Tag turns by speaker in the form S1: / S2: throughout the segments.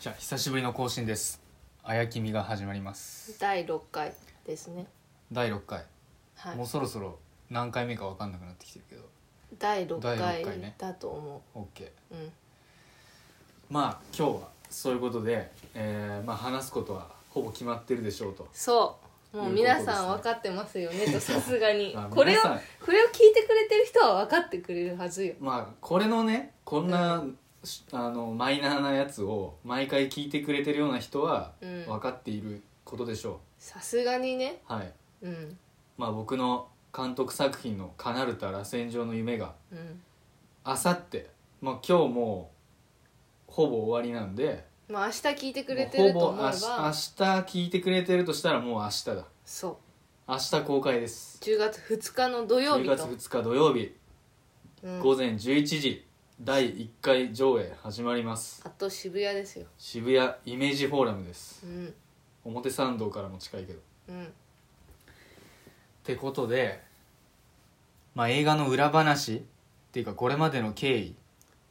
S1: じゃあ久しぶりの更新ですあやきみが始まります
S2: 第6回ですね、
S1: 第6回、
S2: はい
S1: もう、そろそろ何回目か分かんなくなってきてるけど
S2: 第6
S1: 第
S2: 回
S1: 六回ね
S2: だと思
S1: OK
S2: う、うん、
S1: まあ今日はそういうことで、えーまあ、話すことはほぼ決まってるでしょうと
S2: そうもう皆
S1: いうことです
S2: さ
S1: ね
S2: ん分かってますよ ねとさすがに
S1: まあ
S2: これ
S1: 皆
S2: を
S1: さん
S2: これを聞いてくれてる人は分かってくれるはずよ
S1: まあこれのねこんな、しあのマイナーなやつを毎回聞いてくれてるような人は
S2: うん
S1: 分かっていることでしょ
S2: さすがにね
S1: う、はい
S2: うん
S1: まあ僕の監督作品の「カナルタ螺旋状の夢」が
S2: うん
S1: あさってまあ今日もうほぼ終わりなんで
S2: まあ明日聞いてくれて
S1: もう
S2: ると
S1: ほ
S2: 思
S1: ぼ
S2: え
S1: 明日明
S2: ば
S1: 日聞いてくれてるとしたらもう明日だ
S2: そ
S1: 明日公開です
S2: う10月2日の土曜
S1: 10
S2: 日
S1: 月2
S2: と、
S1: 日土曜日
S2: うん、
S1: 午前11時第1回上映始まります
S2: あと渋谷ですよ
S1: 渋谷イメージフォーラムです
S2: うん
S1: 表参道からも近いけどっ
S2: うん
S1: てことでまあ映画の裏話っていうかこれまでの経緯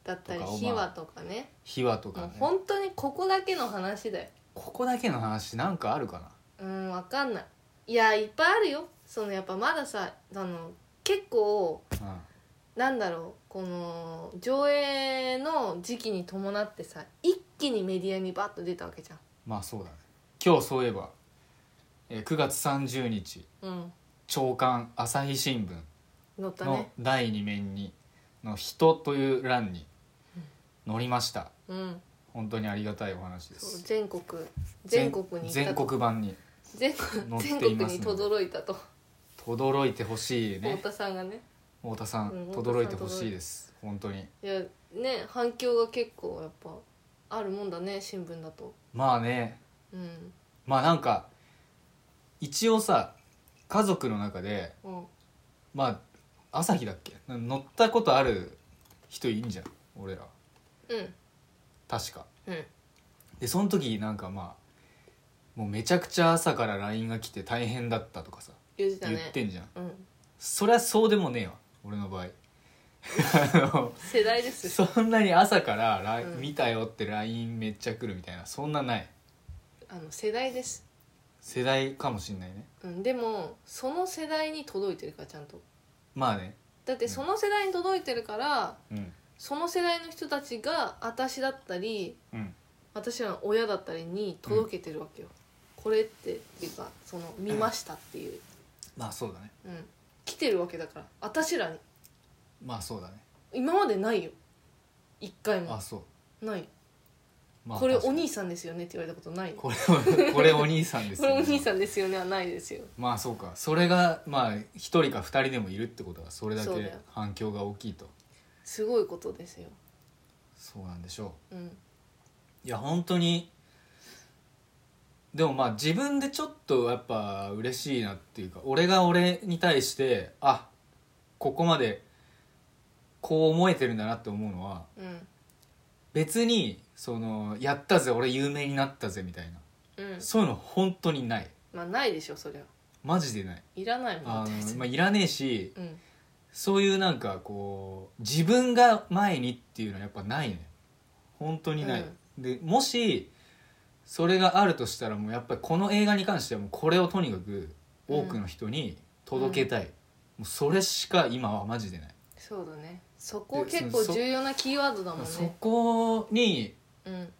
S2: だったり
S1: とかを
S2: 秘
S1: まあ
S2: 話とかね
S1: 秘話とか、
S2: もう
S1: ね、こ
S2: 本当にここだけの話だよ
S1: こだけの話なんかあるかな
S2: うんわかんないいやいっぱいあるよそのやっぱまださあの結構なんだろうこの上映の時期に伴ってさ一気にメディアにバッと出たわけじ
S1: まあそうだね今日そういえば、えー9月30日
S2: ゃん
S1: 朝刊朝日新
S2: うん乗っ
S1: 聞
S2: た
S1: の
S2: ね
S1: 第2面にの「人」という欄に載りました
S2: うん
S1: 本当にありがたいお話で
S2: そう
S1: す
S2: 全国全国に行った
S1: 全
S2: と
S1: 国版に
S2: 全
S1: 乗っ
S2: 国
S1: てい
S2: 全
S1: ます
S2: 国にとどろいたと
S1: 轟いてほしい
S2: 太
S1: ね
S2: 田さんがね
S1: 太田さ
S2: うん
S1: ん
S2: 太田さ
S1: 轟
S2: ん
S1: いてほしいです本当に
S2: いやね反響が結構やっぱあるもんだね新聞だと
S1: まあね
S2: うん
S1: まあなんか一応さ家族の中で
S2: うん
S1: まあ朝日だっけな乗ったことある人いいんじゃん俺ら
S2: うん
S1: 確か
S2: うん
S1: でその時なんかまあもうめちゃくちゃ朝から LINE が来て大変だったとかさ
S2: 言ってた
S1: 言
S2: ね
S1: ってんじゃん
S2: うん
S1: そりゃそうでもねえわ俺 の場合あの
S2: 世代ですよ
S1: そんなに朝から、ライン
S2: うん
S1: 見たよって LINE めっちゃ来るみたいなそんなない
S2: あの世代です、
S1: 世代かもしんないね
S2: うん、でもその世代に届いてるからちゃんと
S1: まあね
S2: だってその世代に届いてるから
S1: うん
S2: その世代の人たちが私だったり
S1: うん
S2: 私らの親だったりに届けてるわけよ、これってっていうかその見ましたっていう、
S1: まあそうだね
S2: うん、来てるわけだから私らに
S1: まあそうだね
S2: 今までないよ一回
S1: あ
S2: も
S1: そう
S2: ない、
S1: まあ
S2: これ
S1: 確
S2: お
S1: かに
S2: 兄さんですよねって言われたことないこ
S1: これ これお兄さん です
S2: れお兄さ
S1: ん
S2: んですよねはないですよ
S1: まあそうかそれがまあ一人か二人でもいるってことはそれだ
S2: そうだ
S1: け
S2: よ
S1: 反響が大きいと
S2: すごいことですよ
S1: そうなんでしょう
S2: うん
S1: いや本当にでもまあ自分でちょっとやっぱ嬉しいなっていうか俺が俺に対してあここまでこう思えてるんだなって思うのは
S2: うん
S1: 別にそのやったぜ俺有名になったぜみたいな
S2: うん
S1: そういうの本当にない
S2: まあないでしょそりゃ
S1: マジでない
S2: いらないもん
S1: あ
S2: だって別
S1: の、
S2: に
S1: まあ、いらねえし
S2: うん
S1: そういうなんかこう自分が前にっていうのはやっぱないね本当にない、でもしそれがあるとしたらもうやっぱりこの映画に関してはもうこれをとにかく多くの人に届けたい、もうそれしか今はマジでない、
S2: そうだねそこ
S1: で
S2: 結構
S1: そ
S2: 重要なキーワードだもん
S1: そ
S2: ね
S1: こに
S2: うん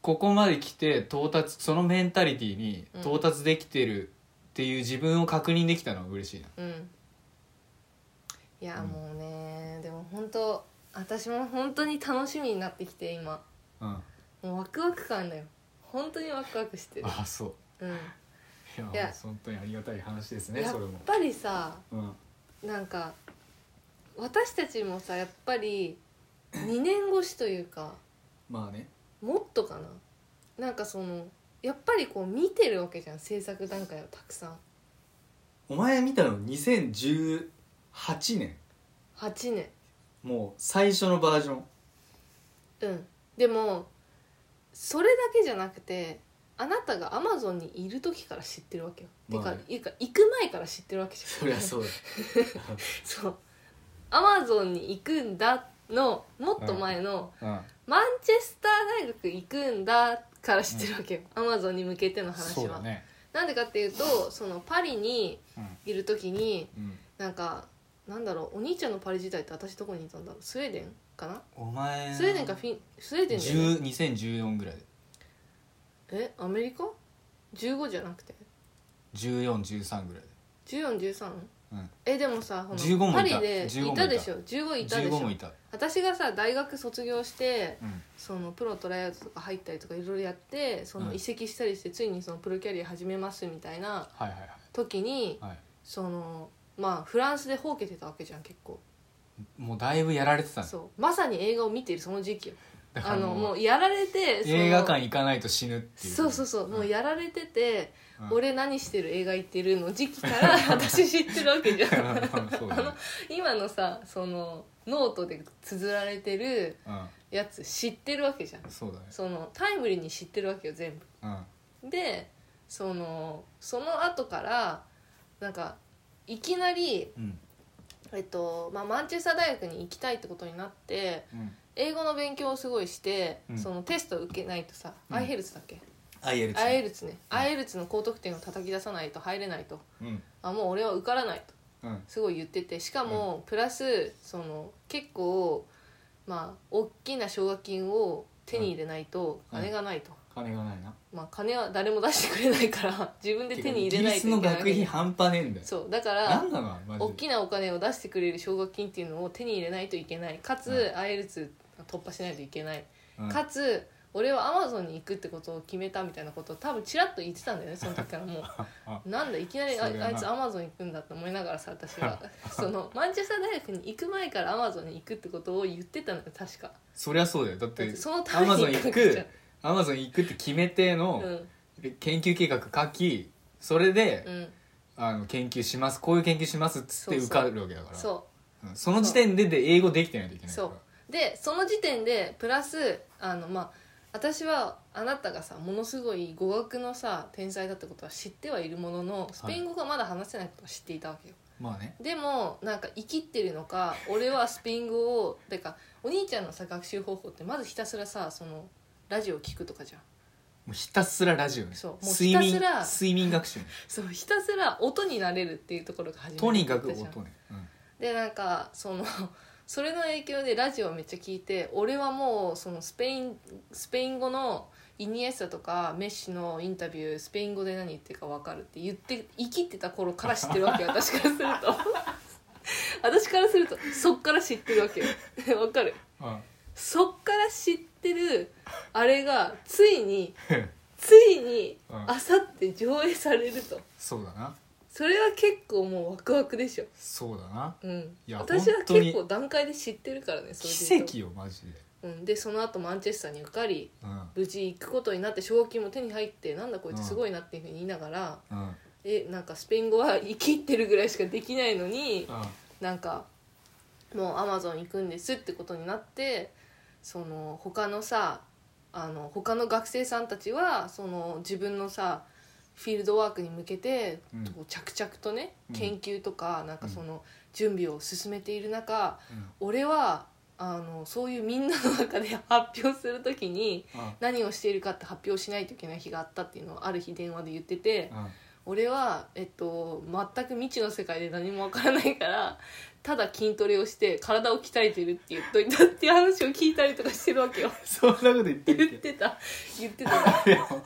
S1: ここまで来て到達そのメンタリティーに
S2: うん
S1: 到達できてるっていう自分を確認できたのは嬉しいな、
S2: うんいや
S1: うん
S2: もうねでも本当私も本当に楽しみになってきて今
S1: うん
S2: もうワクワク感だよ本当にワクワクしてる
S1: ああそう
S2: う
S1: い
S2: ん
S1: や
S2: いや
S1: 本当にありがたい話ですね
S2: やっ
S1: それも、
S2: ぱりさ
S1: うん、
S2: なんか私たちもさやっぱり2年越しというか
S1: まあね
S2: もっとかななんかそのやっぱりこう見てるわけじゃん制作段階をたくさん
S1: お前見たの2018年
S2: 8年
S1: もう最初のバージョン
S2: うんでもそれだけじゃなくてあなたがアマゾンにいる時から知ってるわけよ、
S1: まあね
S2: てかいうか行く前から知ってるわけじゃん
S1: そりゃそうだ
S2: そうアマゾンに行くんだのもっと前の、
S1: うん
S2: マンチェスター早く行くんだから知ってるわけよ、アマゾンに向けての話
S1: そう
S2: は、
S1: だね
S2: なんでかっていうとそのパリに
S1: うん
S2: いる時に
S1: うん
S2: なんかなんだろうお兄ちゃんのパリ時代って私どこにいたんだろうスウェーデンかな
S1: お前
S2: スウェーデンかフィンスウェーデンだよね
S1: 10 2014ぐらいで
S2: えアメリカ ?15 じゃなくて
S1: 1413ぐらいで
S2: 1413、
S1: うん
S2: えでもさほ
S1: 15もいた
S2: パリで
S1: 15も
S2: い
S1: いた
S2: たでしょ15いたでし
S1: 15も
S2: ょ
S1: いた
S2: 私がさ大学卒業して
S1: うん
S2: そのプロトライアウトとか入ったりとかいろいろやってそうの
S1: ん
S2: 移籍したりして、ついにそのプロキャリア始めますみたいな
S1: はいはいはい
S2: 時に
S1: はい
S2: そのまあフランスでほうけてたわけじゃん結構
S1: もうだいぶやられてたの
S2: そうまさに映画を見ているその時期よ
S1: だか
S2: あ
S1: ら
S2: のも
S1: もう
S2: うやられてその
S1: 映画館行かないと死ぬっていう
S2: そうそうそう、もうやられてて、
S1: うん
S2: 俺何してる映画行ってるの時期から 私知ってるわけじゃ
S1: うん
S2: ん
S1: うんそうだね
S2: 今のさそのノートで綴られてる
S1: う
S2: やつ知ってるわけじゃん
S1: んそうだね
S2: そのタイムリーに知ってるわけよ全部
S1: うん
S2: でそのその後からなんかいきなり、
S1: うん
S2: えっとまあ、マンチェスター大学に行きたいってことになって
S1: うん
S2: 英語の勉強をすごいして、
S1: うん
S2: そのテストを受けないとさ、
S1: うん
S2: アイヘルツだっけ
S1: IL
S2: アイヘルツね、
S1: うん
S2: アイヘルツの高得点を叩き出さないと入れないと
S1: うん
S2: あもう俺は受からないと
S1: うん
S2: すごい言っててしかも、プラスその結構まあ大きな奨学金を手に入れないと
S1: うん
S2: 金がないと、
S1: 金がないな
S2: まあ金は誰も出してくれないから 自分で手に入れない
S1: イギリス
S2: とい
S1: の
S2: けないわ
S1: 学
S2: け
S1: 費
S2: で
S1: 半端ねえんだよ
S2: そうだか
S1: な
S2: ら
S1: んなのマジで
S2: 大きなお金を出してくれる奨学金っていうのを手に入れないといけないかつ IELTS 突破しないといけない、
S1: うん
S2: かつ俺はアマゾンに行くってことを決めたみたいなことを多分ちらっと言って たんだよねその時からもうなんだいきなりあ
S1: そりゃな
S2: あいつアマゾン行くんだと思いながらさ 私はそのマンチェスター大学に行く前からアマゾンに行くってことを言ってたのよ確か
S1: そりゃそうだよだっ
S2: だっててそのた
S1: ア
S2: め
S1: マゾン
S2: に
S1: 行
S2: くじゃ
S1: くアマゾン行くって決めて
S2: んう
S1: の
S2: ん
S1: 研究計画書きそれで、
S2: うん
S1: あの研究しますこういう研究しますっつって
S2: そうそう
S1: 受かるわけだから
S2: そう
S1: うんその時点でで英語できてないといけないから
S2: そうでその時点でプラスあのまあ私はあなたがさものすごい語学のさ天才だってことは知ってはいるもののスペイン語がまだ話せないことは知っていたわけよ、
S1: まあね
S2: でもなんか生きってるのか俺はスペイン語をてかお兄ちゃんのさ学習方法ってまずひたすらさそのラジオを聞くとかじゃん
S1: もうひたすらラジオね
S2: そうもう
S1: 睡眠
S2: ひたすら
S1: 睡眠学習ね
S2: そうひたすら音になれるっていうところが始め
S1: とにかく
S2: じ
S1: 音
S2: ゃん
S1: ね、う
S2: でなんかそのそれの影響でラジオをめっちゃ聞いて俺はもうそのスペインスペイン語のイニエスタとかメッシのインタビュースペイン語で何言ってるか分かるって言って生きてた頃から知ってるわけよ私からする と私からするとそっから知ってるわけよ 分かる
S1: んうん
S2: そっから知ってるあれがついについに
S1: うん
S2: あさって上映されると
S1: そうだな
S2: それは結構もうワクワクでしょ
S1: そうだな
S2: うん
S1: いや
S2: 私は
S1: 本当に
S2: 結構段階で知ってるからねそれで
S1: 奇
S2: 言うと
S1: 跡よマジで、
S2: うん、でその後マンチェスターに受かり
S1: うん
S2: 無事行くことになって奨学金も手に入ってなんだこいつすごいなっていうふうに言いながら、
S1: うんうん、
S2: えなんかスペイン語は生きってるぐらいしかできないのになんかもうアマゾン行くんですってことになってその他のさあの他の学生さんたちはその自分のさフィールドワークに向けて、
S1: うん
S2: こう着々とね
S1: うん
S2: 研究とか、なんかその準備を進めている中、
S1: うん
S2: 俺はあのそういうみんなの中で発表するときに
S1: うん
S2: 何をしているかって発表しないといけない日があったっていうのをある日電話で言ってて。
S1: うん
S2: 俺は、えっと、全く未知の世界で何もわからないからただ筋トレをして体を鍛えてるって言っといたっていう話を聞いたりとかしてるわ けよ
S1: そんなこと言って
S2: 言っ
S1: るけ
S2: てた 言ってた
S1: ど
S2: だ
S1: で
S2: っ
S1: も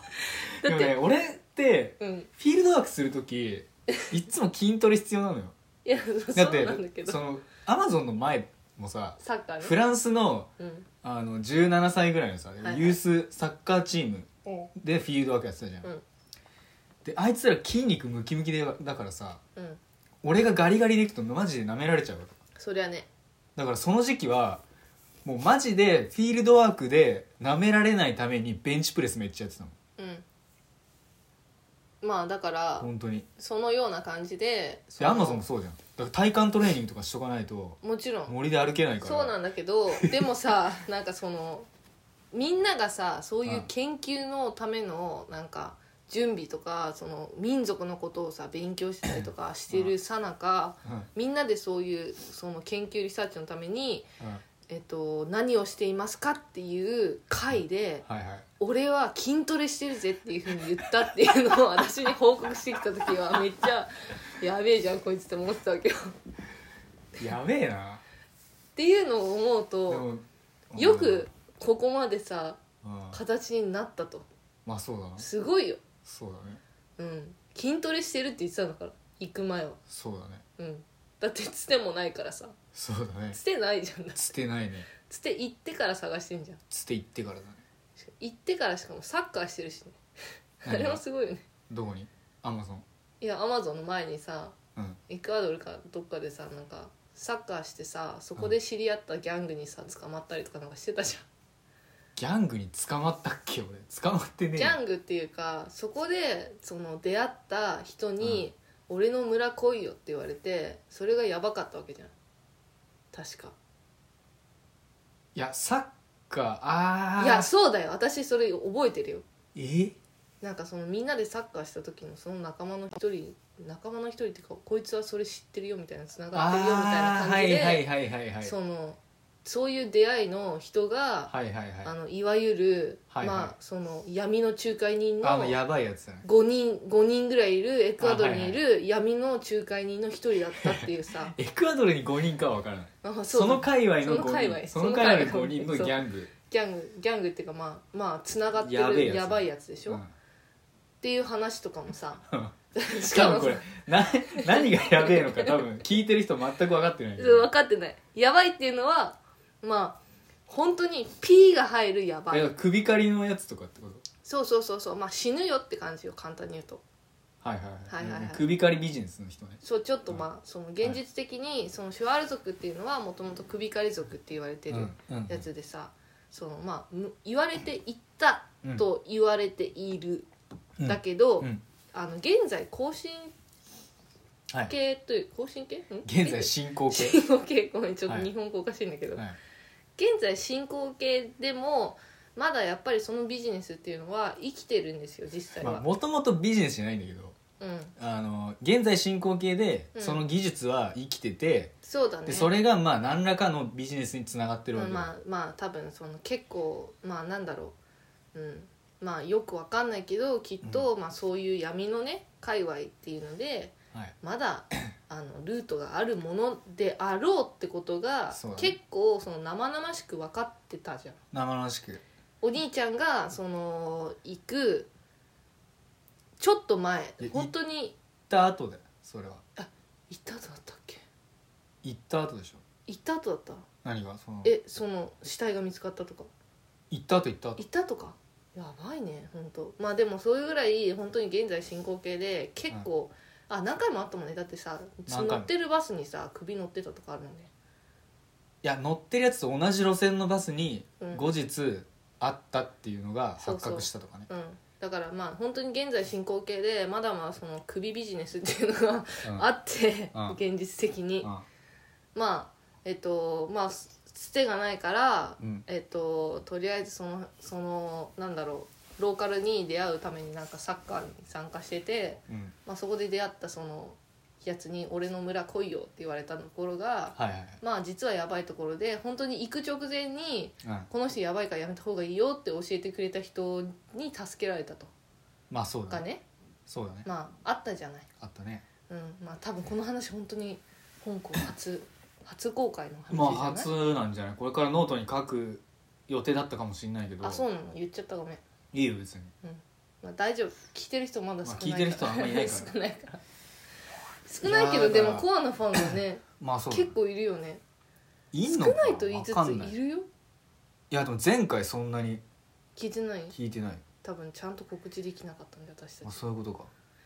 S2: て
S1: ね俺って
S2: うん
S1: フィールドワークする時いっつも筋トレ必要なの よ
S2: いやそう
S1: だって
S2: なんだけ
S1: そ
S2: ど
S1: のアマゾンの前もさ
S2: サッカーね
S1: フランスの
S2: うん
S1: あの17歳ぐらいのさ、
S2: いはい
S1: ユースサッカーチーム
S2: うん
S1: でフィールドワークやってたじゃん、
S2: うん
S1: であいつら筋肉ムキムキでだからさ
S2: うん
S1: 俺がガリガリでいくとマジで舐められちゃうわけ
S2: そりゃね
S1: だからその時期はもうマジでフィールドワークで舐められないためにベンチプレスめっちゃやってたもん
S2: うんまあだから
S1: 本当に
S2: そのような感じでそ
S1: で
S2: の
S1: アマゾンもそうじゃんだから体幹トレーニングとかしとかないと
S2: もちろん
S1: 森で歩けないから
S2: そうなんだ けどでもさなんかそのみんながさそういう研究のためのなんか準備とかその民族のことをさ勉強したりとかしてるさなか
S1: うん
S2: みんなでそういうその研究リサーチのために、
S1: うん
S2: えっと、何をしていますかっていう回で
S1: はいはい
S2: 「俺は筋トレしてるぜ」っていうふうに言ったっていうのを 私に報告してきた時はめっちゃ「やべえじゃんこいつ」って思ってたわけよ。っ
S1: やべえな
S2: ていうのを思う
S1: で
S2: と
S1: も
S2: よくここまでさ
S1: うんうん
S2: 形になったと
S1: まあそうだな
S2: すごいよ、
S1: そうだね
S2: うん、筋トレしてるって言ってたんだから行く前は、
S1: そうだね
S2: うん、だってつてもないからさ
S1: そうだね
S2: つてないじゃん
S1: つってないね
S2: つて行ってから探してんじゃん
S1: つって行ってからだね
S2: 行ってからしかもサッカーしてるしねあ
S1: 何
S2: れ
S1: が
S2: もすごいよね
S1: どこにアマゾン
S2: いやアマゾンの前にさ
S1: うん
S2: エクアドルかどっかでさなんかサッカーしてさそこで知り合ったギャングにさ捕まったりとかなんかしてたじ
S1: ギャングに捕まったっけ俺捕まって
S2: ゃ
S1: ね
S2: ん、
S1: え
S2: ギ
S1: よ
S2: ャングっていうかそこでその出会った人に「俺の村来いよ」って言われてそれがやばかったわけじゃん確か
S1: いやサッカーああ
S2: いやそうだよ私それ覚えてるよ
S1: え
S2: なんかそのみんなでサッカーした時のその仲間の一人仲間の一人っていうかこいつはそれ知ってるよみたいな繋がってるよみたいな
S1: ああ
S2: 感
S1: は
S2: じ
S1: い
S2: で、
S1: はいはいはいはい
S2: そのそういう出会いの人が、
S1: はいはいはい
S2: あのいわゆる、
S1: はいはい
S2: まあ、その闇の仲介人の
S1: あのやばいやつだね
S2: 5人5人ぐらいいるエクアドルにいる闇の仲介人の一人だったってい うさ
S1: エクアドルに5人かは分からない
S2: あそう
S1: その界隈の
S2: その界隈
S1: 5人その界隈の5人のギャング
S2: ギャングギャングっていうかまあまあつながってる
S1: や
S2: や
S1: べえやつ
S2: ばいやつでし
S1: う
S2: ょ、っ
S1: ん
S2: ていう話とかも さ し
S1: しかもこれな何がやべえのか多分聞いてる人全く分かってないけ
S2: うん
S1: ど
S2: 分かってないやばいっていうのはまあ本当に P が入るやば
S1: いや
S2: い
S1: 首狩りのやつとかってこと
S2: そうそうそうそうまあ死ぬよって感じよ簡単に言うと
S1: はいはい
S2: はいはいはい
S1: 首狩りビジネスの人ね
S2: そうちょっとまあその現実的にそのシュワル族っていうのはもともと首狩り族って言われてる
S1: うんうん
S2: やつでさそのまあむ言われていったと言われている
S1: うん
S2: だけど、
S1: うん
S2: あの現在更新
S1: はい
S2: 系という更新系ん
S1: 現在進行 形
S2: 進行形ごめんちょっと日本語おかしいんだけど、
S1: はい
S2: 現在進行形でもまだやっぱりそのビジネスっていうのは生きてるんですよ実際は、
S1: もともとビジネスじゃないんだけど
S2: うん
S1: あの現在進行形で
S2: うん
S1: その技術は生きてて、
S2: そうだね
S1: でそれがまあ何らかのビジネスにつながってるわ
S2: まあ
S1: けだ、
S2: まあ、まあ、多分その結構まあなんだろう、うん、まあよくわかんないけどきっと、まあそういう闇のね界隈っていうので
S1: はい、
S2: まだ あのルートがあるものであろうってことが、
S1: そうだね
S2: 結構その生々しく分かってたじゃん。
S1: 生々しく
S2: お兄ちゃんがその行くちょっと前
S1: い
S2: 本当に
S1: 行った後だよそれは
S2: 行った後だったっけ
S1: 行った後でしょ
S2: 行った後だった
S1: 何がその
S2: えその死体が見つかったとか
S1: 行った後行った後
S2: いたとかやばいね本当まあでもそういうぐらい本当に現在進行形で結構、あ何回もあったもんねだってさ
S1: 何回も
S2: 乗ってるバスにさ首乗ってたとかあるのね
S1: いや乗ってるやつと同じ路線のバスに
S2: うん
S1: 後日会ったっていうのが
S2: そう
S1: 発
S2: そう
S1: 覚したとかね
S2: うんだからまあ本当に現在進行形でまだまだその首ビジネスっていうのが
S1: うん
S2: あって、
S1: うん
S2: 現実的に、
S1: うん
S2: まあえっとまあすつてがないから、
S1: うん
S2: えっととりあえずそのそのなんだろうローカルに出会うためになんかサッカーに参加してて、
S1: うん
S2: まあ、そこで出会ったそのやつに「俺の村来いよ」って言われたところが、
S1: はいはいはい
S2: まあ実はやばいところで本当に行く直前に
S1: うん
S2: 「この人やばいからやめた方がいいよ」って教えてくれた人に助けられたと
S1: まあそうだ
S2: か
S1: ね
S2: ね
S1: そうだね
S2: まああったじゃない、
S1: あったね
S2: うんまあ、多分この話本当に香港初 初公開の話じゃ
S1: ま
S2: ない
S1: あ、初なんじゃないこれからノートに書く予定だったかもしれないけど
S2: あそうなの言っちゃったごめん、
S1: いいよ別に
S2: まあ、大丈夫聞いてる人まだ少ない
S1: まあ聞いてる人あんまいないから
S2: 少ないから 少ないけど
S1: いやだ
S2: で
S1: から
S2: もコアなファンがね
S1: まあ そう
S2: 結構いるよね
S1: い
S2: 少
S1: んのか
S2: ないと言いつ
S1: わかんな
S2: つい
S1: い
S2: るよ
S1: いやでも前回そんなに
S2: 聞いてない
S1: 聞いてない、
S2: 多分ちゃんと告知できなかったんで私た
S1: まあ、
S2: ち
S1: そういうことか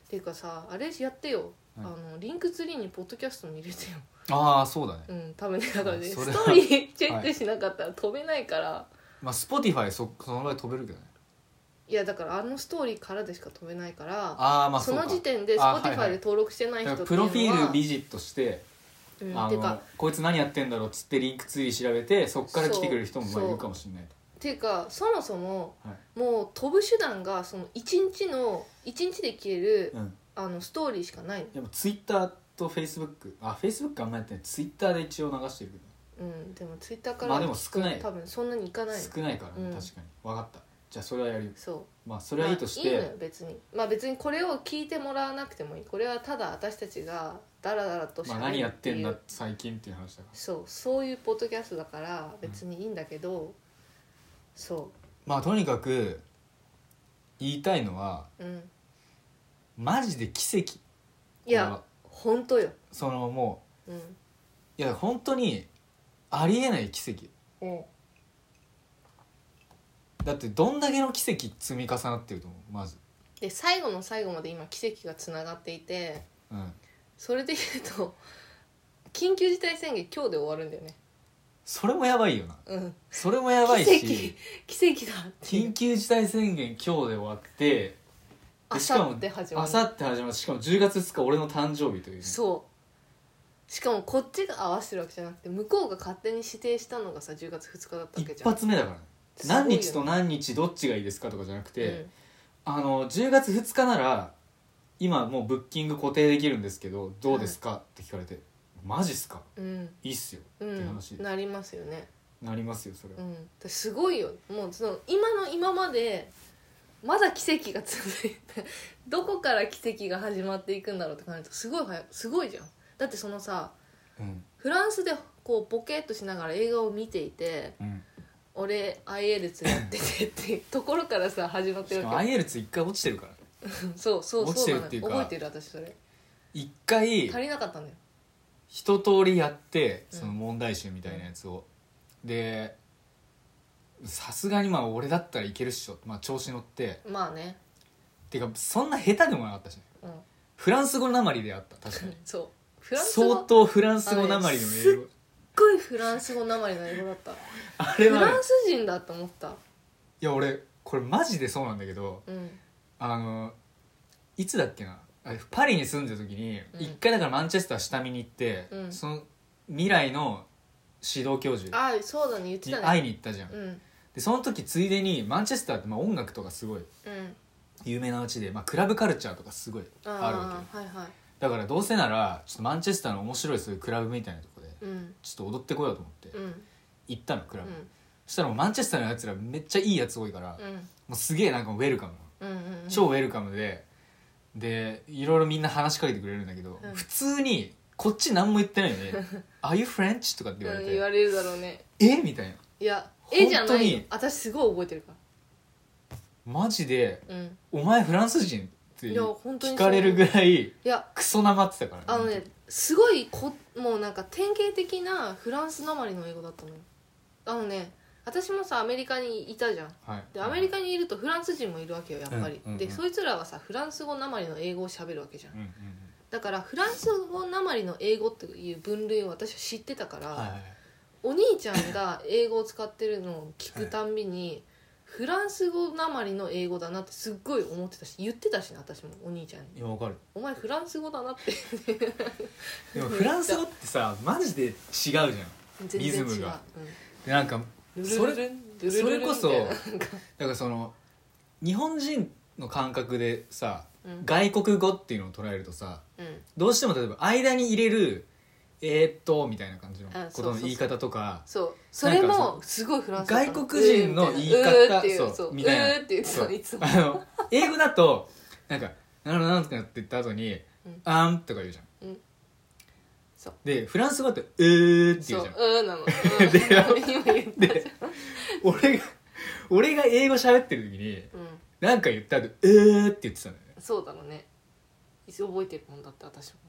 S2: ていうかさあれやってよ、
S1: はい
S2: あのリンクツリーにポッドキャストに入れてよ
S1: ああそうだね、
S2: うん多分ねだからね
S1: それ
S2: ス
S1: は
S2: トーリーチェックしなかったら飛べないから、
S1: まあ Spotify そそのぐらい飛べるけどね
S2: い、やだからあのストーリーからでしか飛べないから
S1: ああまあそ
S2: そ
S1: うか
S2: の時点で
S1: あはい
S2: Spotify
S1: はい
S2: で登録してない人
S1: だ
S2: って
S1: か
S2: い
S1: ら
S2: うの
S1: プ
S2: は、
S1: ロフィールビジットして、
S2: うん、
S1: あ
S2: てか
S1: のこいつ何やってんだろうっつってリンクツイー調べてそっから来てくれる人もまあ
S2: そう
S1: いるかもしれない
S2: ていうかそもそも
S1: と、はい
S2: もう飛ぶ手段がその一日の一日で消える、
S1: うん、
S2: あのストーリーしかないの
S1: でもツイッターとフェイスブックあフェイスブックあんまやってないツイッターで一応流してるけど
S2: うんでもツイッターから
S1: まあでも少ない
S2: 多分そんなにいかない
S1: 少ないからね、
S2: うん
S1: 確かに分かったじゃあそれはやるよ
S2: そう
S1: まあそれはいいとして、
S2: まあいいのよ別にまあ別にこれを聞いてもらわなくてもいいこれはただ私たちがダラダラとし
S1: まあ、何やってんだ最近っていう話だから
S2: そうそういうポッドキャストだから別にいいんだけど、そ
S1: まあとにかく言いたいのは
S2: ううん
S1: マジで奇跡
S2: いや本当よ
S1: そのも
S2: うん
S1: ういや本当にありえない奇跡
S2: うん
S1: だってどんだけの奇跡積み重なってると思うまず
S2: で最後の最後まで今奇跡がつながっていて
S1: うん
S2: それで言うと緊急事態宣言今日で終わるんだよね
S1: それもやばいよな
S2: うん
S1: それもやばいし
S2: 奇奇跡だっていう
S1: 緊急事態宣言今日で終わって
S2: あ
S1: で
S2: さって始ま
S1: あ
S2: る
S1: さって始まるしかも10月2日俺の誕生日というね
S2: そうしかもこっちが合わせてるわけじゃなくて向こうが勝手に指定したのがさ10月2日だったわけ
S1: 一
S2: じゃん
S1: 発目だからね
S2: すごいよ
S1: 何
S2: ね
S1: 日と何日どっちがいいですかとかじゃなくて、
S2: うん
S1: あの10月2日なら今もうブッキング固定できるんですけどどうですか、って聞かれてマジっすか
S2: うん、
S1: いいっすよ
S2: う
S1: って
S2: ん
S1: 話、
S2: なりますよね、
S1: なりますよそれは、
S2: うん、すごいよもうその今の今までまだ奇跡が続いてどこから奇跡が始まっていくんだろうって考えるとすごい早いすごいじゃんだってそのさ
S1: うん
S2: フランスでこうボケっとしながら映画を見ていて
S1: うん、
S2: 俺 IL 列やっててっていうところからさ始まって
S1: し
S2: る
S1: か
S2: わ
S1: も
S2: けよ
S1: IL ツ一回落ちてるからね
S2: そうそう
S1: 落ちてる
S2: そうなの
S1: っていう
S2: よ
S1: か
S2: 覚えてる私それ
S1: 一
S2: 足
S1: 回
S2: りなかったんだよ
S1: 一通りやって
S2: うん
S1: その問題集みたいなやつを、でさすがにまあ俺だったらいけるっしょ、まあ、調子乗って
S2: まあね
S1: てかそんな下手でもなかったしね
S2: うん
S1: フランス語なまりであった確かに
S2: そう フランス語
S1: 相
S2: すっ
S1: 当フランス語なまりの英語
S2: ごいフランス語なまりの英語だった
S1: あれ
S2: フ
S1: はね
S2: ランス人だと思った
S1: いや俺これマジでそうなんだけど
S2: うん
S1: あのいつだっけなあパリに住んでた時に
S2: うん
S1: 一、回だからマンチェスター下見に行って、
S2: うん
S1: その未来の指導教授
S2: ああそうだね言って
S1: に
S2: たね
S1: 会いに行ったじゃん、
S2: うん
S1: でその時ついでにマンチェスターってまあ音楽とかすごい
S2: うん
S1: 有名な街で、まあ、クラブカルチャーとかすごいあるわけよ
S2: ああはいはい
S1: だからどうせならちょっとマンチェスターの面白いそういうクラブみたいなとこで
S2: うん
S1: ちょっと踊ってこようと思って
S2: うん
S1: 行ったのク
S2: う
S1: ラブ、
S2: ん
S1: そしたらもうマンチェスターのやつらめっちゃいいやつ多いから、
S2: う
S1: も
S2: ん
S1: うすげえなんかウェルカムなの
S2: うんうん
S1: 超ウェルカムででいろいろみんな話しかけてくれるんだけど、
S2: うん
S1: 普通にこっち何も言ってない よね「Are you French?」とかって言われ
S2: うん
S1: て「
S2: 言われるだろうね
S1: えみたいない
S2: や
S1: 本当に
S2: 絵じゃないよ私すごい覚えてるか
S1: マジで
S2: らうん
S1: 「お前フランス人?」って
S2: いや本当に
S1: 聞かれるぐらい
S2: いや
S1: クソなまってたから、
S2: あのねすごいこもうなんか典型的なフランスなまりの英語だったのよあのね私もさアメリカにいたじゃん
S1: はい、
S2: でアメリカにいるとフランス人もいるわけよやっぱり、
S1: うんうんうん
S2: でそいつらはさフランス語なまりの英語を喋るわけじゃん
S1: うんうんうん
S2: だからフランス語なまりの英語っていう分類を私は知ってたから、
S1: はいはいはい
S2: お兄ちゃんが英語を使ってるのを聞くたんびに、フランス語なまりの英語だなってすっごい思ってたし言ってたしね私もお兄ちゃんに
S1: いやわか る
S2: 「お前フランス語だな」って
S1: でもフランス語ってさマジで違うじゃんリ
S2: 全
S1: ズ
S2: 然
S1: ム
S2: 違う
S1: がでなんか
S2: うん
S1: それ
S2: ルルルンルルル
S1: そ
S2: ルン
S1: れこそ
S2: みたい
S1: だ
S2: な
S1: からその日本人の感覚でさ
S2: うん
S1: 外国語っていうのを捉えるとさ、
S2: うん
S1: どうしても例えば間に入れる「えー、っと」みたいな感じの
S2: あ
S1: こと
S2: そうそう
S1: の
S2: そう
S1: 言い方とか
S2: そうそれ
S1: なん
S2: もすごいフランスだった
S1: 外国人の言い方
S2: うーっていう
S1: そう
S2: そうう
S1: みたいな
S2: ーって言ってた
S1: そう
S2: いつも
S1: あの英語だとなんか「なるほどなんとか」って言った後に
S2: うん
S1: 「あん」とか言うじゃん
S2: そう
S1: でフランス語だと「えー」って言
S2: そ
S1: じ
S2: うう
S1: ゃん
S2: うーなのうー今言った
S1: で俺が俺が英語喋ってる時に
S2: うん
S1: なんか言った後「えー」って言ってたんだよね
S2: そうだろうねいつ覚えてるもんだって私も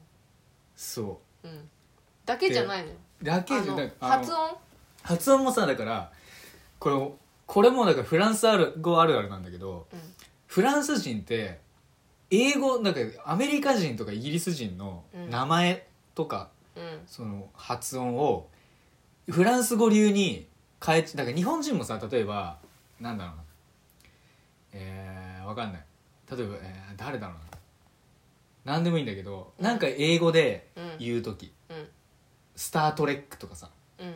S1: そ
S2: うんだけじゃないのよ
S1: うだけ
S2: あ
S1: どなん
S2: の
S1: かあの
S2: 発音
S1: 発音もさだからこれこれもだからフランスある語あるあるなんだけど
S2: うん
S1: フランス人って英語なんかアメリカ人とかイギリス人の名前とか、
S2: うん
S1: その発音をフランス語流に変えちだから日本人もさ例えばなんだろうなえー、わかんない例えば、えー誰だろうな何でもいいんだけどなんか英語で
S2: うん
S1: 言う時
S2: うん
S1: 「スター・トレック」とかさ
S2: うん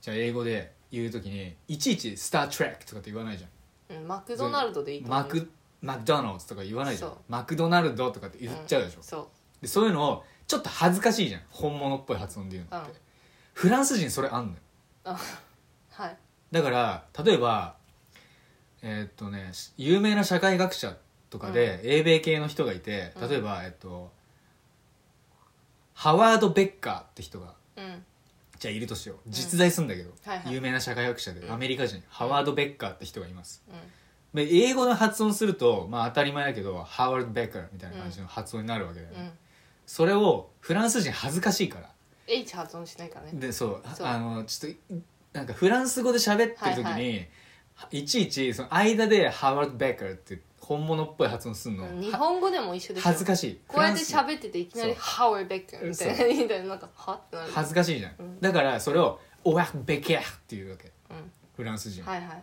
S1: じゃあ英語で言う時にいちいち「スター・トレック」とかって言わないじゃん
S2: うんマクドナルドでいいと思う
S1: マクマクドナルドとか言わないじゃん
S2: そう
S1: マクドナルドとかって言っちゃうでしょ、
S2: んそう
S1: でそういうのをちょっと恥ずかしいじゃん本物っぽい発音で言うのって、
S2: うん
S1: フランス人それあんのよ
S2: はい
S1: だから例えばえーっとね有名な社会学者とかで英米系の人がいて
S2: うん
S1: 例えば、えっとハワード・ベッカーって人が
S2: うん
S1: じゃあいるとしよう実在するんだけど、
S2: はいはい
S1: 有名な社会学者で
S2: うん
S1: アメリカ人、ハワード・ベッカーって人がいます
S2: うん
S1: で英語の発音すると、まあ、当たり前だけどハワード・ベッカーみたいな感じの発音になるわけだよね、
S2: うん
S1: それをフランス人恥ずかしいから
S2: H 発音しないからね
S1: でそう
S2: そう
S1: あのちょっとなんかフランス語で喋ってる時に、
S2: はい
S1: いちいちその間でハワード・ベッカーって本物っぽい発音するの、
S2: うん日
S1: は
S2: 本語でも一緒でしょ
S1: 恥ずかしい
S2: こうやって
S1: フラン
S2: 喋ってていきなり「
S1: そう
S2: ハウェベック」みたいな
S1: そ
S2: みたいななんか「は?」ってなる
S1: ス恥ずかしいじゃん、
S2: うん
S1: だからそれを「オワッベケア」っていうわけ
S2: うん
S1: フランス人、
S2: はいはい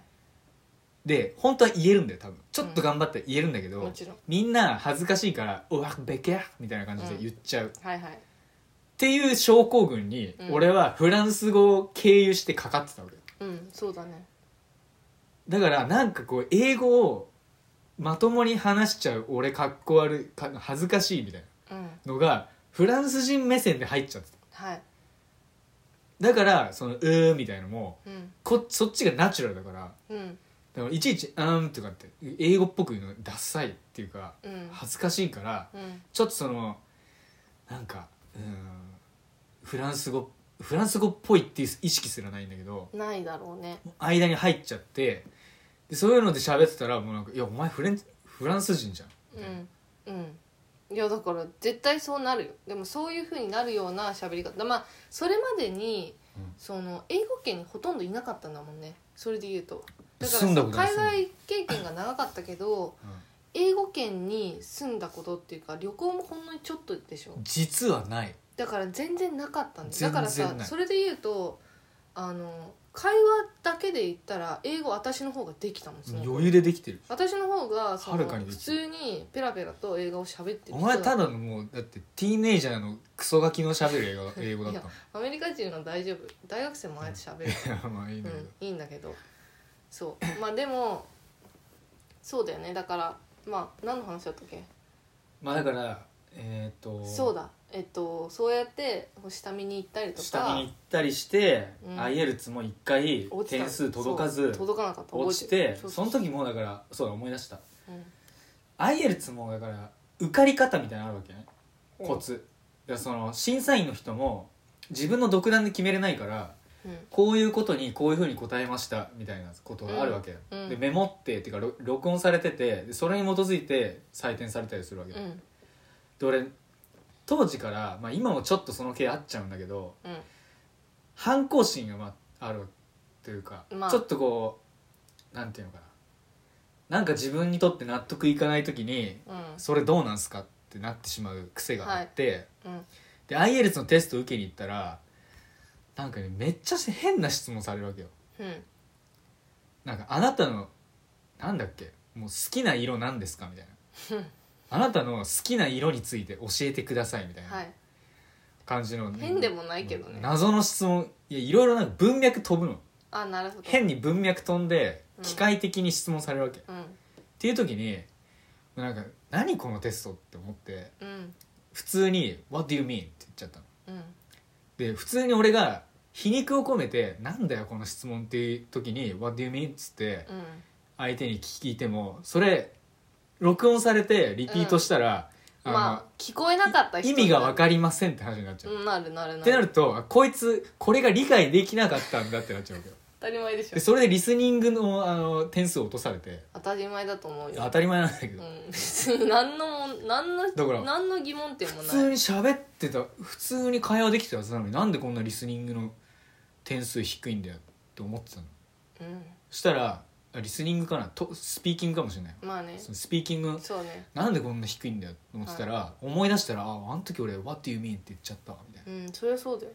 S1: で本当は言えるんだよ多分ちょっと頑張って言えるんだけど、
S2: もちろん
S1: みんな恥ずかしいから「オワッベケア」みたいな感じで言っちゃう、っ
S2: はいはい
S1: ていう症候群に、
S2: うん
S1: 俺はフランス語を経由してかかってたわけ
S2: うんそうだね
S1: だからなんかこう英語をまともに話しちゃう俺かっこ悪いか恥ずかしいみたい
S2: うん
S1: なのがフランス人目線で入っちゃってた
S2: はい
S1: だからその「うー」みたいのも
S2: うん
S1: こそっちがナチュラルだから
S2: うん
S1: だからいちいち「うーん」とかって英語っぽく言うのダサいっていうか
S2: うん
S1: 恥ずかしいから
S2: うん
S1: ちょっとそのなんかうーんフランス語フランス語っぽいっていう意識すらないんだけど
S2: ないだろうね
S1: 間に入っちゃってでそういうので喋ってたらもうなんか「いやお前フレンフランス人じゃん」
S2: うんうんいやだから絶対そうなるよでもそういうふうになるような喋り方まあそれまでに、
S1: うん
S2: その英語圏にほとんどいなかったんだもんねそれで言うとだから
S1: 住んだことない
S2: 海外経験が長かったけど英語圏に住んだことっていうか旅行もほんのにちょっとでしょ
S1: 実はない
S2: だから全然なかったんです
S1: 全
S2: だ
S1: 然な
S2: から
S1: い
S2: さそれで言うとあの会話だけで言ったら英語私の方ができたもんその
S1: 余裕でできてる
S2: 私の方がそ
S1: は
S2: の
S1: るかにで
S2: 普
S1: きた
S2: 通にペラペラと英語を喋ってる
S1: お
S2: 人だ
S1: 前ただのもうだってティーネイジャーのクソガキの喋る英語英語だった
S2: アメリカ人は大丈夫大学生もああやって喋る
S1: もんい やまあいいんだけど、
S2: うん、いいんだけどそうまあでもそうだよねだからまあ何の話だったっけ
S1: まあだからえっ、と
S2: そうだえっとそうやって下見に行ったりとか
S1: 下見に行ったりして、
S2: うん
S1: IELTS も一回
S2: 落ちた
S1: 点数届かず
S2: そう届かなかった
S1: 落ちて
S2: そう
S1: その時もうだからそうだ思い出した
S2: う
S1: IELTS もだから受かり方みたいなのあるわけね
S2: ん
S1: コツ、だからその審査員の人も自分の独断で決めれないから
S2: うん
S1: こういうことにこういうふうに答えましたみたいなことがあるわけ、
S2: うんうん
S1: でメモってっていうかろ録音されててでそれに基づいて採点されたりするわけ、
S2: う
S1: で
S2: ん
S1: 俺当時から、まあ、今もちょっとその系あっちゃうんだけど反抗心が、まあ、あるというか、
S2: まあ
S1: ちょっとこうなんていうのかななんか自分にとって納得いかない時に
S2: うんうん
S1: それどうなんすかってなってしまう癖があって、
S2: うん
S1: で IELTS のテスト受けに行ったらなんかねめっちゃ変な質問されるわけよ
S2: うん
S1: なんかあなたのなんだっけもう好きな色なんですかみたいな
S2: うん
S1: あなたの好きな色について教えてくださいみたい
S2: は
S1: ない感じの、
S2: 変でもないけどね
S1: 謎の質問いやいろいろなんか文脈飛ぶの
S2: あなるほど
S1: 変に文脈飛んで
S2: うん
S1: 機械的に質問されるわけ、っ
S2: うん
S1: ていう時になんか何このテストって思って
S2: うん
S1: 普通に「What do you mean?」って言っちゃったの
S2: うん
S1: で普通に俺が皮肉を込めて「なんだよこの質問」っていう時に「What do you mean?」っつって
S2: うん
S1: 相手に聞いてもそれ録音されてリピートしたら、あの
S2: まあ聞こえなかった人
S1: 意味が分かりませんって話になっちゃう、
S2: うんなるなるなる
S1: ってなるとあこいつこれが理解できなかったんだってなっちゃうわけど
S2: 当たり前でしょ
S1: でそれでリスニングのあの点数を落とされて
S2: 当たり前だと思うよ
S1: 当たり前なんだけ
S2: う
S1: ど、
S2: ん別に何のも何
S1: だから
S2: の何の疑問点
S1: 普
S2: もな
S1: 通に
S2: い
S1: 喋ってた普通に会話できてたはずなのになんでこんなリスニングの点数低いんだよって思ってたの
S2: うん
S1: そしたらあリスニングかなとスピーキングかもしれない
S2: まあね
S1: そのスピーキング
S2: そうね
S1: なんでこんな低いんだよと思ってたら、思い出したら「ああの時俺 What do you mean?」って言っちゃったわみたいな、
S2: うんそりゃそうだよ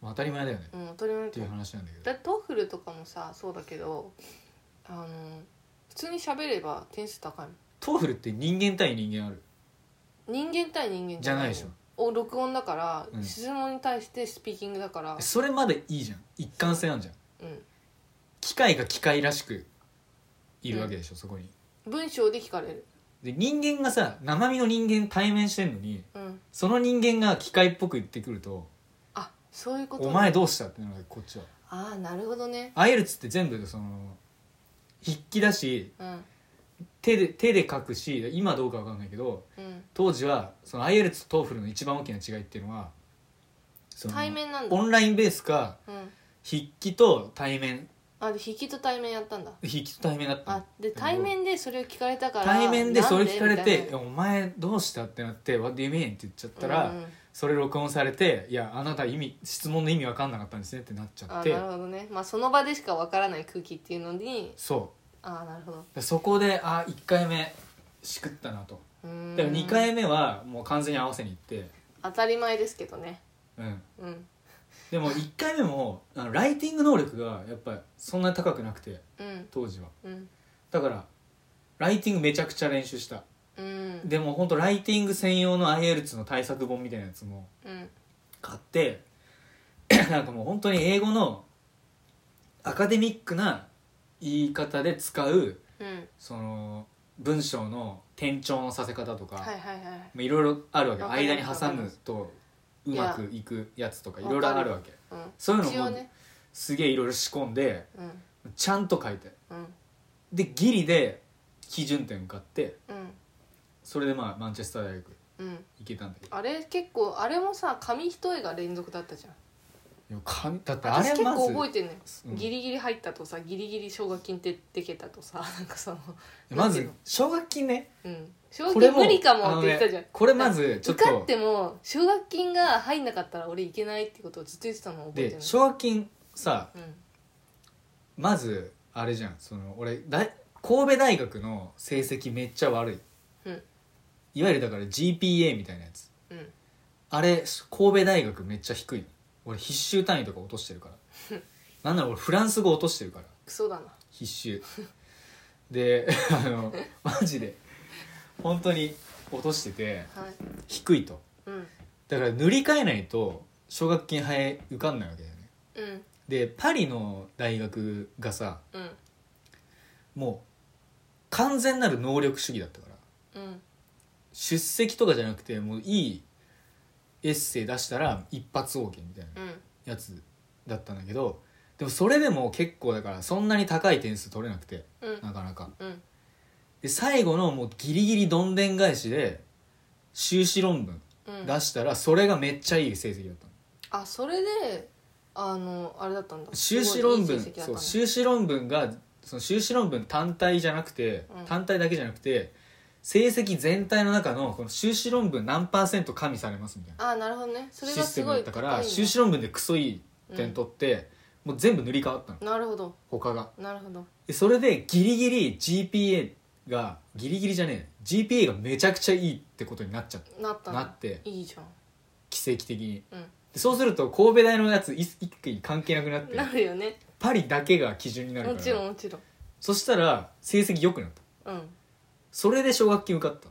S1: まあ、当たり前だよね、っ
S2: うん当たり前
S1: て
S2: だ
S1: いう
S2: よ
S1: 話なんだけど
S2: だってトフルとかもさそうだけどあの普通に喋れば点数高いもん
S1: トーフルって人間対人間ある
S2: 人間対人間
S1: じゃない
S2: の
S1: でしょ
S2: お録音だから、
S1: うん
S2: 質問に対してスピーキングだから
S1: それまでいいじゃん一貫性あるじゃん
S2: うん
S1: 機械が機械らしくいるわけでしょ、そこに
S2: 文章で聞かれる
S1: で人間がさ生身の人間対面してんのに
S2: うん
S1: その人間が機械っぽく言ってくると
S2: あそうい
S1: 「
S2: うことね
S1: お前どうした?」ってなるわけこっちは
S2: あああなるほどね
S1: アイルツって全部その筆記だし
S2: うん
S1: 手で手で書くし今どうかわかんないけど
S2: うん
S1: 当時はそのアイエルツとトーフルの一番大きな違いっていうのはその
S2: 対面なんだ
S1: オンラインベースか
S2: うん
S1: 筆記と対面
S2: あで引きと対面やったんだ
S1: 筆記と対面だったの
S2: あで対面でそれを聞かれたから
S1: 対面でそれ聞かれ
S2: なんでみ
S1: て「いや
S2: たいな
S1: お前どうした?」ってなって「What do you mean?」って言っちゃったら、
S2: うんうん
S1: それ録音されて「いやあなた意味質問の意味わかんなかったんですね」ってなっちゃっ
S2: あー
S1: て
S2: なるほどねまあその場でしかわからない空気っていうのに
S1: そ
S2: ああなるほど
S1: うでそこであ1回目しくったなと
S2: うーん
S1: だから2回目はもう完全に合わせに行って
S2: 当たり前ですけどね
S1: うん
S2: うん
S1: でも1回目もあのライティング能力がやっぱりそんなに高くなくて
S2: うん
S1: 当時は
S2: うん
S1: だからライティングめちゃくちゃ練習した
S2: うん
S1: でも本当ライティング専用の IELTS の対策本みたいなやつも
S2: うん
S1: 買って なんかもう本当に英語のアカデミックな言い方で使う
S2: うん
S1: その文章の転調のさせ方とか、
S2: はいはいはい
S1: まあいろいろあるわけ
S2: わかりま
S1: 間
S2: す
S1: に挟むとうまくいくやつとかいろいろあるわけ
S2: うん
S1: そういうの
S2: 一応
S1: も
S2: ね
S1: すげえいろいろ仕込んで
S2: うん
S1: ちゃんと書いて
S2: うん
S1: でギリで基準点受かって
S2: うん
S1: それでまあマンチェスター大学
S2: うん
S1: 行けたんだけど
S2: あれ結構あれもさ紙一重が連続だったじゃん
S1: いや紙だってあ
S2: 私
S1: れ
S2: 結
S1: ま
S2: 構
S1: ず
S2: 覚えてんね
S1: うん
S2: ギリギリ入ったとさギリギリ奨学金ってでけたとさ なんかその
S1: まず奨学金ね
S2: うん奨学金無理かもって言ってたじゃ
S1: あの
S2: ん
S1: ねこれまずちょ
S2: 受
S1: っと
S2: かっても奨学金が入んなかったら俺行けないってことをずっと言ってたの覚えて
S1: で
S2: ない
S1: 奨学金さ
S2: うん
S1: まずあれじゃんその俺だ神戸大学の成績めっちゃ悪い
S2: うん
S1: いわゆるだから GPA みたいなやつ
S2: うん
S1: あれ神戸大学めっちゃ低いの俺必修単位とか落としてるからなんなら俺フランス語落としてるから
S2: クソだな
S1: 必修で あのマジで本当に落としてて
S2: はい
S1: 低いと
S2: うん
S1: だから塗り替えないと奨学金はえ受かんないわけだよね
S2: うん
S1: でパリの大学がさ
S2: うん
S1: もう完全なる能力主義だったから
S2: うん
S1: 出席とかじゃなくてもういいエッセイ出したら一発 OK みたいな
S2: うん
S1: やつだったんだけどでもそれでも結構だからそんなに高い点数取れなくて
S2: うん
S1: なかなか
S2: うん
S1: で最後のもうギリギリどんでん返しで修士論文
S2: うん
S1: 出したらそれがめっちゃいい成績だったの
S2: あそれであのあれだったんだ
S1: 修士論文
S2: すごいいい成績だった
S1: そ
S2: ん
S1: う
S2: だ
S1: 修士論文がその修士論文単体じゃなくて、
S2: うん
S1: 単体だけじゃなくて成績全体の中のこの修士論文何パーセント加味されますみたいな
S2: あなるほどねそれ
S1: シ
S2: が
S1: ステ
S2: す
S1: ム
S2: ご
S1: だ
S2: い
S1: ったか
S2: 高いん
S1: ら
S2: だ
S1: 修士論文でクソいい点取って、もう全部塗り替わったの
S2: なるほど
S1: 他が
S2: なるほど
S1: でそれでギリギリ GPA がギリギリじゃねえ GPA がめちゃくちゃいいってことになっちゃっ
S2: なった
S1: た
S2: んだ
S1: なって
S2: いいじゃん
S1: 奇跡的に
S2: う
S1: でそうすると神戸大のやつい一気に関係なくなっ
S2: ん
S1: て
S2: なるよね
S1: パリだけが基準になる
S2: も
S1: か
S2: ちろん
S1: ら
S2: もちろん
S1: そしたら成績良くなった
S2: うん
S1: それで奨学金受かった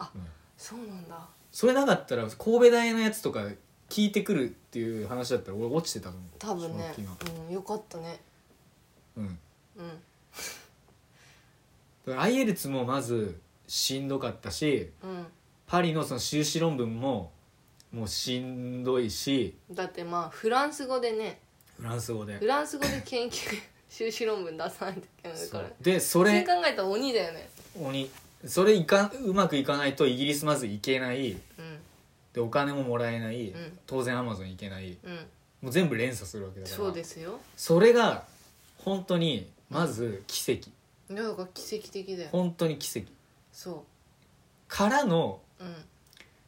S2: あ
S1: うん
S2: そうなんだ
S1: それなかったら神戸大のやつとか聞いてくるっていう話だったら俺落ちてたと思う
S2: 多分
S1: 奨
S2: ね
S1: 学金は
S2: うんよかったね
S1: うん
S2: うん
S1: だから IELTS もまずしんどかったし
S2: うん
S1: パリのその修士論文ももうしんどいし
S2: だってまあフランス語でね
S1: フランス語で
S2: フランス語で研究 修士論文出さないといけない
S1: そ
S2: から
S1: うでそ
S2: 普通に
S1: れ
S2: 考えたら鬼だよね
S1: 鬼それいかんうまくいかないとイギリスまず行けない
S2: うん
S1: でお金ももらえない、
S2: うん
S1: 当然アマゾン行けない
S2: うん
S1: もう全部連鎖するわけだから
S2: そうですよ
S1: それが本当にまず奇跡
S2: なんか奇跡的だよ
S1: 本当に奇跡
S2: そ
S1: からの
S2: ううん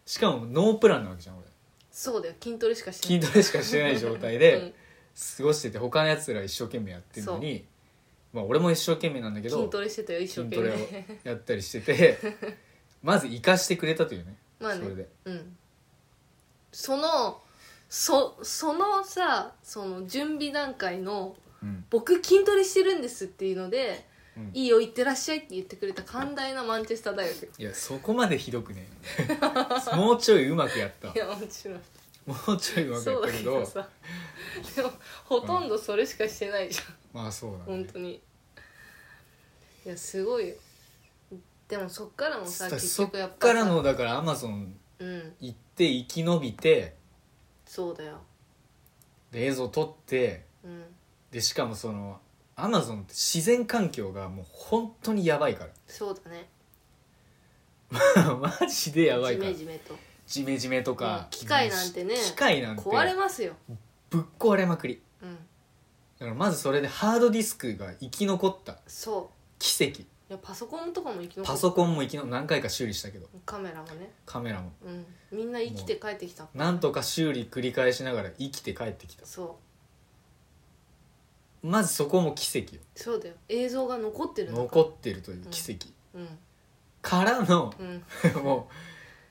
S1: しかもノープランなわけじゃん俺
S2: そうだよ筋トレしかしてない
S1: 筋トレしかしてない状態 で過ごしてて他のやつら一生懸命やってるのにまあ俺も一生懸命なんだけ
S2: うん筋
S1: ど
S2: トレしてたよ一生
S1: 筋
S2: 懸
S1: トレを
S2: 命
S1: やったりして てまず生かしてくれたというね
S2: まあ
S1: それで
S2: ねうんそのそそのさその準備段階の
S1: うん
S2: 「僕筋トレしてるんです」っていうので
S1: うん
S2: 「いいよ行ってらっしゃい」って言ってくれた寛大なマンチェスター大 学
S1: いやそこまでひどくね もうちょいうまくやった
S2: いやもちろん
S1: もうちょいうまくや
S2: そ
S1: っ
S2: う
S1: た
S2: だ
S1: け
S2: け
S1: ど
S2: どさでもほとんどそれしかしてないじゃ
S1: まあそうんだね
S2: 本当にいやすごいよでもそっからもさ
S1: だ
S2: 結
S1: そっ
S2: 局やっぱ
S1: か
S2: さ
S1: らのだからアマゾン
S2: うん
S1: 行って生き延びて
S2: そうだよ
S1: で映像撮って
S2: うん
S1: でしかもそのアマゾンって自然環境がもう本当にやばいか
S2: そうだね
S1: ら マジでやばい
S2: ジ
S1: から
S2: メジメと
S1: ジメジメとか
S2: うん機械なんてね
S1: 機械なんて
S2: 壊れますよ
S1: ぶっ壊れまくり
S2: うん
S1: だからまずそれでハードディスクが生き残った
S2: そ
S1: 奇跡
S2: ういやパソコンとかも生き残
S1: パソコンも生きの何回か修理したけど
S2: カメラもね
S1: カメラも
S2: うんみんな生きて帰ってきた
S1: なんとか修理繰り返しながら生きて帰ってきた
S2: そ
S1: まずそこも奇跡よ
S2: うそうだよ映像が残ってるの
S1: 残ってるという奇跡
S2: うん
S1: からの
S2: うん
S1: もう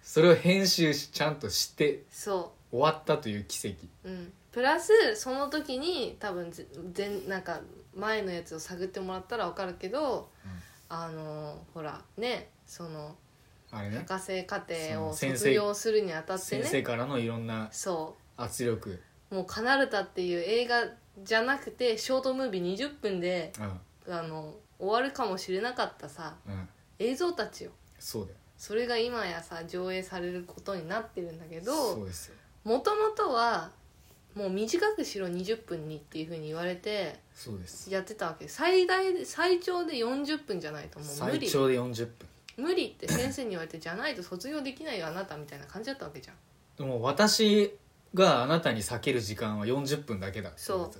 S1: それを編集しちゃんとして
S2: そ
S1: 終わったという奇跡
S2: ううんプラスその時に多分ぜ全なんか前のやつを探ってもらったら分かるけど、
S1: うん
S2: あのーほらねその
S1: あれね
S2: 博士課程を
S1: その先生
S2: 卒業するにあたって
S1: 先生
S2: ね
S1: からのいろんな
S2: そ
S1: 圧力、
S2: うもう「カナルタ」っていう映画じゃなくてショートムービー20分で
S1: うん
S2: あの終わるかもしれなかったさ
S1: うん、
S2: 映像たちよ
S1: そうだよ
S2: それが今やさ上映されることになってるんだけ
S1: そ
S2: ど
S1: うですよ
S2: もともとはもう短くしろ20分にっていうふうに言われて
S1: そうです
S2: やってたわけ最大最長で40分じゃないともう無
S1: 最
S2: 理
S1: 長で40分
S2: 無理って先生に言われてじゃないと卒業できないよあなたみたいな感じだったわけじゃん
S1: でも私があなたに避ける時間は40分だけだ
S2: そう
S1: ってこ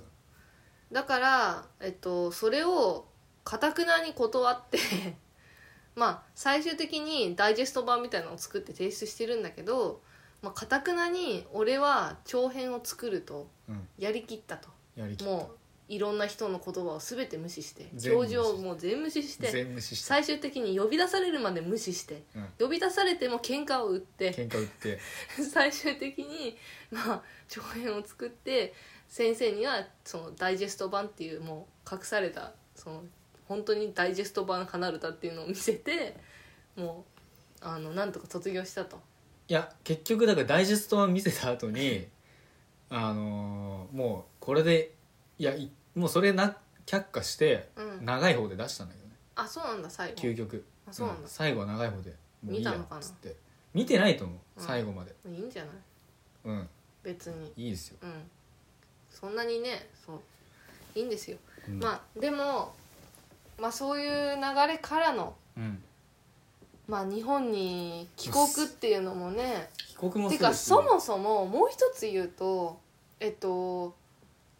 S1: と
S2: だから、えっと、それをかたくなに断って まあ最終的にダイジェスト版みたいなのを作って提出してるんだけどまあかたくなに俺は長編を作ると
S1: うん
S2: やりきったと
S1: やりきっ
S2: もういろんな人の言葉を全て無視して
S1: 全部無
S2: 教
S1: 視
S2: 授をもう全無視したて
S1: 全無視して
S2: 最終的に呼び出されるまで無視して、
S1: うん
S2: 呼び出されても喧嘩を打って
S1: 喧嘩売って
S2: 最終的に、まあ、長編を作って先生にはそのダイジェスト版っていうもう隠されたその本当にダイジェスト版離れたっていうのを見せてもうあのなんとか卒業したと
S1: いや結局だからダイジェストを見せた後に あのーもうこれでいやいもうそれな却下して
S2: うん
S1: 長い方で出したんだけどね
S2: あそうなんだ最後
S1: 究極
S2: あそうなんだ
S1: うん最後は長い方でもういいや
S2: 見たのかな
S1: っつって見てないと思う
S2: うん
S1: 最後まで
S2: いいんじゃない
S1: うん
S2: 別に
S1: いいですよ、
S2: うんそんなにねそういいんですよ、
S1: うん
S2: まあでもまあそういう流れからの
S1: うん
S2: まあ日本に帰国っていうのもね
S1: 帰国も
S2: て
S1: そう
S2: か
S1: ですね
S2: そもそももう一つ言うとえっと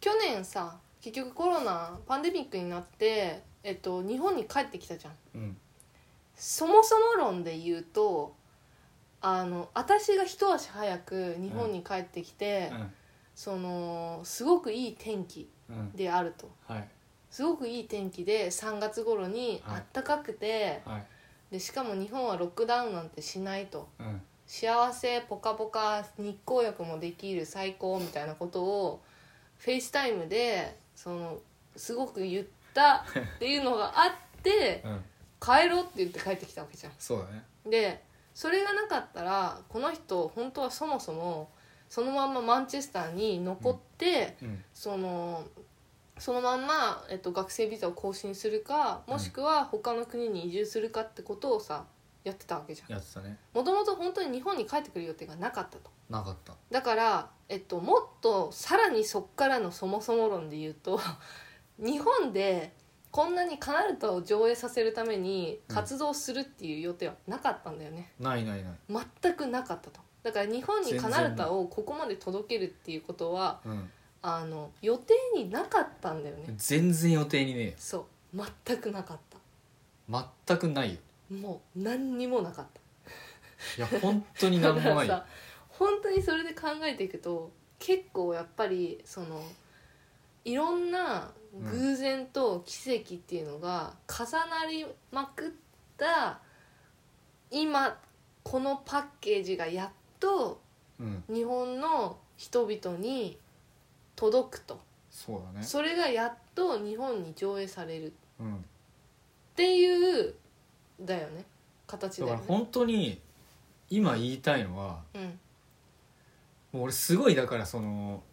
S2: 去年さ結局コロナパンデミックになって、えっと、日本に帰ってきたじゃん
S1: うん
S2: そもそも論で言うとあの私が一足早く日本に帰ってきて、そのすごくいい天気
S1: うんうん
S2: であると
S1: はい
S2: すごくいい天気で3月頃に
S1: はい
S2: あったかくて、
S1: はい
S2: でしかも日本はロックダウンなんてしないと
S1: うん
S2: 幸せポカポカ日光浴もできる最高みたいなことをフェイスタイムでそのすごく言ったっていうのがあって
S1: うん
S2: 帰ろうって言って帰ってきたわけじゃ
S1: そうだね
S2: ん。でそれがなかったらこの人本当はそもそもそのまんまマンチェスターに残って、
S1: うん
S2: そのそのまんま、えっと、学生ビザを更新するかもしくは他の国に移住するかってことをさやってたわけじゃん。
S1: やってたね
S2: もともと本当に日本に帰ってくる予定がなかったと
S1: なかった
S2: だから、えっと、もっとさらにそっからのそもそも論で言うと 日本でこんなにカナルタを上映させるために活動するっていう予定はなかったんだよね、
S1: ないないない
S2: 全くなかったとだから日本にカナルタをここまで届けるっていうことは
S1: うん
S2: あの予定になかったんだよね
S1: 全然予定にねえよ
S2: そう全くなかった
S1: 全くないよ
S2: もう何にもなかった
S1: いや本当になんも
S2: だか
S1: な
S2: ら
S1: いよ
S2: さ本当にそれで考えていくと結構やっぱりそのいろんな偶然と奇跡っていうのが重なりまくった今このパッケージがやっと
S1: うん
S2: 日本の人々に届くと
S1: そうだね
S2: それがやっと日本に上映されるっ
S1: うん
S2: ていうだよね形
S1: だか
S2: だよ
S1: ら
S2: ね。
S1: 本当に今言いたいのは
S2: うん
S1: もう俺すごいだからその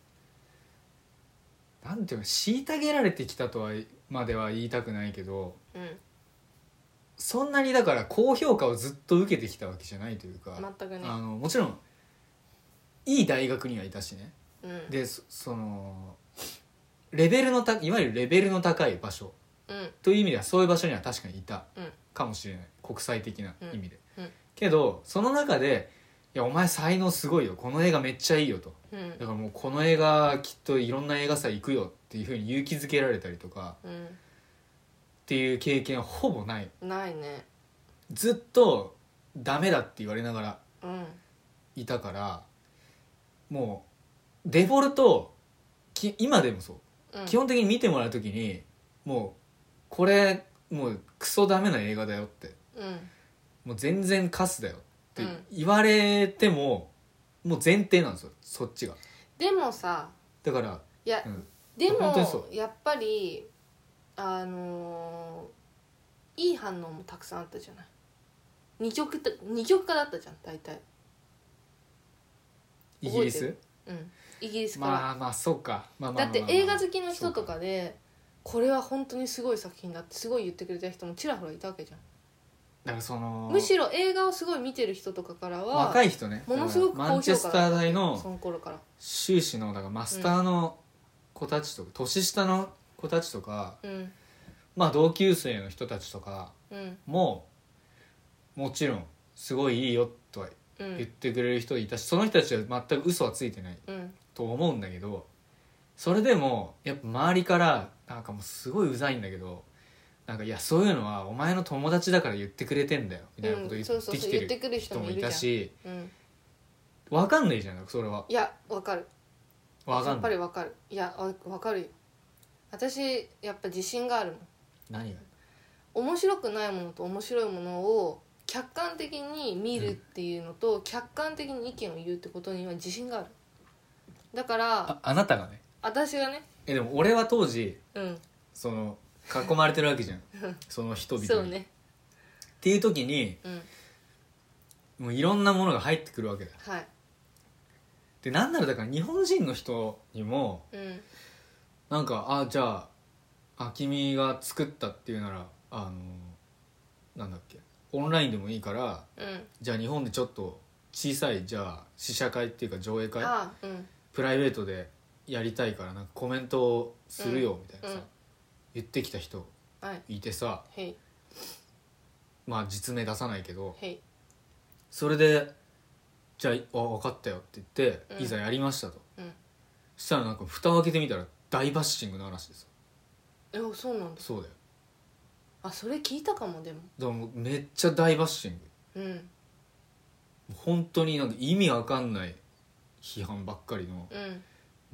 S1: なんていうの虐げられてきたとはまでは言いたくないけど
S2: うん
S1: そんなにだから高評価をずっと受けてきたわけじゃないというか、
S2: 全くね
S1: あのもちろんいい大学にはいたしね
S2: うん
S1: でそそのレベルのたいわゆるレベルの高い場所
S2: うん
S1: という意味ではそういう場所には確かにいた
S2: うん
S1: かもしれない国際的な意味で、
S2: うんうん
S1: けどその中で「いやお前才能すごいよこの映画めっちゃいいよ」と
S2: うん
S1: だからもうこの映画きっといろんな映画祭行くよっていうふうに勇気づけられたりとかっていう経験はほぼない
S2: うんないね
S1: ずっとダメだって言われながら
S2: うん
S1: いたからもうデフォルトき今でもそう
S2: うん
S1: 基本的に見てもらう時にもうこれもうクソダメな映画だよって
S2: うん
S1: もう全然カスだよって
S2: うん
S1: 言われても、もう前提なんですよそっちが
S2: でもさ
S1: だから、
S2: いや
S1: うん
S2: で
S1: 本当にそ
S2: もやっぱりあのーいい反応もたくさんあったじゃない二極た二極化だったじゃん大体
S1: イギリ
S2: 覚え
S1: ス
S2: うんイギリスから、
S1: まあまあそうか、まあまあま
S2: だ
S1: あまあ
S2: って映画好きの人とかでこれは本当にすごい作品だってすごい言ってくれた人もちらほらいたわけじゃ
S1: だからその
S2: んむしろ映画をすごい見てる人とかからは
S1: 若い人ね
S2: ものすごく
S1: だからマ
S2: 高
S1: ンチェ
S2: 評
S1: ス
S2: 価
S1: ター
S2: だった
S1: 大
S2: そ
S1: の
S2: の頃から
S1: 修士のだからマスターの子たちとか、年下の子たちとか
S2: うん
S1: まあ同級生の人たちとか
S2: うん
S1: ももちろんすごいいいよとは
S2: う
S1: 言っ
S2: ん
S1: てくれる人いたし、その人たちは全く嘘はついてない
S2: うん
S1: と思うんだけどそれでもやっぱ周りからなんかもうすごいうざいんだけどなんかいやそういうのはお前の友達だから言ってくれてんだよみたいなこと言
S2: うん
S1: っ
S2: そうそう
S1: て
S2: そ
S1: き
S2: う
S1: て
S2: 言って
S1: る
S2: くる人
S1: 人
S2: も
S1: も
S2: い
S1: い
S2: る
S1: た
S2: じ
S1: し
S2: ゃん、うん、
S1: 分かんないじゃんそれはい
S2: やわかる
S1: 分か
S2: や
S1: ん
S2: っぱ
S1: ない
S2: りわかるいやわわかるよ私やっぱ自信があるもん
S1: 何が
S2: 面白くないものと面白いものを客観的に見るっていうのと、客観的に意見を言うってことには自信があるだから
S1: ああなたがね
S2: 私がね
S1: えでも俺は当時
S2: うん
S1: その囲まれてるわけじゃん その人々に
S2: そうね
S1: っていう時に
S2: うん
S1: もういろんなものが入ってくるわけだ
S2: はい
S1: でなんならだから日本人の人にも
S2: うん
S1: なんかあじゃああ君が作ったっていうならあのなんだっけオンラインでもいいから
S2: うん
S1: じゃあ日本でちょっと小さいじゃあ試写会っていうか上映会
S2: ああうん
S1: プライベートでやりたいからなんかコメントをするよみたいなさ、
S2: うん
S1: 言ってきた人
S2: はい
S1: いてさ
S2: へい
S1: まあ実名出さないけど
S2: へい
S1: それで「じゃああ分かったよ」って言って、
S2: うん
S1: いざやりましたと、
S2: うん
S1: そしたらなんか蓋を開けてみたら大バッシングの嵐ですよ
S2: えそうなんだ
S1: そうだよ
S2: あそれ聞いたかもでも
S1: だからもうめっちゃ大バッシング
S2: うん
S1: 本当になんか意味わかんない批判ばっかりの
S2: う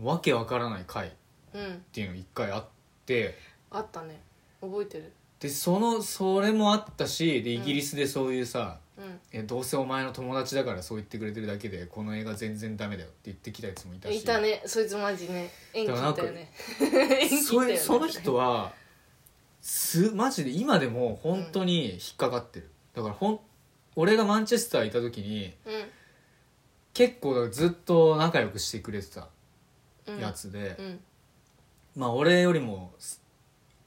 S2: ん
S1: わけわからない回っ
S2: うん
S1: ていうのが一回あって
S2: あったね覚えてる
S1: でそのそれもあったしで
S2: う
S1: イ
S2: ん
S1: ギリスでそういうさ、
S2: うん
S1: えどうせお前の友達だからそう言ってくれてるだけでこの映画全然ダメだよって言ってきたやつもいたし
S2: いたねそいつマジね演技だよね演技
S1: それその人
S2: は
S1: はすマジで今でも本当に引っかかってる、だからほん俺がマンチェスターいた時に
S2: う
S1: 結構ずっと仲良くしてくれてた
S2: んうん
S1: やつで、
S2: うん
S1: まあ俺よりも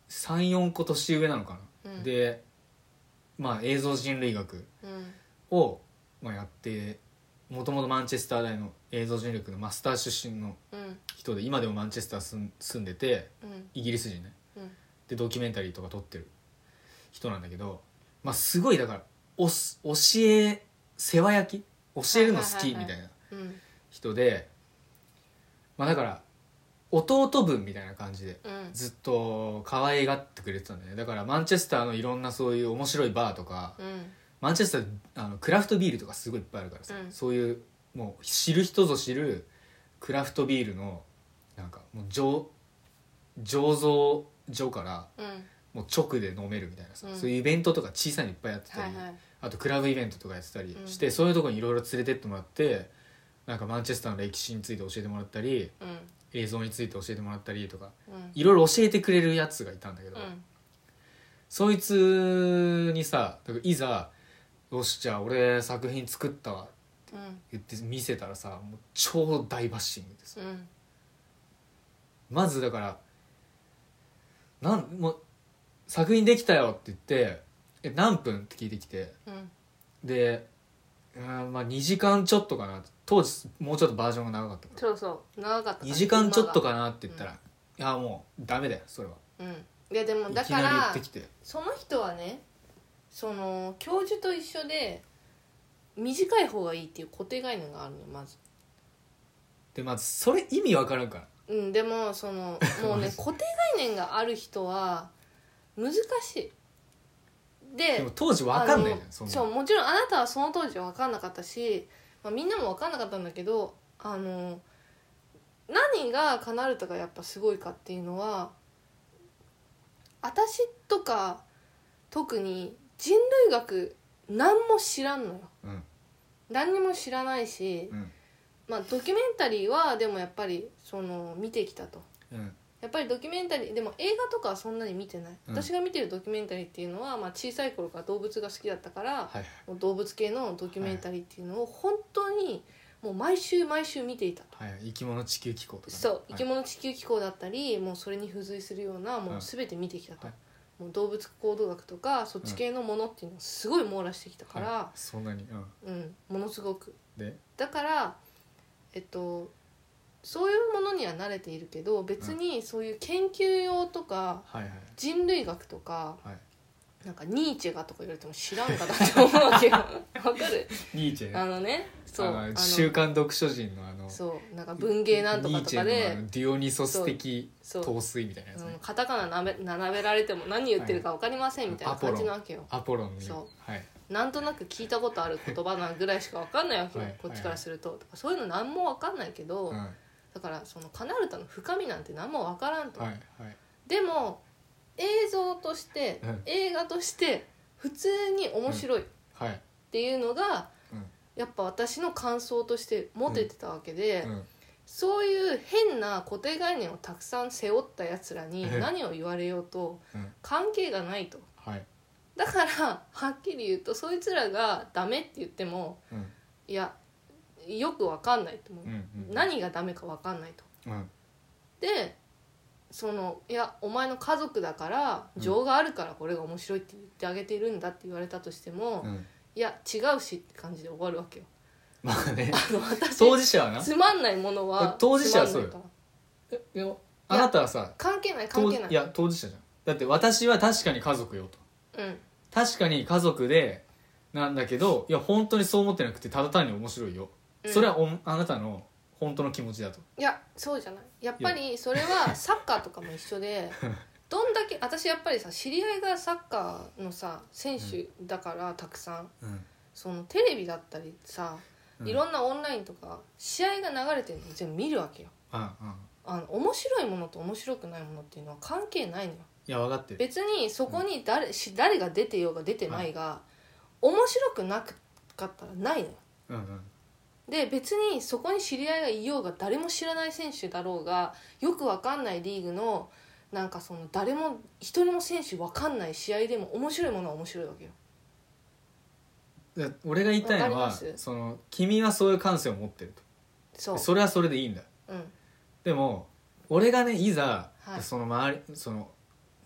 S1: 34個年上なのか
S2: う
S1: な、
S2: ん
S1: でまあ映像人類学
S2: うん
S1: を、まあ、やってもともとマンチェスター大の映像人類学のマスター出身の
S2: うん
S1: 人で今でもマンチェスター住ん住んでて
S2: うん
S1: イギリス人ね
S2: うん
S1: でドキュメンタリーとか撮ってる人なんだけどまあすごいだからおす教え世話焼き教えるの好きみ
S2: はいはいはいはい
S1: たいな
S2: うん
S1: 人でまあだから弟分みたいな感じで
S2: うん
S1: ずっと可愛がってくれてたんだよねだからマンチェスターのいろんなそういう面白いバーとか、
S2: うん
S1: マンチェスターあのクラフトビールとかすごいいっぱいあるからさ、
S2: うん
S1: そういうもう知る人ぞ知るクラフトビールのなんかもう醸醸造所から
S2: うん
S1: もう直で飲めるみたいなさ、
S2: うん
S1: そういうイベントとか小さいのいっぱいやってた
S2: は
S1: り、
S2: いはい
S1: あとクラブイベントとかやってたりして、
S2: う
S1: そういうとこにいろいろ連れてってもらってなんかマンチェスターの歴史について教えてもらったり
S2: うん
S1: 映像について教えてもらったりとか
S2: うん
S1: いろいろ教えてくれるやつがいたんだけど、
S2: うん
S1: そいつにさだからいざ「よしじゃあ俺作品作ったわ」
S2: うん
S1: 言って見せたらさもう超大バッシングです
S2: うん
S1: まずだからなんもう作品できたよって言って「え何分?」って聞いてきて
S2: うん
S1: でうーんまあ2時間ちょっとかな当時もうちょっとバージョンが長かったから
S2: そうそう長かった
S1: 2時間ちょっとかなって言ったらいやもうダメだよそれは
S2: うんいやでも
S1: い
S2: だ
S1: き
S2: か
S1: なり言っ
S2: ら
S1: てきて
S2: その人はねその教授と一緒で短い方がいいっていう固定概念があるのよまず
S1: でまずそれ意味わからんから
S2: うんでも そのもうね固定概念がある人は難しいで
S1: でも当時わかんない
S2: あ
S1: じ
S2: の
S1: ゃんそんな
S2: そうもちろんあなたはその当時は分かんなかったし、まあ、みんなも分かんなかったんだけどあの何がカナルタがやっぱすごいかっていうのは私とか特に人類学何も知らんのよ
S1: うん
S2: 何にも知らないし、
S1: うん
S2: まあドキュメンタリーはでもやっぱりその見てきたと
S1: うん
S2: やっぱりドキュメンタリーでも映画とかはそんなに見てない、
S1: うん
S2: 私が見てるドキュメンタリーっていうのは、まあ、小さい頃から動物が好きだったから、
S1: はいはい
S2: もう動物系のドキュメンタリーっていうのを本当にもう毎週毎週見ていた、
S1: はい生き物地球機構とかね
S2: そう
S1: はい
S2: 生き物地球機構だったりもうそれに付随するようなも
S1: はいう
S2: 全て見てきたと、
S1: はい
S2: もう動物行動学とかそっち系のものっていうのをすごい網羅してきたから、
S1: はいそんなにうん
S2: うん、ものすごく
S1: で
S2: だからえっとそういうものには慣れているけど別にそういう研究用とか
S1: はいはい
S2: 人類学とか
S1: はい
S2: なんかニーチェがとか言われても知らんかなって思う わけよわかる
S1: ニーチェね
S2: あのねそう
S1: あ
S2: あ
S1: の
S2: の
S1: 週刊読書人のあの
S2: そうなんか文芸なんとか
S1: ニ
S2: とか
S1: ーチェのあ
S2: で
S1: のディオニソス的
S2: そう
S1: 陶酔みたいなやつ
S2: うん
S1: ね
S2: カタカナなめ並べられても何言ってるか分かりませんみたいな
S1: アポロン
S2: 感じなわけよ
S1: アポロンに
S2: そ
S1: はい
S2: なんとなく聞いたことある言葉なぐらいしか分かんないわけよ
S1: はい
S2: こっちからするとだからそういうの何も分かんないけど
S1: うんは
S2: だからそのカナルタの深みなんて何も分からん
S1: い
S2: と
S1: はい
S2: でも映像として
S1: うん
S2: 映画として普通に面白いっ
S1: はい
S2: ていうのが
S1: うん
S2: やっぱ私の感想として持ててたわけで、
S1: うん
S2: そういう変な固定概念をたくさん背負ったやつらに
S1: ええ
S2: 何を言われようと
S1: うん
S2: 関係がないと
S1: はい
S2: だからはっきり言うとそいつらがダメって言っても
S1: うん
S2: いやよくわかんないと思う、
S1: うんうん
S2: 何がダメかわかんないと
S1: うん
S2: でそのいやお前の家族だから情があるからこれが面白いって言ってあげてるんだって言われたとしても、
S1: うん
S2: いや違うしって感じで終わるわ けよ
S1: まあね
S2: あの私
S1: 当事者はな
S2: つまんないものは
S1: 当事者はそうよ
S2: つまんないから
S1: えでもあなたはさ
S2: 関係ない関
S1: 当
S2: 係ない
S1: いや当事者じゃんだって私は確かに家族よと
S2: うん
S1: 確かに家族でなんだけどいや本当にそう思ってなくてただ単に面白いよ、
S2: うん
S1: それはおあなたの本当の気持ちだと
S2: いやそうじゃないやっぱりそれはサッカーとかも一 緒でどんだけ私やっぱりさ知り合いがサッカーのさ選手だからたくさん
S1: うん
S2: そのテレビだったりさ
S1: うん
S2: いろんなオンラインとか試合が流れてるの全部見るわけよ
S1: うんうん
S2: あの面白いものと面白くないものっていうのは関係ないのよ
S1: いや分かってる
S2: 別にそこに誰,、し誰が出てようが出てないが、面白くなかったらないのよ
S1: うんうん
S2: で別にそこに知り合いがいようが誰も知らない選手だろうがよくわかんないリーグのなんかその誰も一人も選手わかんない試合でも面白いものは面白いわけよ
S1: で俺が言いたいの
S2: わ
S1: は
S2: かります
S1: その君はそういう感性を持ってる
S2: そ
S1: と
S2: う
S1: それはそれでいいんだ
S2: うん
S1: でも俺がねいざ、
S2: はい
S1: その周りその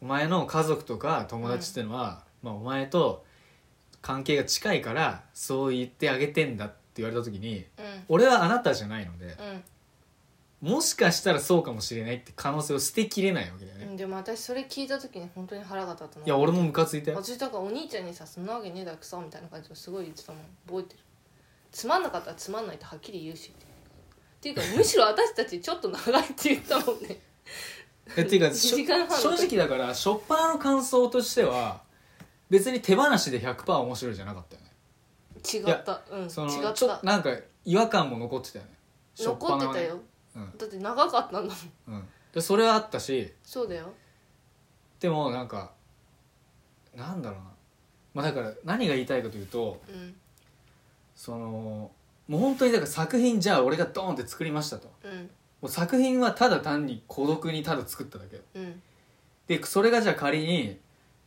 S1: お前の家族とか友達っていうのは、まあ、お前と関係が近いからそう言ってあげてんだって言われた時に
S2: う
S1: 俺はあなたじゃないので、
S2: ん
S1: もしかしたらそうかもしれないって可能性を捨てきれないわけだよ
S2: う
S1: ね、
S2: ん、うん、でも私それ聞いた時に本当に腹が立ったの
S1: いや俺もムカついたよ
S2: 私だからお兄ちゃんにさ「そんなわけねえだろクソ」みたいな感じですごい言ってたもん覚えてるつまんなかったらつまんないってはっきり言うしっていうかむしろ私たちちょっと長いって言ったもんね
S1: えっていうかしょ
S2: 一時間半
S1: 正直だから初っ端の感想としては別に手放しで100%面白いじゃなかったよね
S2: 違ったうん違っ
S1: そのちょ
S2: た
S1: なんか違和感も残ってたよね初端
S2: 残って
S1: は
S2: た
S1: ね
S2: よ
S1: うん
S2: だって長かったんだもん
S1: うん、でそれはあったし
S2: そうだよ
S1: でもなんかなんだろうな、まあ、だから何が言いたいかというと
S2: うん
S1: そのもう本当にだから作品じゃあ俺がドーンって作りましたと
S2: うん
S1: もう作品はただ単に孤独にただ作っただけ
S2: うん
S1: でそれがじゃあ仮に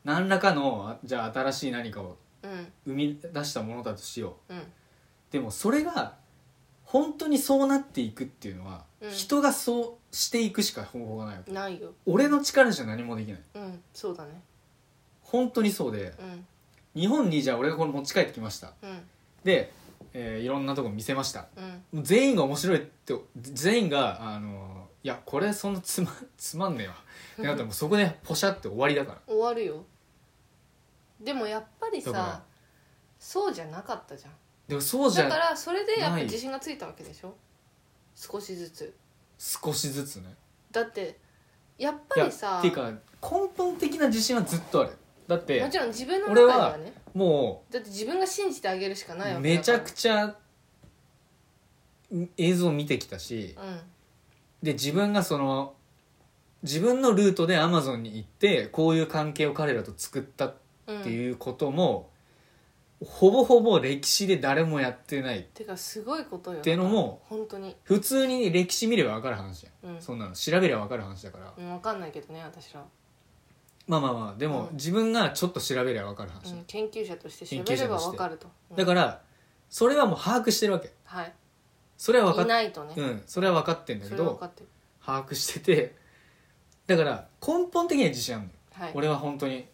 S1: 何らかのあじゃあ新しい何かを
S2: うん
S1: 生み出したものだとしよ
S2: うん
S1: うでもそれが本当にそうなっていくっていうのは、
S2: うん
S1: 人がそうしていくしか方法がないわけ
S2: ないよ
S1: 俺の力じゃ何もできない
S2: うんそうだね
S1: 本当にそうで
S2: うん
S1: 日本にじゃあ俺がこれ持ち帰ってきました
S2: うん
S1: で、えーいろんなとこ見せました
S2: うん
S1: 全員が面白いって全員があのーいやこれそんなつま つまんねえわってなったらもうそこでポシャって終わりだから
S2: 終わるよでもやっぱり
S1: だから
S2: さそうじゃなかったじゃん
S1: でもそうじ
S2: だか
S1: ゃ
S2: らそれでやっぱ
S1: ない
S2: 自信がついたわけでしょ少しずつ
S1: 少しずつね
S2: だってやっ
S1: い
S2: ぱ
S1: や
S2: りさ
S1: っていうか根本的な自信はずっとあるだっ
S2: も
S1: て
S2: ちろん自分の中にはね
S1: も
S2: だって自分が信じてあげるしかないわ
S1: う
S2: け
S1: め
S2: だ
S1: ち
S2: から
S1: ゃくちゃん映像見てきたしで自分がその自分のルートでアマゾンに行ってこういう関係を彼らと作ったっ
S2: うん、うん、
S1: ていうことも、ほぼほぼ歴史で誰もやってない
S2: てかすごいことよ
S1: ってのも
S2: 本当に
S1: 普通に歴史見れば分かる話やん
S2: うん、
S1: そんなの調べれば分かる話だから、
S2: うん、わかんないけどね私ら、
S1: まあまあまあでも
S2: うん
S1: 自分がちょっと調べれば分かる
S2: う
S1: 話、
S2: ん、研究者として調べればわかると、
S1: だかららそれはもう把握してるわけ
S2: はい、
S1: それは分かっ
S2: いないとね、
S1: うん、それは分かってんだ
S2: そ
S1: け
S2: れは分
S1: ど
S2: かってる
S1: 把握しててだから根本的には自信あるのよ、
S2: はい、
S1: 俺は本当に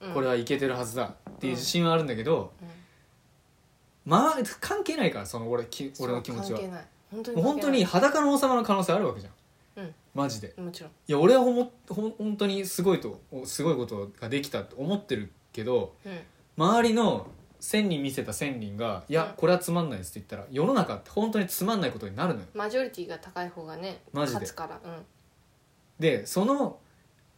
S2: うん
S1: これはいけてるはずだっていう自信はあるんだけど、
S2: うん
S1: まあ関係ないからその俺き俺の気持ち
S2: そう
S1: は
S2: 関係ない本当
S1: も
S2: に
S1: う本当に裸の王様の可能性あるわけじゃん、
S2: うん
S1: マジで
S2: にもちろん、
S1: いや俺はほもほん本当にすごいとおすごいことができたと思ってるけど
S2: うん、
S1: 周りの1,000人見せた1,000人が「いうや
S2: ん
S1: これはつまんないです」って言ったら世の中って本当につまんないことになるのよ
S2: マジョリティが高い方がね
S1: マジで
S2: 勝つからうん
S1: でその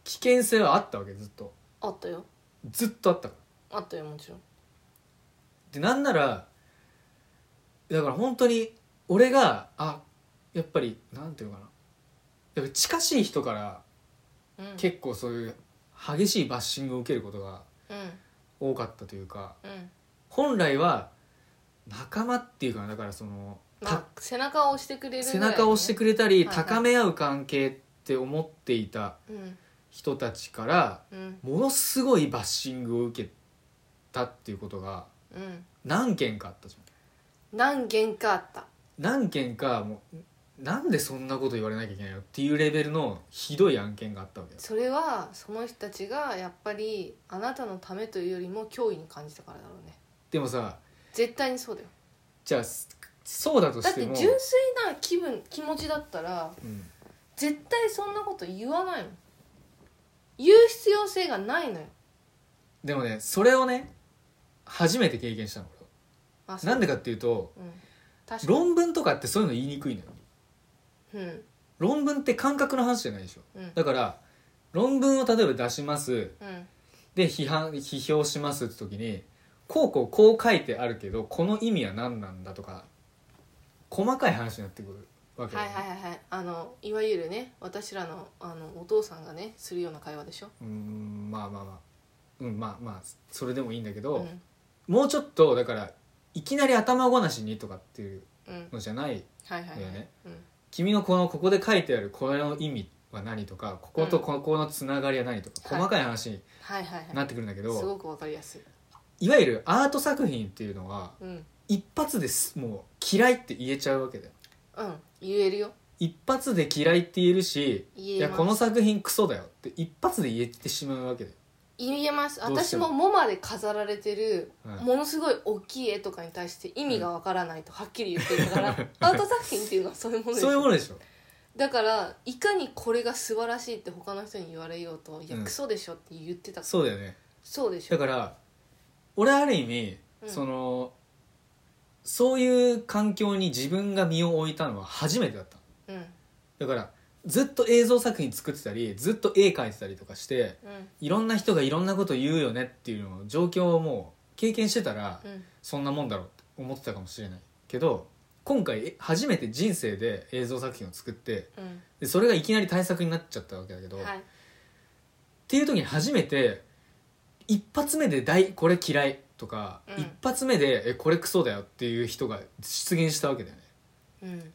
S1: 危険性はあったわけずっと
S2: あったよ
S1: ずっとあったから
S2: あったよもちろん
S1: でなんならだから本当に俺があやっぱりなんていうのかなだから近しい人から
S2: うん
S1: 結構そういう激しいバッシングを受けることが
S2: うん
S1: 多かったというか
S2: うん
S1: 本来は仲間っていうかなだからその、
S2: まあ背中を押してくれる
S1: た背中を押して
S2: く
S1: くれたり、
S2: はいはい
S1: 高め合う関係って思っていた
S2: れる
S1: 人たちから
S2: うんうん
S1: ものすごいバッシングを受けたっていうことが
S2: うん
S1: 何件かあったじゃん
S2: 何件かあった
S1: 何件かもうなんでそんなこと言われなきゃいけないのっていうレベルのひどい案件があったわけよ
S2: それはその人たちがやっぱりあなたのためというよりも脅威に感じたからだろうね
S1: でもさ
S2: 絶対にそうだよ
S1: じゃあそうだと
S2: だ
S1: し
S2: って
S1: て
S2: 純
S1: も
S2: 粋な気分気持ちだったら
S1: うん
S2: 絶対そんなこと言わないの言う必要性がないのよ
S1: でもねそれをね初めて経験したの俺は
S2: あそう
S1: なんでかっていうと
S2: うん確かに
S1: 論文とかってそういうの言いにくいのよ
S2: うん
S1: 論文って感覚の話じゃないでしょ
S2: うん
S1: だから論文を例えば出します
S2: うん
S1: で批判批評しますって時にこうこうこう書いてあるけどこの意味は何なんだとか細かい話になってくるわけよ
S2: はいはいはいはいあのいわゆるね私らのあのお父さんがねするような会話でしょ、
S1: うーんまあまあまあうんまあまあそれでもいいんだけど、
S2: うん
S1: もうちょっとだからいきなり頭ごなしにとかっていう
S2: うん、
S1: のじゃない
S2: はいはいはい、
S1: だよね
S2: うん
S1: 君のこのここで書いてあるこれの意味は何とかこことここのつながりは何とか、
S2: はい
S1: 細かい話に
S2: はいはいは
S1: なってくるんだけ
S2: い
S1: ど、
S2: すごくわかりやすい、
S1: い、わゆるアート作品っていうのは
S2: うん、うん
S1: 一発ですもう嫌いって言えちゃうわけだよ
S2: 言えるよ
S1: 一発で嫌いって言えるし
S2: 言
S1: い
S2: え
S1: や
S2: ます
S1: この作品クソだよって一発で言えてしまうわけだよ
S2: 言えます
S1: どうして
S2: 私
S1: も
S2: もモマで飾られてる、
S1: はい
S2: ものすごい大きい絵とかに対して意味がわからないとはっきり言って るから、アート作品っていうのはそういうものです
S1: そういうものでしょ
S2: だからいかにこれが素晴らしいって他の人に言われようと「いや
S1: うん
S2: クソでしょ」って言ってた、
S1: そうだよね
S2: そうでし
S1: だ
S2: ょ
S1: から俺ある意味、
S2: うん
S1: そのそういう環境に自分が身を置いたのは初めてだった
S2: うん
S1: だからずっと映像作品作ってたりずっと絵描いてたりとかして
S2: うん
S1: いろんな人がいろんなこと言うよねっていうのを状況をもう経験してたら、
S2: うん
S1: そんなもんだろうって思ってたかもしれないけど今回え初めて人生で映像作品を作って
S2: うん
S1: でそれがいきなり大作になっちゃったわけだけど、
S2: はい
S1: っていう時に初めて一発目で大「これ嫌い」とか、
S2: うん
S1: 一発目で「えこれクソだよ」っていう人が出現したわけだよね
S2: うん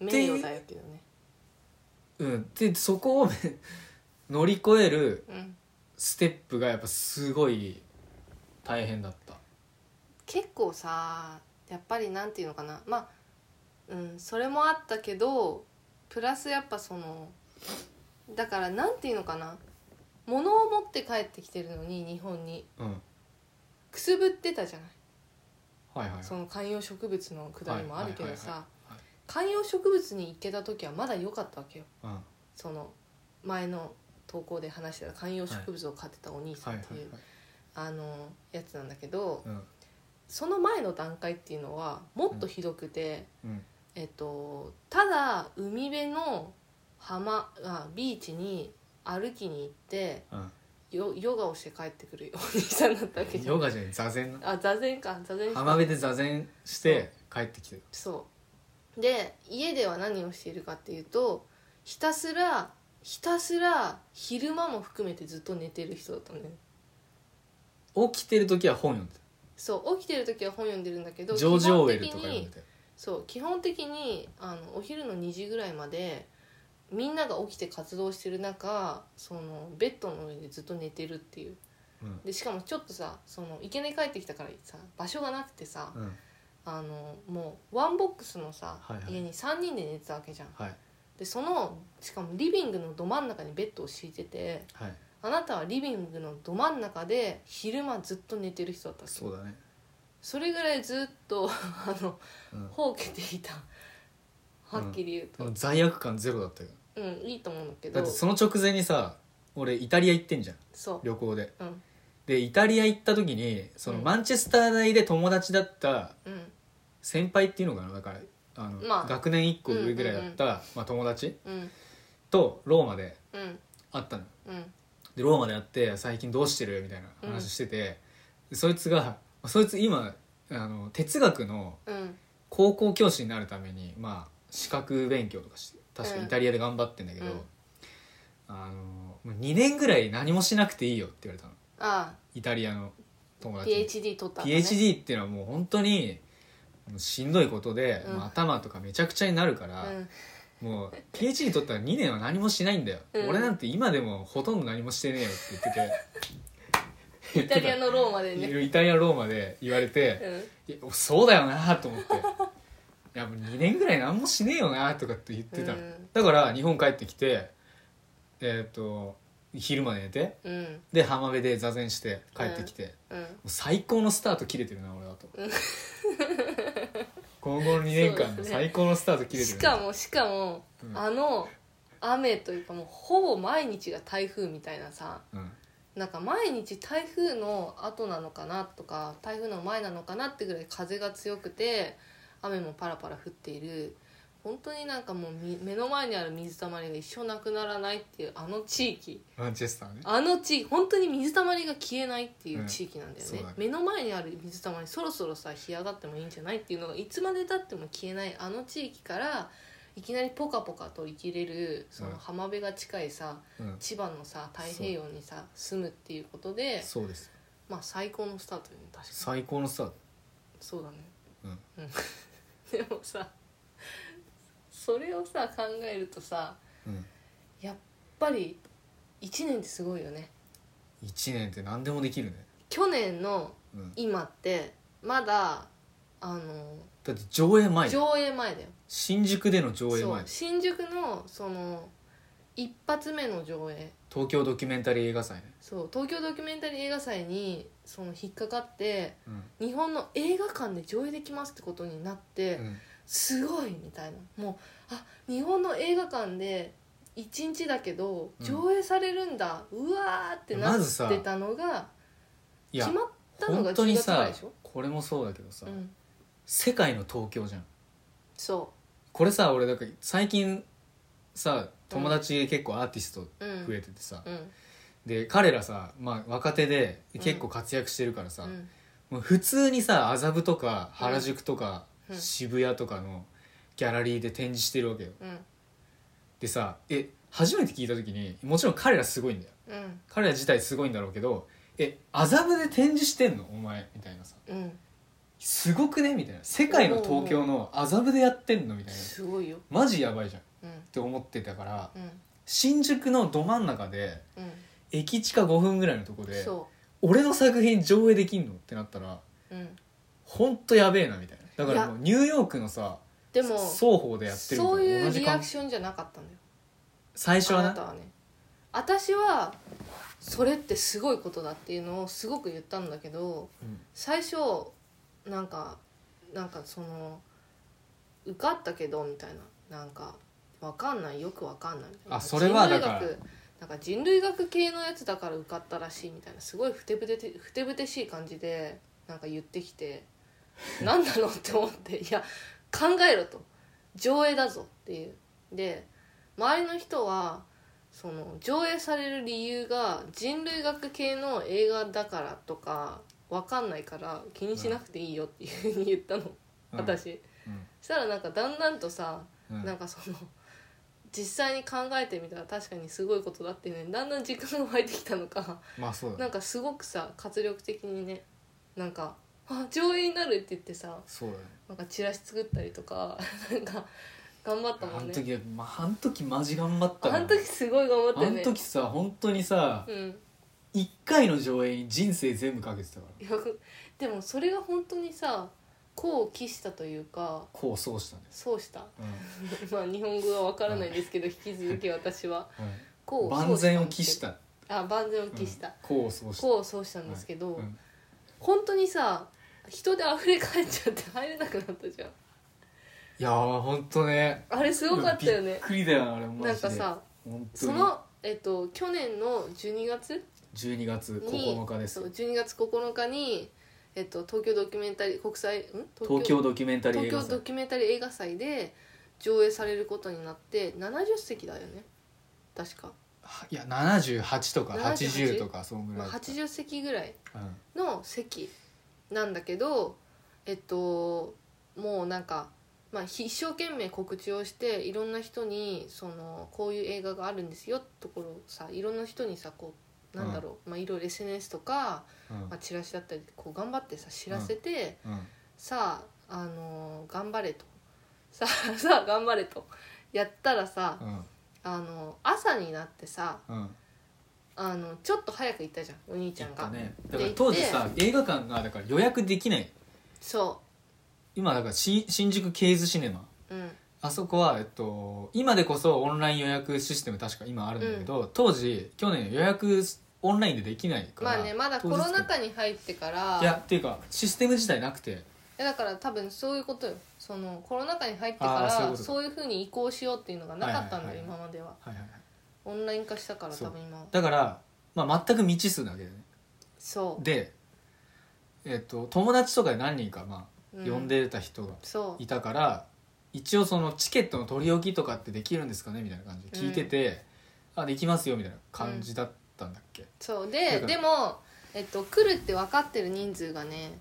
S2: 名誉だよけどね
S1: うんでそこを 乗り越える
S2: うん
S1: ステップがやっぱすごい大変だった
S2: 結構さやっぱりなんていうのかなまあうんそれもあったけどプラスやっぱそのだからなんていうのかな物を持って帰ってきてるのに日本に
S1: うん
S2: くすぶってたじゃない
S1: はいはいはい
S2: その観葉植物のくだりもあるけ
S1: は
S2: どさ、
S1: いはいはいはい
S2: 観葉植物に行けた時はまだ良かったわけよ
S1: うんはい
S2: その前の投稿で話してた観葉植物を飼ってたお兄さ
S1: は
S2: ん
S1: い
S2: っ
S1: は
S2: ていう、
S1: い
S2: あのやつなんだけど
S1: うん
S2: その前の段階っていうのはもっとひどくて、
S1: うん
S2: えっと、ただ海辺の浜あビーチに歩きに行って
S1: うん
S2: ヨヨガをして帰ってくるお兄さんだったわけじゃん
S1: ヨガじゃない座禅な
S2: あ座禅か座禅して
S1: 浜辺で座禅して帰ってきてる
S2: そうで家では何をしているかっていうとひたすらひたすら昼間も含めてずっと寝てる人だったのね
S1: 起きてる時は本読んで
S2: そう起きてる時は本読んでるんだけど
S1: たジョージ・オーウェル
S2: 基
S1: と
S2: 本
S1: か
S2: 的
S1: 読ん
S2: に
S1: でたよ
S2: そう基本的にあのお昼の2時ぐらいまでみんなが起きて活動してる中そのベッドの上でずっと寝てるっていう
S1: うん
S2: でしかもちょっとさその池根帰ってきたからさ場所がなくてさ、
S1: うん
S2: あのもうワンボックスのさ、
S1: はいはい
S2: 家に3人で寝てたわけじゃん
S1: はい
S2: でそのしかもリビングのど真ん中にベッドを敷いてて
S1: はい
S2: あなたはリビングのど真ん中で昼間ずっと寝てる人だったっけ
S1: そうだね
S2: それぐらいずっと あの
S1: うん
S2: ほうけていた
S1: う
S2: は
S1: ん
S2: っきり言う
S1: で
S2: と
S1: も罪悪感ゼロだったよ
S2: うん、いいと思うんだけ
S1: だ
S2: ど
S1: ってその直前にさ俺イタリア行ってんじゃん
S2: そ
S1: 旅行で
S2: ううん
S1: でイタリア行った時にその
S2: うん
S1: マンチェスター大で友達だった
S2: うん
S1: 先輩っていうのかなだからあの、
S2: まあ
S1: 学年1個上ぐらいだった、まあ、友達
S2: うん
S1: とローマで
S2: うん
S1: 会ったの
S2: うん
S1: でローマで会って「最近どうしてる?」みたいな話してて、でそいつがそいつ今あの哲学の
S2: うん
S1: 高校教師になるためにまあ資格勉強とかして確かイタリアで頑張ってんだけど、
S2: うん
S1: あのもう2年ぐらい何もしなくていいよって言われたの
S2: あ
S1: イタリアの友
S2: あ
S1: 達に
S2: PhD 取ったんだね
S1: PhD っていうのはもう本当にもうしんどいことで、
S2: うん
S1: もう頭とかめちゃくちゃになるから、
S2: うん
S1: もう PhD 取ったら2年は何もしないんだよ、
S2: うん
S1: 俺なんて今でもほとんど何もしてねえよって言ってて
S2: イタリアのローマでね
S1: イタリアローマで言われて、
S2: うん
S1: いやそうだよなと思っていやもう2年ぐらい何もしねえよなとかって言ってたの、
S2: うん
S1: だから日本帰ってきてえっ、と昼まで寝て
S2: うん
S1: で浜辺で座禅して帰ってきて、も
S2: うん
S1: う最高のスタート切れてるな俺は と今後の2年間
S2: そう
S1: の
S2: ですね
S1: 最高のスタート切れて
S2: し
S1: るな
S2: かもしかも、
S1: うん
S2: あの雨というかもうほぼ毎日が台風みたいなさ
S1: うん
S2: なんか毎日台風の後なのかなとか台風の前なのかなってぐらい風が強くて雨もパラパラ降っている本当になんかもうみ目の前にある水たまりが一生なくならないっていうあの地域
S1: マンチェスターね
S2: あの地域本当に水たまりが消えないっていう地域なんだよ
S1: うん
S2: ね,、
S1: そうだね
S2: 目の前にある水たまりそろそろさ干上がってもいいんじゃないっていうのがいつまでたっても消えないあの地域からいきなりポカポカと生きれるその浜辺が近いさ、
S1: うん
S2: 千葉のさ太平洋にさ住むっていうことで
S1: そうです
S2: まあ最高のスタートよね確かに
S1: 最高のスタート
S2: そうだね
S1: うん
S2: でもさそれをさ考えるとさ
S1: うん
S2: やっぱり1年ってすごいよね
S1: 1年って何でもできるね、
S2: 去年の
S1: うん、
S2: 今ってまだあの
S1: だって上映前だよ
S2: 上映前だよ、
S1: 新宿での上映
S2: そう
S1: 前
S2: 新宿のその一発目の上映
S1: 東京ドキュメンタリー映画祭ね、
S2: そう東京ドキュメンタリー映画祭にその引っかかって
S1: うん
S2: 日本の映画館で上映できますってことになって、
S1: うん
S2: すごいみたいなもうあ日本の映画館で1日だけど
S1: うん
S2: 上映されるんだ、うわーってな
S1: まずさ
S2: ってたのが
S1: いや
S2: 決まったのが
S1: 本当
S2: 10
S1: に
S2: 月ぐら
S1: さ
S2: いでしょ、
S1: これもそうだけどさ、
S2: うん、
S1: 世界の東京じゃん
S2: そ
S1: これさ俺だから最近さ友達結構アーティスト
S2: う、うん、
S1: 増えててさ、
S2: うん
S1: で彼らさ、まあ、若手で
S2: うん
S1: 結構活躍してるからさ、
S2: うん
S1: もう普通にさ麻布とか原宿とか、
S2: うん
S1: 渋谷とかのギャラリーで展示してるわけよ
S2: うん
S1: でさえ初めて聞いた時にもちろん彼らすごいんだよ
S2: うん
S1: 彼ら自体すごいんだろうけどえ麻布で展示してんのお前みたいなさ
S2: うん
S1: すごくねみたいな世界の東京の麻布でやってんのみたいな
S2: すごいよ
S1: マジやばいじゃんっ
S2: うん
S1: て思ってたから
S2: うん
S1: 新宿のど真ん中で
S2: う
S1: 駅地下5分ぐらいのとこ
S2: ん
S1: で
S2: そ
S1: 俺の作品上映できんのってなったら
S2: う、うん、
S1: ほんとやべえなみたいなだか
S2: い
S1: ら
S2: や
S1: もうニューヨークのさ
S2: でもそ
S1: 双方でやってるのと
S2: うい
S1: 同
S2: う
S1: じ
S2: リア
S1: 感
S2: ク
S1: じ
S2: ションじゃなかったんだよ
S1: 最初は
S2: あな
S1: な
S2: たはね私はそれってすごいことだっていうのをすごく言ったんだけど
S1: うん
S2: 最初なんかなんかその受かったけどみたいななんかわかんないよくわかんないみたいな
S1: あそれはだから
S2: 人類学なんか人類学系のやつだから受かったらしいみたいなすごいふてぶててふてぶてしい感じでなんか言ってきて何なのって思っていや考えろと上映だぞっていうで周りの人はその上映される理由が人類学系の映画だからとかわかんないから気にしなくていいよっていうふうに言ったの、
S1: うん
S2: 私そしたらなんかだんだんとさ、
S1: うんうん
S2: なんかその実際に考えてみたら確かにすごいことだってねだんだん時間が湧いてきたのか
S1: まあそう
S2: な
S1: だ
S2: んかすごくさ活力的にねなんか「あ上映になる」って言ってさ
S1: そうだね
S2: なんかチラシ作ったりとか なんか頑張った
S1: あ
S2: もん
S1: の
S2: ね
S1: 時まああの時マジ頑張ったな
S2: あの時すごい頑張った
S1: あ
S2: よ
S1: の
S2: ね
S1: 時さ本当にさ
S2: うん
S1: 1回の上映に人生全部かけてたから
S2: いやでもそれが本当にさ功を期したというか
S1: こうそうしたんです、
S2: そうした
S1: う
S2: まあ日本語はわからないですけど引き続き私は
S1: ん
S2: 功
S1: うん、
S2: を
S1: 万全を期したた
S2: あ万全を期した
S1: こうそうした
S2: 功をそうしたんですけど、
S1: うん
S2: 本当にさ人で溢れ返っちゃって 入れなくなったじゃん
S1: いやーほんとね
S2: あれすごかったよ
S1: びっ
S2: ね
S1: くりだよなあれマジで
S2: なんかさ
S1: 本当
S2: そ
S1: に
S2: のえっと去年の12月
S1: 12月
S2: に
S1: 9日です
S2: そう12月9日に、えっと、東京ドキュメンタリー国際ん
S1: 東京ドキュメンタリー映
S2: 東
S1: 画
S2: 京
S1: 祭
S2: ドキュメンタリー映画祭で上映されることになって70席だよね確か、
S1: いや78とか
S2: 78
S1: 80とかそんぐら
S2: ま
S1: い
S2: あ、
S1: だった、
S2: 80席ぐらい
S1: うん
S2: の席なんだけどえっともうなんか、まあ、一生懸命告知をしていろんな人にそのこういう映画があるんですよってところをさいろんな人にさこうなんだろう、まあ、いろいろ SNS とか、
S1: うん
S2: まあ、チラシだったりこう頑張ってさ知らせて、
S1: うん
S2: さあ、あのー頑張れとさあ さあ頑張れとやったらさ、
S1: うん
S2: あのー朝になってさ
S1: うん
S2: あのちょっと早く行ったじゃんお兄ちゃんが、
S1: ねだから当時さ映画館がだから予約できない
S2: そ
S1: 今だからし新宿ケイズシネマ
S2: ううん
S1: あそこは、えっと、今でこそオンライン予約システム確か今あるんだけど、当時去年予約オンラインでできないから
S2: まあねまだコロナ禍に入ってから
S1: いやっていうかシステム自体なくて
S2: いやだから多分そういうことよそのコロナ禍に入ってか
S1: あーそう
S2: ら
S1: いう
S2: そう
S1: こ
S2: い
S1: とか
S2: うふうに移行しようっていうのがなかったん
S1: はい
S2: だよ、
S1: はいはい
S2: 今までは
S1: はいはいはい
S2: オンライン化したから
S1: そう
S2: 多分今は
S1: だから、まあ、全く未知数なわけでね
S2: そ
S1: で、えっと、友達とかで何人か、ま
S2: う、
S1: あ、
S2: う
S1: 呼んでた人が
S2: そう
S1: いたから、一応そのチケットの取り置きとかってできるんですかねみたいな感じで聞いてて、あできますよみたいな感じだったんだっけ、
S2: そう
S1: だ
S2: で
S1: から
S2: でも、えっと、来るって分かってる人数がね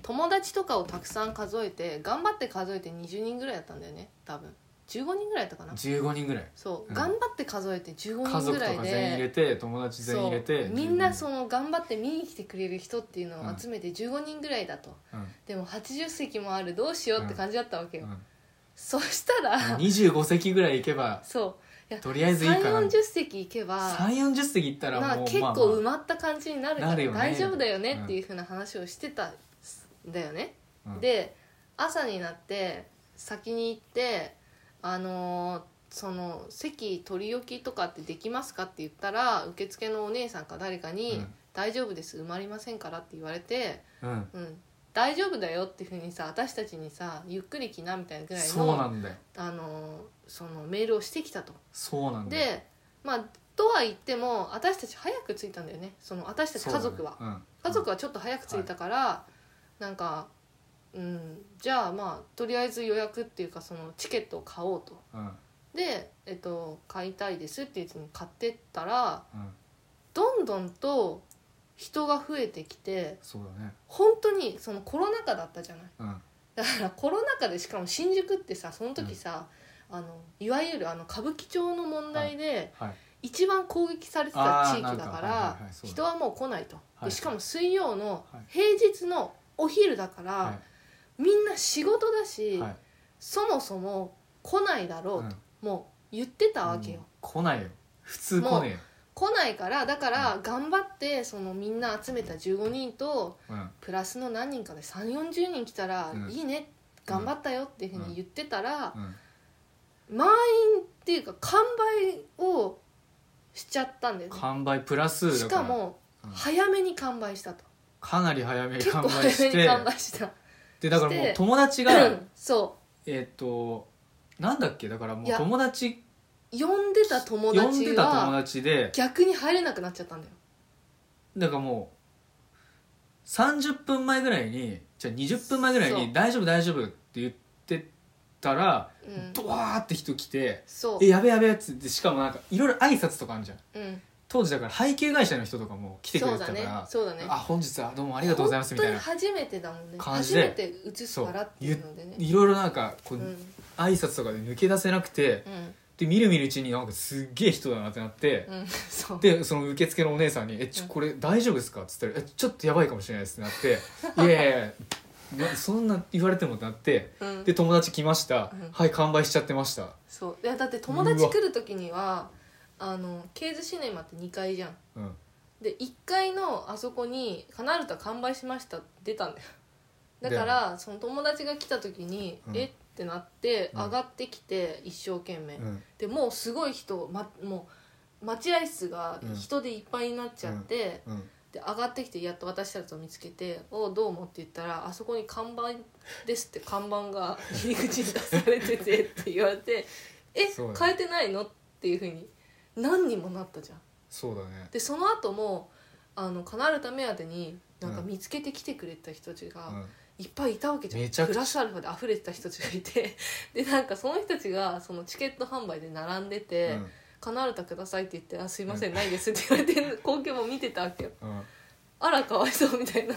S2: 友達とかをたくさん数えて頑張って数えて20人ぐらいだったんだよね多分15人ぐらいだったかな
S1: 15人ぐらい
S2: そう、
S1: うん
S2: 頑張って数えて15
S1: 家
S2: 人
S1: 族
S2: ぐら
S1: と
S2: い
S1: か全員入れ
S2: で
S1: て友達全員入れて
S2: そうみんな
S1: う
S2: その頑張って見に来てくれる人っていうのを集めて15人ぐらいだと、
S1: ん、
S2: でも80席もあるどうしようって感じだったわけ
S1: う
S2: よ、
S1: ん
S2: そしたら、
S1: 25席ぐらい行けば
S2: そういや
S1: とりあえずいい
S2: 3
S1: かな
S2: 4 0席行けば
S1: 3 4 0席行ったら
S2: まあ
S1: もう
S2: 結
S1: まあ
S2: 構
S1: まあ
S2: 埋まった感じになるか
S1: な
S2: ら
S1: るよね
S2: 大丈夫だよねっていうふうな話をしてたんだよね、
S1: うん
S2: で朝になって先に行ってあのーその席取り置きとかってできますかって言ったら受付のお姉さんか誰かに
S1: う
S2: 「
S1: ん
S2: 大丈夫です埋まりませんから」って言われて
S1: うん
S2: 「うん大丈夫だよ」っていうふうにさ私たちにさ「ゆっくり来な」みたいなぐらい
S1: そうな
S2: の
S1: んだよ
S2: あのーそのメールをしてきたと。
S1: そうなんだよ
S2: でまあとは言っても私たち早く着いたんだよねその私たち
S1: そうだ
S2: 家
S1: ね
S2: 族は、
S1: うん
S2: 家族はちょっと早く着いたから、なんかうんじゃあまあとりあえず予約っていうかそのチケットを買おうと
S1: うんうん
S2: で、えっと、買いたいですって言って買ってったらどんどんと人が増えてきて
S1: そうだね
S2: 本当にそのコロナ禍だったじゃない
S1: うん
S2: だからコロナ禍でしかも新宿ってさその時さ、あのいわゆるあの歌舞伎町の問題で、
S1: はい
S2: 一番攻撃されてた地域だ
S1: あーなん
S2: か
S1: かはい
S2: ら
S1: はいはいそうだ
S2: 人はもう来ないと、
S1: はい
S2: でしかも水曜の
S1: はい
S2: 平日のお昼だから、
S1: は
S2: みんな仕事だ
S1: い
S2: し、
S1: はい
S2: そもそも来ないだろうと、もう言ってたわけよ、
S1: うん来ないよ普通来ねえよ
S2: 来ないからだから頑張ってそのみんな集めた15人と
S1: うん
S2: プラスの何人かで3 4 0人来たら
S1: うん
S2: いいね、頑張ったよっていうふうに言ってたら、
S1: うん
S2: 満員っていうか完売をしちゃったんだよね
S1: 完売プラス
S2: し
S1: だから
S2: かも
S1: うん
S2: 早めに完売したと。
S1: かなり早めに
S2: 結
S1: 完
S2: 構
S1: 売
S2: 早
S1: し
S2: めに
S1: て
S2: 完売した
S1: でだからも
S2: し
S1: う
S2: て
S1: 友達
S2: う
S1: が
S2: んそ
S1: えっとなんだっけだからも
S2: いうや
S1: 友達
S2: 呼んでた
S1: 呼
S2: 友
S1: ん
S2: 達
S1: でた友
S2: が
S1: 達で
S2: 逆に入れなくなっちゃったんだよ
S1: だからもう30分前ぐらいにじゃあ20分前ぐらい
S2: そ
S1: に「大丈夫大丈夫」って言ってたら
S2: うん
S1: ドワーって人来て
S2: そ
S1: 「えやべやべ」っつってしかもなんかいろいろ挨拶とかあるじゃん
S2: ううん
S1: 当時だから配給会社の人とかも来てくれ
S2: そう
S1: てた
S2: だ
S1: か
S2: ね
S1: ら
S2: そうだね
S1: あ本日はどうもありがとうございますみたいな
S2: 本当に初めてだもんね
S1: 感じ
S2: 初
S1: で
S2: めて映すからっていうのでね
S1: いろいろなんかこ
S2: う
S1: うん挨拶とかで抜け出せなくて
S2: うん
S1: で見る見るうちになんかすっげえ人だなってなって
S2: うんそう
S1: でその受付のお姉さんに「えちょ
S2: うん
S1: これ大丈夫ですか?」っつったら「えちょっとやばいかもしれないです」ってなって「い やいやいやなそんな言われても」ってなって
S2: うん
S1: で友達来ました
S2: うん
S1: 「はい完売しちゃってました
S2: そういやだって友達来る時にはあのケーズシネマって2階じゃん」
S1: うん
S2: で1階のあそこに「カナルタ完売しました」って出たんだよだからその友達が来た時に「
S1: うん
S2: えっ?」てなって
S1: うん
S2: 上がってきて一生懸命、
S1: うん
S2: でもうすごい人、ま、もう待合室が人でいっぱいになっちゃって、
S1: うん
S2: で上がってきてやっと私たちを見つけて「おうどうも」って言ったら「あそこに看板です」って看板 が入り口に出されててって言われて「え
S1: そうだね
S2: 変えてないの?」っていうふうに何にもなったじゃん。
S1: そうだね
S2: でその後もあのカナルタ目当てになんか
S1: うん
S2: 見つけてきてくれた人たち
S1: う
S2: が
S1: ん
S2: いっぱいいたわけじゃん、
S1: めちゃくちゃ
S2: プラスアルファで溢れてた人たちがいて でなんかその人たちがそのチケット販売で並んでて「
S1: うん
S2: カナルタください」って言って「あすいませんないです」って言われ てる光景も見てたわけよ。
S1: うん
S2: あらかわいそうみたいな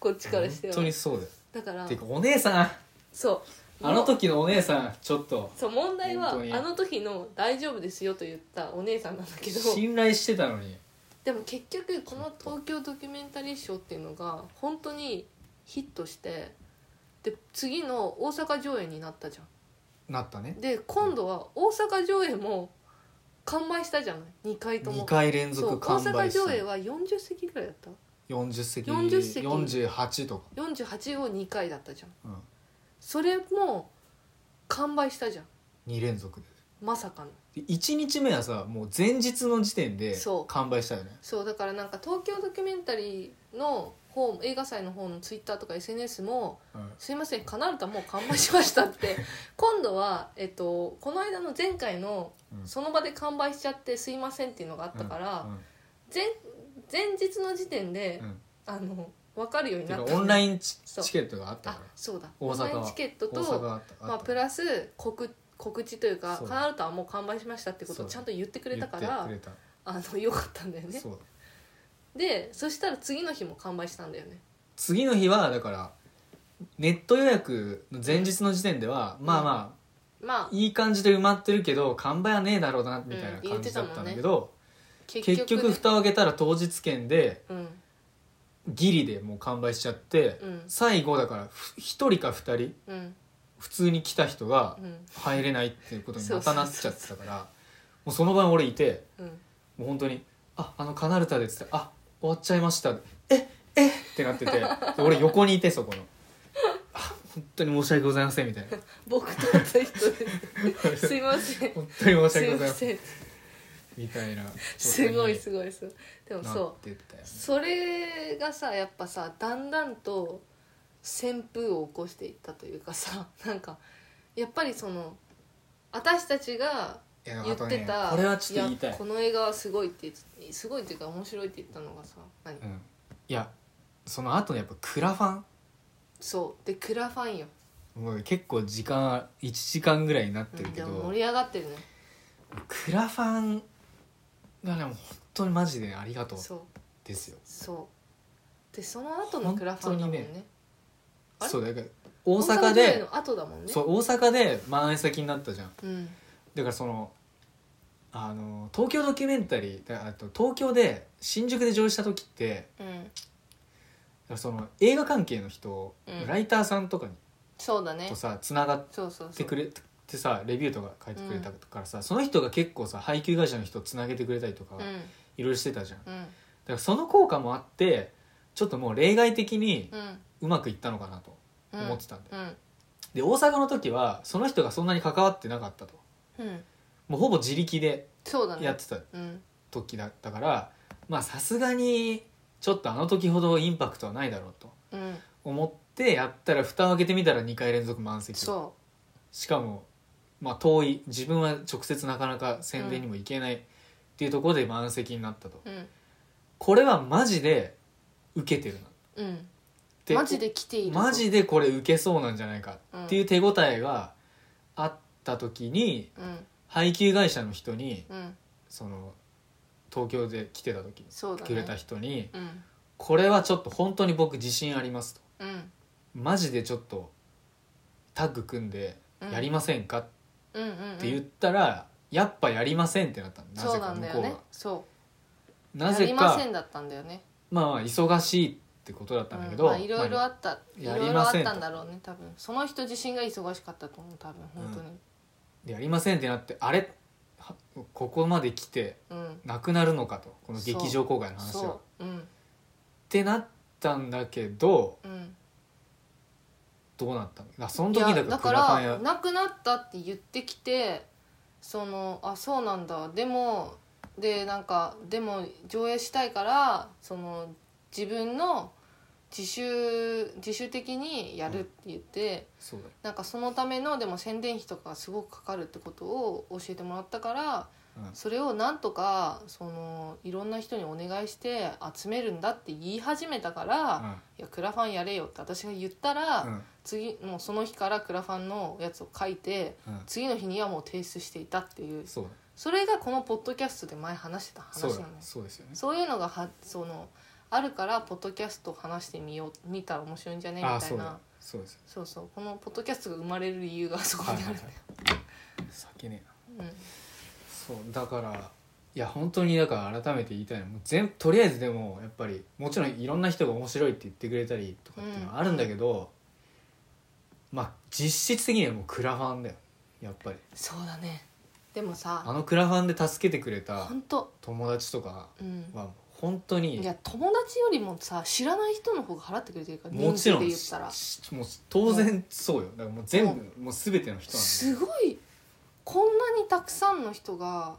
S2: こっちからして
S1: 本当
S2: は
S1: にそうだよ
S2: だから
S1: ていうかお姉さん
S2: そう
S1: あの時のお姉さんちょっと
S2: そう問題は
S1: 本当に
S2: あの時の「大丈夫ですよ」と言ったお姉さんなんだけど
S1: 信頼してたのに
S2: でも結局この東京ドキュメンタリー賞っていうのが本当にヒットしてで次の大阪上映になったじゃん
S1: なったね
S2: で今度は大阪上映も完売したじゃない2回と
S1: 2
S2: も
S1: 回連
S2: そう
S1: 続
S2: 大
S1: 完
S2: 阪
S1: 売し
S2: 上
S1: た
S2: 映は40席ぐらいだった
S1: 40席
S2: 40席
S1: 48とか、
S2: 48を2回だったじゃん
S1: うん、
S2: それも完売したじゃん
S1: 2連続で
S2: まさかの
S1: で1日目はさもう前日の時点で
S2: そう
S1: 完売したよね
S2: そうだからなんか東京ドキュメンタリーの方映画祭の方のツイッターとか SNS も
S1: うん
S2: 「すいませんカナルタもう完売しました」って 今度は、えっと、この間の前回の
S1: うん
S2: その場で完売しちゃって「すいません」っていうのがあったから、
S1: うん
S2: 前前日の時点で、
S1: うん
S2: あの分かるように
S1: て
S2: な
S1: か
S2: った
S1: オンラ
S2: ン
S1: インチ
S2: そう
S1: チケットがあった
S2: あ
S1: か
S2: そうだ
S1: 大阪は
S2: オンラインチケット
S1: ら大阪が
S2: と
S1: あった
S2: まあ、プラス告告知というか
S1: そう
S2: カナルタはもう完売しましたってことをちゃんと言ってく
S1: く
S2: れたから
S1: くれた、
S2: あのよかったんだよね
S1: そう
S2: でそしたら次の日も完売したんだよね
S1: 次の日はだからネット予約の前日の時点では、まあまあ
S2: まあ
S1: いい感じで埋まってるけど完売はねえだろうなみたいな
S2: うん言
S1: 感
S2: って
S1: じ
S2: た
S1: だ
S2: も
S1: っ
S2: んね
S1: たんだけど、
S2: 結
S1: 結局
S2: ね
S1: 蓋を開けたら当日券で
S2: うん
S1: ギリでもう完売しちゃって、
S2: うん
S1: 最後だからふ1人か2人
S2: うん
S1: 普通に来た人が
S2: うん
S1: 入れないっていうことに
S2: そう
S1: ま
S2: そ
S1: た
S2: うそう
S1: なっちゃってたからもうその場に俺いて
S2: うん
S1: もう本当に「ああのカナルタで」っつって「あ終わっちゃいました」ええってなっててで俺横にいてそこの「あ本当に申し訳ございません」みたいな
S2: 僕と会った人で すいませ
S1: 「
S2: ん
S1: 本当に申し
S2: す
S1: 訳
S2: い
S1: ござ
S2: ま
S1: いません
S2: せん」
S1: みたいな
S2: すごいすごいすごいでも
S1: な
S2: そ
S1: ってったよ
S2: う
S1: ね
S2: それがさやっぱさだんだんと旋風を起こしていったというかさ なんかやっぱりその私たちが
S1: いや
S2: 言
S1: あ
S2: っ
S1: と
S2: て
S1: ね
S2: た、
S1: これはちょっと言いたい
S2: やこの映画はすごいって言ってすごいっていうか面白いって言ったのがさ何
S1: うんいやその後のやっぱクラファン
S2: そうでクラファンよ、
S1: もう結構時間1時間ぐらいになっ
S2: う
S1: てる
S2: ん、
S1: け
S2: で
S1: ど、
S2: も盛り上がってるね
S1: クラファンがねもう本当にマジでありがとう
S2: そう
S1: ですよ
S2: そうでその後のクラファンだもんね
S1: 本
S2: あれ
S1: そうだから大阪
S2: 上映
S1: で
S2: の後だもんね
S1: そう大阪で満員先になったじゃん
S2: うん
S1: だからそのあの東京ドキュメンタリーだあと東京で新宿で上映した時って
S2: うん
S1: だからその映画関係の人、
S2: うん
S1: ライターさんとかに
S2: そうだね
S1: とさつながっ
S2: そうそう
S1: て
S2: そう
S1: くれてさレビューとか書いてくれたからさ、その人が結構さ配給会社の人つなげてくれたりとか、
S2: うん
S1: いろいろしてたじゃんだ
S2: うん
S1: からその効果もあってちょっともう例外的に
S2: うん
S1: うまくいったのかなと
S2: うん
S1: 思ってたんだよ、
S2: うん
S1: で大阪の時はその人がそんなに関わってなかったと
S2: うん
S1: もうほぼ自力で
S2: そうだ
S1: や
S2: ね
S1: ってた
S2: うん
S1: 時だったからまあさすがにちょっとあの時ほどインパクトはないだろうと
S2: うん
S1: 思ってやったら蓋を開けてみたら2回連続満席
S2: そ
S1: しかも、まあ、遠い自分は直接なかなか宣伝にも行けないっていうところで満席になったと、
S2: うん
S1: これはマジで受けてるなっ
S2: うん
S1: て
S2: マジで来ている
S1: マジでこれ受けそうなんじゃないかっていう手応えがあった時に
S2: うん
S1: 配給会社の人に
S2: うん
S1: その東京で来てた時に
S2: そうだね
S1: くれた人に
S2: うん
S1: 「これはちょっと本当に僕自信あります」と
S2: うん
S1: 「マジでちょっとタッグ組んでやりませんか?」っ
S2: うんうんうん
S1: て言ったら「やっぱやりません」ってなったのな
S2: そ
S1: ぜ
S2: うな
S1: か
S2: ん
S1: 向
S2: だ
S1: こ
S2: よ
S1: うが
S2: ね。そう
S1: な
S2: や
S1: ぜ
S2: りませ
S1: か
S2: んだったんだよね
S1: まあまあ忙しいってことだったんだけど
S2: うんまあいろいろあったい
S1: や
S2: ろ
S1: り
S2: いろあ
S1: ま
S2: っ
S1: せんと
S2: たんだろうね多分その人自身が忙しかったと思う多分本
S1: でやりませんってなってあれはここまで来て
S2: 当にうん
S1: なくなるのかとこの劇場公開の話は。っ
S2: そううん
S1: てなったんだけど
S2: うん
S1: どうなったのあその時だか
S2: いや
S1: ら
S2: だか
S1: クラファン
S2: ら
S1: や
S2: なくなったって言ってきてそのあそうなんだでもでなんかでも上映したいからその自分の自主自主的にやるって言って、
S1: そうだよ
S2: なんかそのためのでも宣伝費とかがすごくかかるってことを教えてもらったから、
S1: うん
S2: それをなんとかそのいろんな人にお願いして集めるんだって言い始めたから、いやクラファンやれよって私が言ったら、
S1: うんうん
S2: 次もうその日からクラファンのやつを書いて
S1: うん
S2: 次の日にはもう提出していたっていう
S1: そうだ
S2: それがこのポッドキャストで前話してた話
S1: そう
S2: なの
S1: だ
S2: よ
S1: そうですよね
S2: そういうのがはそのあるからポッドキャスト話してみよう見たら面白いんじゃねみ
S1: ああ
S2: た
S1: そ
S2: いう
S1: だ
S2: な。
S1: そうですよ
S2: そうそうこのポッドキャストが生まれる理由がそこ にあるんだよ、
S1: 酒ねえな
S2: うん
S1: そうだからいや本当にだから改めて言いたいのはもう全とりあえずでもやっぱりもちろんいろんな人が面白いって言ってくれたりとかっていうのはあるんだけど、まあ実質的にはもうクラファンだよやっぱり
S2: そうだねでもさ
S1: あのクラファンで助けてくれた
S2: 本当
S1: 友達とか
S2: うん
S1: は本当
S2: い
S1: に
S2: や友達よりもさ知らない人の方が払ってくれてるから
S1: もちろ
S2: 人数で
S1: ん
S2: 言ったら
S1: しもう当然そうよだからもう全部もう全ての人なんだよ
S2: すごいこんなにたくさんの人が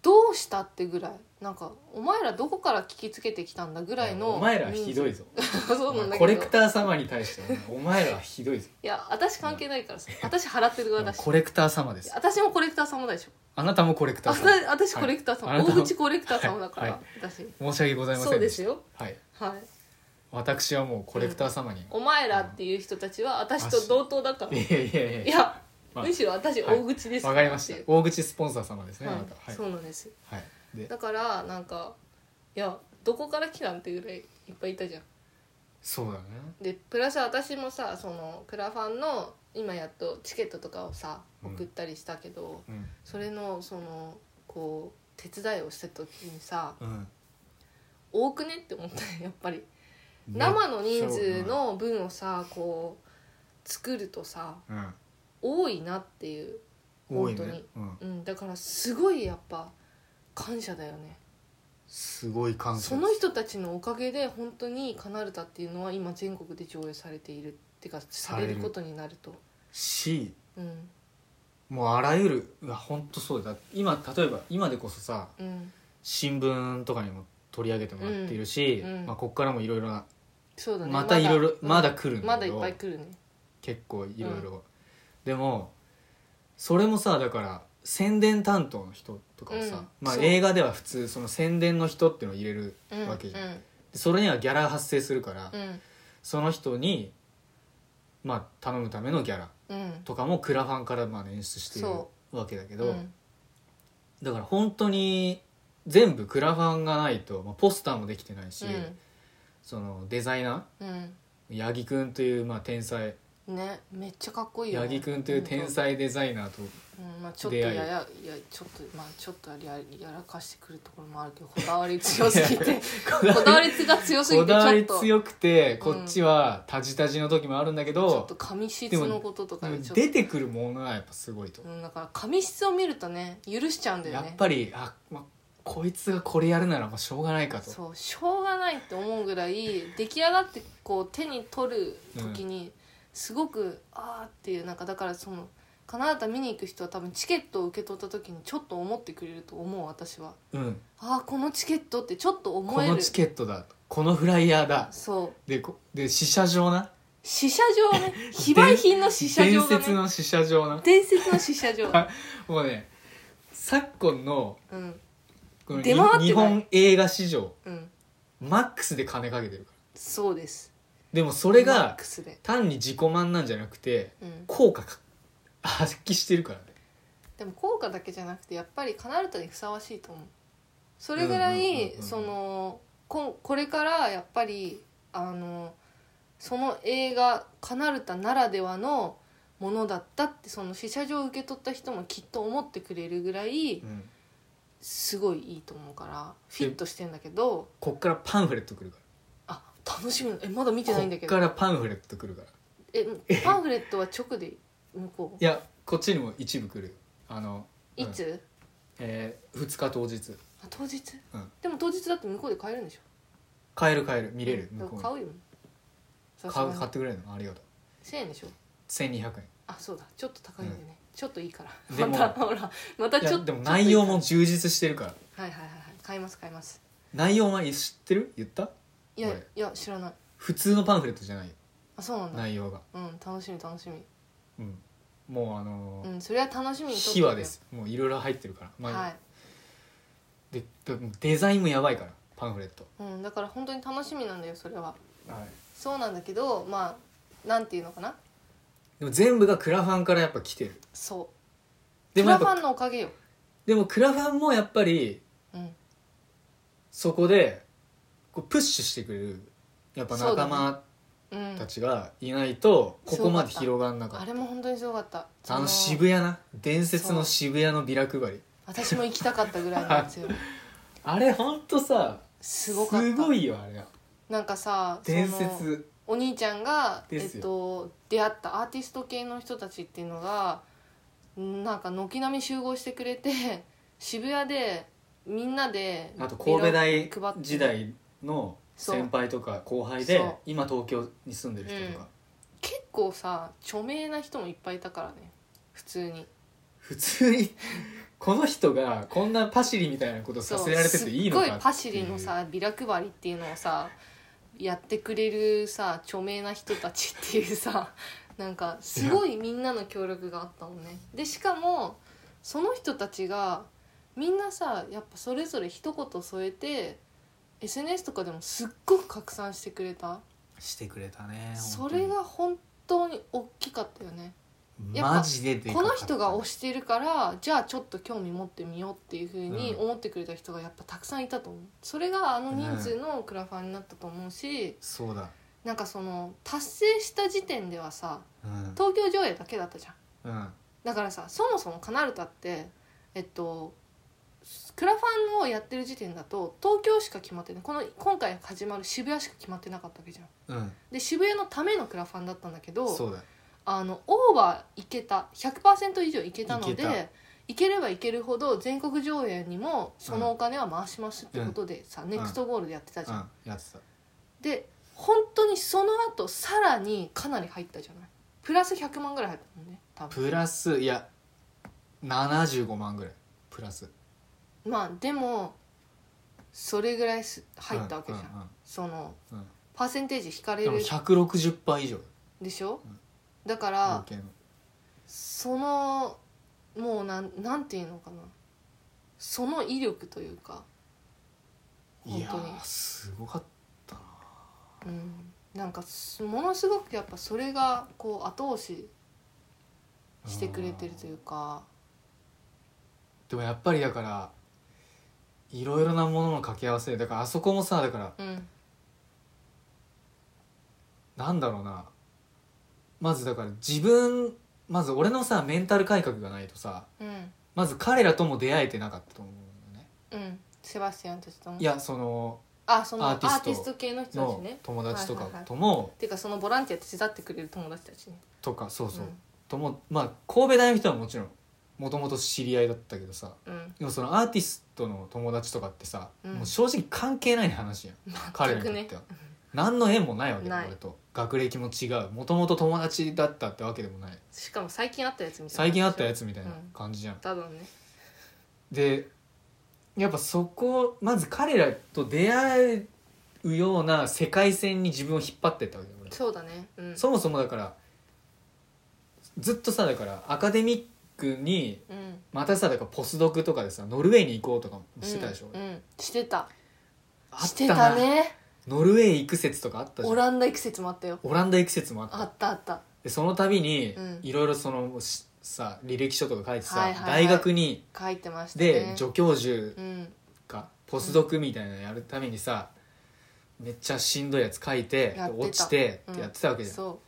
S2: どうしたってぐらいなんかお前らどこから聞きつけてきたんだぐらいの
S1: お前らはひど
S2: い
S1: いぞ
S2: そうなんだけど
S1: コレクター様に対してはお前らはひどいぞ
S2: いや私関係ないからさ私払ってる側だし
S1: コレクター様です
S2: 私もコレクター様だでしょ
S1: あなたもコレクター
S2: あ
S1: 様
S2: た私コレクター様、
S1: はいあなた
S2: 大
S1: も
S2: 口コレクター様だから、
S1: はい
S2: 私
S1: 申し訳ございません
S2: そうで
S1: し
S2: す
S1: た
S2: よ
S1: はい
S2: はい
S1: 私はもうコレクター様に、
S2: お前らっていう人たちは私と同等だから
S1: い
S2: い
S1: やいやいや
S2: や、
S1: まあ
S2: むしろ私大口です
S1: わ
S2: ら
S1: か
S2: っ
S1: り
S2: て
S1: まし
S2: いう
S1: た大口スポンサー様ですね、
S2: は
S1: あ
S2: い
S1: なたはい
S2: そうなんです
S1: はいで
S2: だからなんかいやどこから来たんっていうぐらいいっぱいいたじゃん
S1: そうだね
S2: でプラス私もさそのクラファンの今やっとチケットとかをさ
S1: うん
S2: 送ったりしたけど、
S1: うん
S2: それのそのこう手伝いをした時にさ
S1: うん
S2: 多くねって思ったよ やっぱり生の人数の分をさこう作るとさ
S1: うん
S2: 多いなっていう
S1: 多い
S2: 本当
S1: ね
S2: に、
S1: うん、
S2: うん、だからすごいやっぱ感謝だよね
S1: すごい感謝
S2: その人たちのおかげで本当にカナルタっていうのは今全国で上映されているっていうかさ
S1: さ
S2: れ
S1: れ
S2: る
S1: る
S2: ことになると
S1: し
S2: うん
S1: もうあらゆるうわ本当そうだ今例えば今でこそさ
S2: うん
S1: 新聞とかにも取り上げてもらっているし、
S2: うんうん
S1: まあ、こっからもいろいろな
S2: そうだね
S1: またいろいろ
S2: うん
S1: まだ来るん
S2: ま
S1: だ
S2: だ
S1: け
S2: い
S1: ど
S2: っぱい来るね
S1: 結構いろいろでもそれもさだから宣伝担当の人とかをさ、
S2: うん
S1: まあ、
S2: そう
S1: 映画では普通その宣伝の人っていうのを入れる
S2: うん
S1: わけじゃん、
S2: うん
S1: でそれにはギャラが発生するから、
S2: うん
S1: その人に、まあ、頼むためのギャラ
S2: うん
S1: とかもクラファンからまあ演出している
S2: そ
S1: わけだけ
S2: う
S1: ど、
S2: ん
S1: だから本当に全部クラファンがないと、まあ、ポスターもできてないし、そのデザイナ
S2: うん
S1: ー八木くんというまあ天才
S2: うんねめっちゃかっこいいよ
S1: 八
S2: ね
S1: 木くんという天才デザイナーと
S2: うんまあちょっと
S1: 出
S2: や
S1: 会い
S2: やいやちょっとまあちょっとややらかしてくるところもあるけどこだわり強す ぎて こだわりが強すぎ
S1: こ
S2: てち
S1: だわ
S2: ょっ
S1: り
S2: と
S1: 強くて
S2: うん
S1: こっちはタジタジの時もあるんだけ
S2: ちょっと
S1: ど、
S2: 紙質のこととか
S1: で
S2: に
S1: も
S2: ちょっと
S1: 出てくるものはやっぱすごいと、
S2: うんだから紙質を見るとね許しちゃうんだよ
S1: や
S2: ね
S1: っぱりあ、ま、こいつがこれやるならまあしょうがないかと
S2: そうしょうがないって思うぐらい出来上がってこう手に取る時にすごく、ああっていうなんかだからそのカナダ見に行く人は多分チケットを受け取った時にちょっと思ってくれると思う私は
S1: うん、
S2: ああこのチケットってちょっと
S1: こ
S2: 思え
S1: の
S2: る
S1: チケットだこのフライヤーだ
S2: そう
S1: でこで試写場な
S2: 試写 場ね非売品の試写
S1: 伝
S2: 場が
S1: 説
S2: ね
S1: の試写場な
S2: 伝説の試写 場
S1: もうね昨今の
S2: うん
S1: この
S2: 出回ってない
S1: 日本映画史上
S2: うん
S1: マックスで金かけてるから
S2: そうです
S1: でもそ
S2: こ
S1: れ
S2: マッ
S1: が
S2: クスで、
S1: 単に自己満なんじゃなくて
S2: うん、
S1: 効果か発揮してるからね
S2: でも効果だけじゃなくてやっぱりカナルタにふさわしいと思うそれぐら
S1: うんうん
S2: い
S1: うんうん
S2: そのここれからやっぱりあのその映画カナルタならではのものだったってその試写場を受け取った人もきっと思ってくれるぐらい
S1: うん
S2: すごいいいと思うからフィットしてんだけど
S1: こっからパンフレットくるか
S2: あ楽しみなえまだ見て
S1: ら
S2: ないんだ
S1: こ
S2: け
S1: っか
S2: ど
S1: らパンフレットくるから
S2: えパンフレットは直で向こう
S1: いやこっちにも一部来るよあの
S2: い
S1: うん
S2: つ
S1: えー、2日当日
S2: あ当日
S1: うん
S2: でも当日だって向こうで買えるんでしょ
S1: 買える買える見れる
S2: うん
S1: 向こうに
S2: 買うよさす
S1: 買
S2: が
S1: う
S2: に
S1: 買ってくれるのありがとう
S2: 1000円でしょ
S1: 1200円
S2: あそうだちょっと高いんだよね、ちょっといいから
S1: でも
S2: またほらまた
S1: い
S2: ち
S1: や
S2: ょっと
S1: でも内容も
S2: ちょっ
S1: 充実してるから
S2: といいからはいはいはいはい買います買います
S1: 内容は知ってる言った
S2: いや
S1: これ
S2: いや知らない
S1: 普通のパンフレットじゃないよ
S2: あそうなんだ
S1: 内容が、
S2: うん楽しみ楽しみ
S1: うん、もうあの
S2: うんそれは楽しみにとって
S1: 秘話ですもういろいろ入ってるから、まあ
S2: はい、
S1: ででデザインもやばいからパンフレット、
S2: うん、だから本当に楽しみなんだよそれは
S1: はい、
S2: そうなんだけどまあなんていうのかな
S1: でも全部がクラファンからやっぱ来てる
S2: そう
S1: で
S2: ク
S1: もや
S2: ラ
S1: っ
S2: ファ
S1: ぱ
S2: ンのおかげよ
S1: でもクラファンもやっぱり
S2: うん
S1: そこでこうプッシュしてくれるやっぱ
S2: そうだ
S1: 仲
S2: ね
S1: 間
S2: うん
S1: たちがいないとここまで広がんなか
S2: あ
S1: っ
S2: れも本当にすごかった
S1: たあの
S2: そ
S1: 渋谷な伝説の渋谷のビラ配り
S2: 私も行きたかったぐらいな んですよ
S1: あれほんとさ
S2: すごかった
S1: いよあれ
S2: なんかさその
S1: 伝説
S2: お兄ちゃんが、え
S1: ですよ
S2: っと、出会ったアーティスト系の人たちっていうのがなんか軒並み集合してくれて 渋谷でみんなで
S1: あと神戸
S2: ビラ配
S1: 大
S2: って
S1: 時代の先輩とか後輩で
S2: そう
S1: 今東京に住んでる人とか、
S2: うん結構さ著名な人もいっぱいいたからね普通に
S1: 普通にこの人がこんなパシリみたいなことさせられてていいのか
S2: すっごいパシリの
S1: っ
S2: さビラ配りっていうのをさやってくれるさ著名な人たちっていうさ なんかすごいみんなの協力があったもんねでしかもその人たちがみんなさやっぱそれぞれ一言添えて SNS とかでもすっごく拡散してくれた
S1: ていうしてくれたね
S2: それが本当に大きかったよね
S1: 本当に
S2: やっぱ
S1: マジででかか
S2: こ
S1: った
S2: の人が推してるからじゃあちょっと興味持ってみようっていうふうに
S1: うん
S2: 思ってくれた人がやっぱたくさんいたと思うそれがあの人数のクラファンになったと思うし、
S1: そうだ
S2: なんかその達成した時点ではさ
S1: うん
S2: 東京上映だけだったじゃん
S1: うん
S2: だからさそもそもカナルタってえっとクラファンをやってる時点だと東京しか決まってないこの今回始まる渋谷しか決まってなかったわけじゃん
S1: うん
S2: で渋谷のためのクラファンだったんだけど
S1: そうだ
S2: あのオーバーいけた100%以上いけたので
S1: い
S2: い
S1: け
S2: け
S1: た
S2: ればいけるほど全国上映にもそのお金は回しますってことでさ、ネクストゴールでやってたじ
S1: う
S2: ゃん、
S1: んやってた
S2: で本当にその後さらにかなり入ったじゃないプラス100万ぐらい入ったもんね多分
S1: プラスいや75万ぐらいプラス
S2: まあでもそれぐらいす入ったわけじゃん、
S1: うんうん
S2: その
S1: うんうん
S2: パーセンテージ引かれ
S1: でも
S2: る
S1: 160倍以上
S2: でしょ、
S1: うん
S2: だか
S1: 合
S2: ら
S1: 計の
S2: そのもうなんなんていうのかなその威力というか
S1: いや
S2: 本当
S1: ー
S2: に
S1: すごかったな
S2: うん、なんかすものすごくやっぱそれがこう後押ししてくれてるというか
S1: でもやっぱりだからいろいろなものの掛け合わせでだからあそこもさだから
S2: うん
S1: なんだろうなまずだから自分まず俺のさメンタル改革がないとさ
S2: うん
S1: まず彼らとも出会えてなかったと思うのね
S2: うんセバスチャンたちとも
S1: いやその
S2: あその
S1: アー
S2: ア
S1: ティスト
S2: ーティスト系の人たち
S1: の
S2: ね
S1: 友達とか
S2: はいはいはい
S1: とも
S2: ていうかそのボランティア手伝ってくれる友達たちね
S1: とかそうそううんともまあ神戸大の人はもちろんもともと知り合いだったけどさ
S2: うん
S1: でもそのアーティストの友達とかってさ、
S2: うん
S1: もう正直関係ない話やん彼らにとっては、何の縁もないわけだ
S2: ない
S1: 俺と学歴も違うもともと友達だったってわけでもない
S2: しかも最近あったやつみたいな
S1: 最近あったや
S2: つ
S1: つみたいな感じじゃん、
S2: 多分ね
S1: でやっぱそこまず彼らと出会うような世界線に自分を引っ張ってったわけだ俺ね
S2: そうだねうん
S1: そもそもだからずっとさだからアカデミックに
S2: うん
S1: またさだからポスドクとかでさノルウェーに行こうとかもしてたでしょ、
S2: うんうんしてた
S1: あっ
S2: して
S1: たな
S2: たね
S1: ノルウェー行く説とかあったじゃん
S2: オランダ行く説もあったよ
S1: オランダ行く説もあった
S2: あったあった
S1: でその度に
S2: うん
S1: いろいろそのしさ履歴書とか書いてさ、
S2: はいはいはい
S1: 大学に
S2: 書いてましたね
S1: で助教授
S2: うん
S1: かポスドクみたいなのやるためにさめっちゃしんどいやつ書いて
S2: やってた
S1: 落ちて
S2: うん
S1: ってやってたわけじゃん、
S2: そ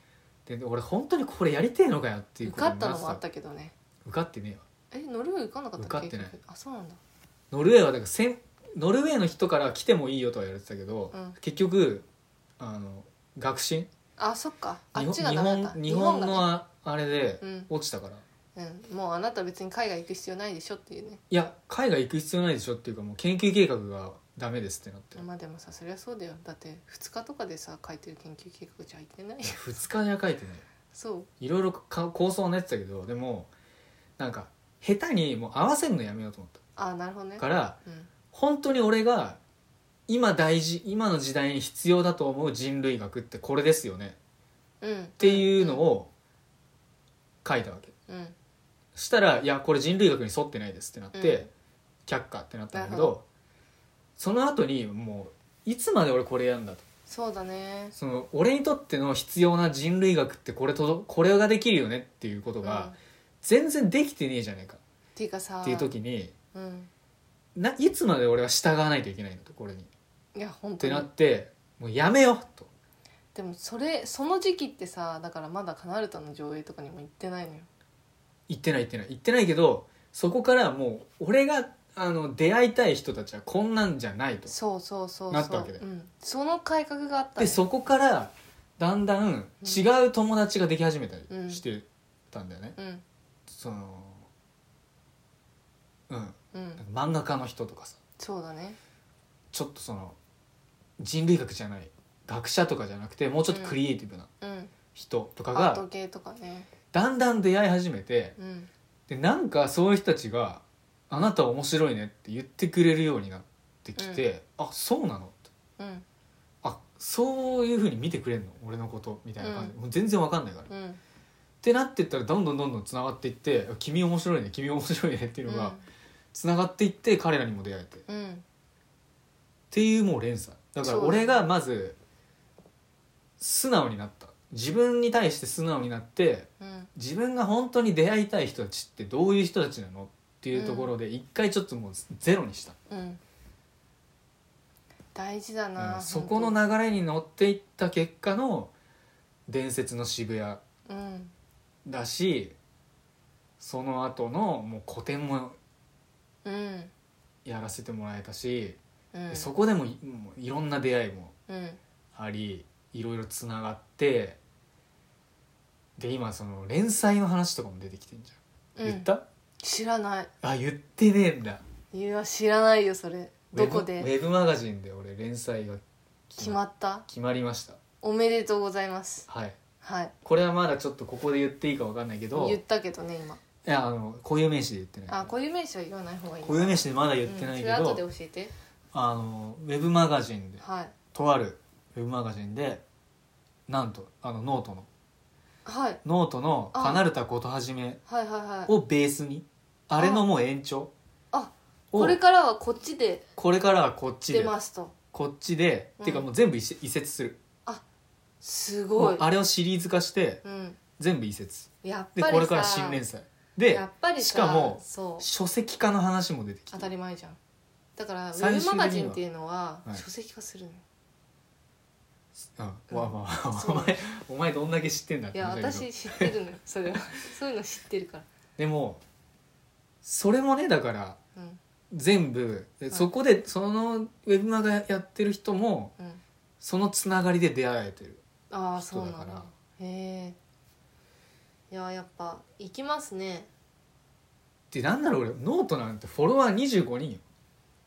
S1: で俺本当にこれやりてえのかよって
S2: う
S1: いう
S2: 受
S1: こと
S2: か
S1: にな
S2: ったの
S1: て
S2: もあったけどね
S1: 受かってねえわ
S2: えノルウェー受かんなかった
S1: 受かってない
S2: 結局あそうなんだ
S1: ノルウェーはだからせんノルウェーの人から来てもいいよとは言われてたけど、
S2: うん
S1: 結局あの学進
S2: あそっかあ
S1: 日
S2: っ
S1: 本
S2: ちがダメだ
S1: 日
S2: った
S1: 本日本の
S2: がね
S1: ああれで
S2: うん
S1: 落ちたから、
S2: うんもうあなた別に海外行く必要ないでしょっていうね
S1: いや海外行く必要ないでしょっていうかもう研究計画がダメですってなって
S2: まあでもさそりゃそうだよだって2日とかでさ書いてる研究計画じゃ入ってないよ
S1: 2日では書いてね
S2: そう
S1: いろいろか構想は練ってたけどでもなんか下手にもう合わせるのやめようと思っ
S2: あなるほどね
S1: たから
S2: うん
S1: 本当に俺が今大事今の時代に必要だと思う人類学ってこれですよね
S2: うんっ
S1: っていうのを書いたわけ
S2: うん
S1: したらいやこれ人類学に沿ってないですってなって、
S2: うん
S1: 却下ってなったんだけ
S2: なるほ
S1: どその後にもういつまで俺これやんだと
S2: そうだね
S1: その俺にとっての必要な人類学ってこれとどこれができるよねっていうこと
S2: うん
S1: が
S2: っ
S1: 全然できてねえじゃねえか
S2: ていうかさ
S1: っていう時に
S2: うん
S1: ないつまで俺は従わないといけないのとこれにっ
S2: いや本当
S1: て
S2: に
S1: なってもうやめようと
S2: でもそれその時期ってさだからまだカナルタの上映とかにも行ってないのよ
S1: 言ってない言ってない言ってないけどそこからもう俺があの出会いたい人たちはこんなんじゃないと
S2: そうそうそうそう
S1: なったわけだよ
S2: うん、その改革があったの
S1: で
S2: よ
S1: そこからだんだん違う友達ができ始めたりしてたんだよね、
S2: うん
S1: そのうんなんか
S2: うん
S1: 漫画家の人とかさ
S2: そうだね
S1: ちょっとその人類学じゃない学者とかじゃなくてもうちょっとクリエイティブな
S2: うん
S1: 人とか
S2: アー
S1: が
S2: ト系とかね
S1: だんだん出会い始めて
S2: うん
S1: でなんかそういう人たちが「あなた面白いね」って言ってくれるようになってきて「あそうなの?」って
S2: うん
S1: あそういうふうに見てくれんの俺のこと」みたいな感じ、
S2: う
S1: もう全然わかんないから。っ
S2: うん
S1: てなってったらどんどんどんどんつながっていって「君面白いね君面白いね」っていうのがつながっていって彼らにも出会えてっ
S2: うんうん
S1: ていうもう連鎖だから
S2: そう
S1: 俺がまず素直になった自分に対して素直になって
S2: うん
S1: 自分が本当に出会いたい人たちってどういう人たちなのっていうところで一回ちょっともうゼロにした、
S2: うん大事だな、
S1: うんそこの
S2: な
S1: 流れに乗っていった結果の伝説の渋谷
S2: うん
S1: だしその後のもう個展も
S2: うん
S1: やらせてもらえたし、
S2: うん
S1: そこでもいもういろんな出会いも
S2: うん
S1: ありいろいろつながってで今その連載の話とかも出てきてんじゃん、
S2: うん
S1: 言った
S2: 知らない
S1: あ言ってねえんだ
S2: いや知らないよそれどこ
S1: ウェ
S2: で
S1: ブウェブマガジンで俺連載が
S2: 決まった
S1: 決まりました
S2: おめでとうございます
S1: はい
S2: はい
S1: これはまだちょっとここで言っていいか分かんないけど
S2: 言っ
S1: い
S2: たけどね今
S1: やあの固有名詞で言ってない
S2: あ固有名詞は言わない方がいい
S1: 固有名詞でまだ言ってないけ
S2: うん、それ
S1: ど、
S2: 後で教えて
S1: あのウェブマガジンで
S2: はい
S1: とあるウェブマガジンでなんとあのノートの
S2: はい
S1: ノートの「
S2: あ
S1: 離れたことはじめ
S2: はいはいはい」
S1: をベースにあれのもう延長
S2: あ
S1: を
S2: これからはこっちで
S1: これからはこっち
S2: 出
S1: で
S2: ますと
S1: こっちで、
S2: うん
S1: っていうかもう全部移移設する
S2: すご
S1: も
S2: いう
S1: あれをシリーズ化して
S2: うん
S1: 全部移設
S2: やっ
S1: で
S2: ぱりさ
S1: これから新連載で
S2: やっぱりさ
S1: しかも
S2: そう
S1: 書籍化の話も出てき
S2: 当
S1: て
S2: たり前じゃんだからウ
S1: 最
S2: ェ
S1: 終的
S2: ブ
S1: には
S2: マガジンっていうのは
S1: はい
S2: 書籍化するのよ
S1: うん
S2: うん
S1: わあわあ
S2: そ
S1: お
S2: う
S1: 前お前どんだけ知ってんだっ
S2: い
S1: て
S2: や
S1: 感じだけど
S2: 私知って るのよそれはそういうの知ってるか
S1: でもそれもねだから
S2: らうん
S1: 全部で
S2: はい
S1: そこでそのウェブマガやってる人も
S2: うん
S1: そのつながりで出会えてる
S2: ああそ
S1: 人だ
S2: うな
S1: か
S2: んだ
S1: ら
S2: へえいややっぱ行きますね
S1: でなんなら俺ノートなんてフォロワー25人よ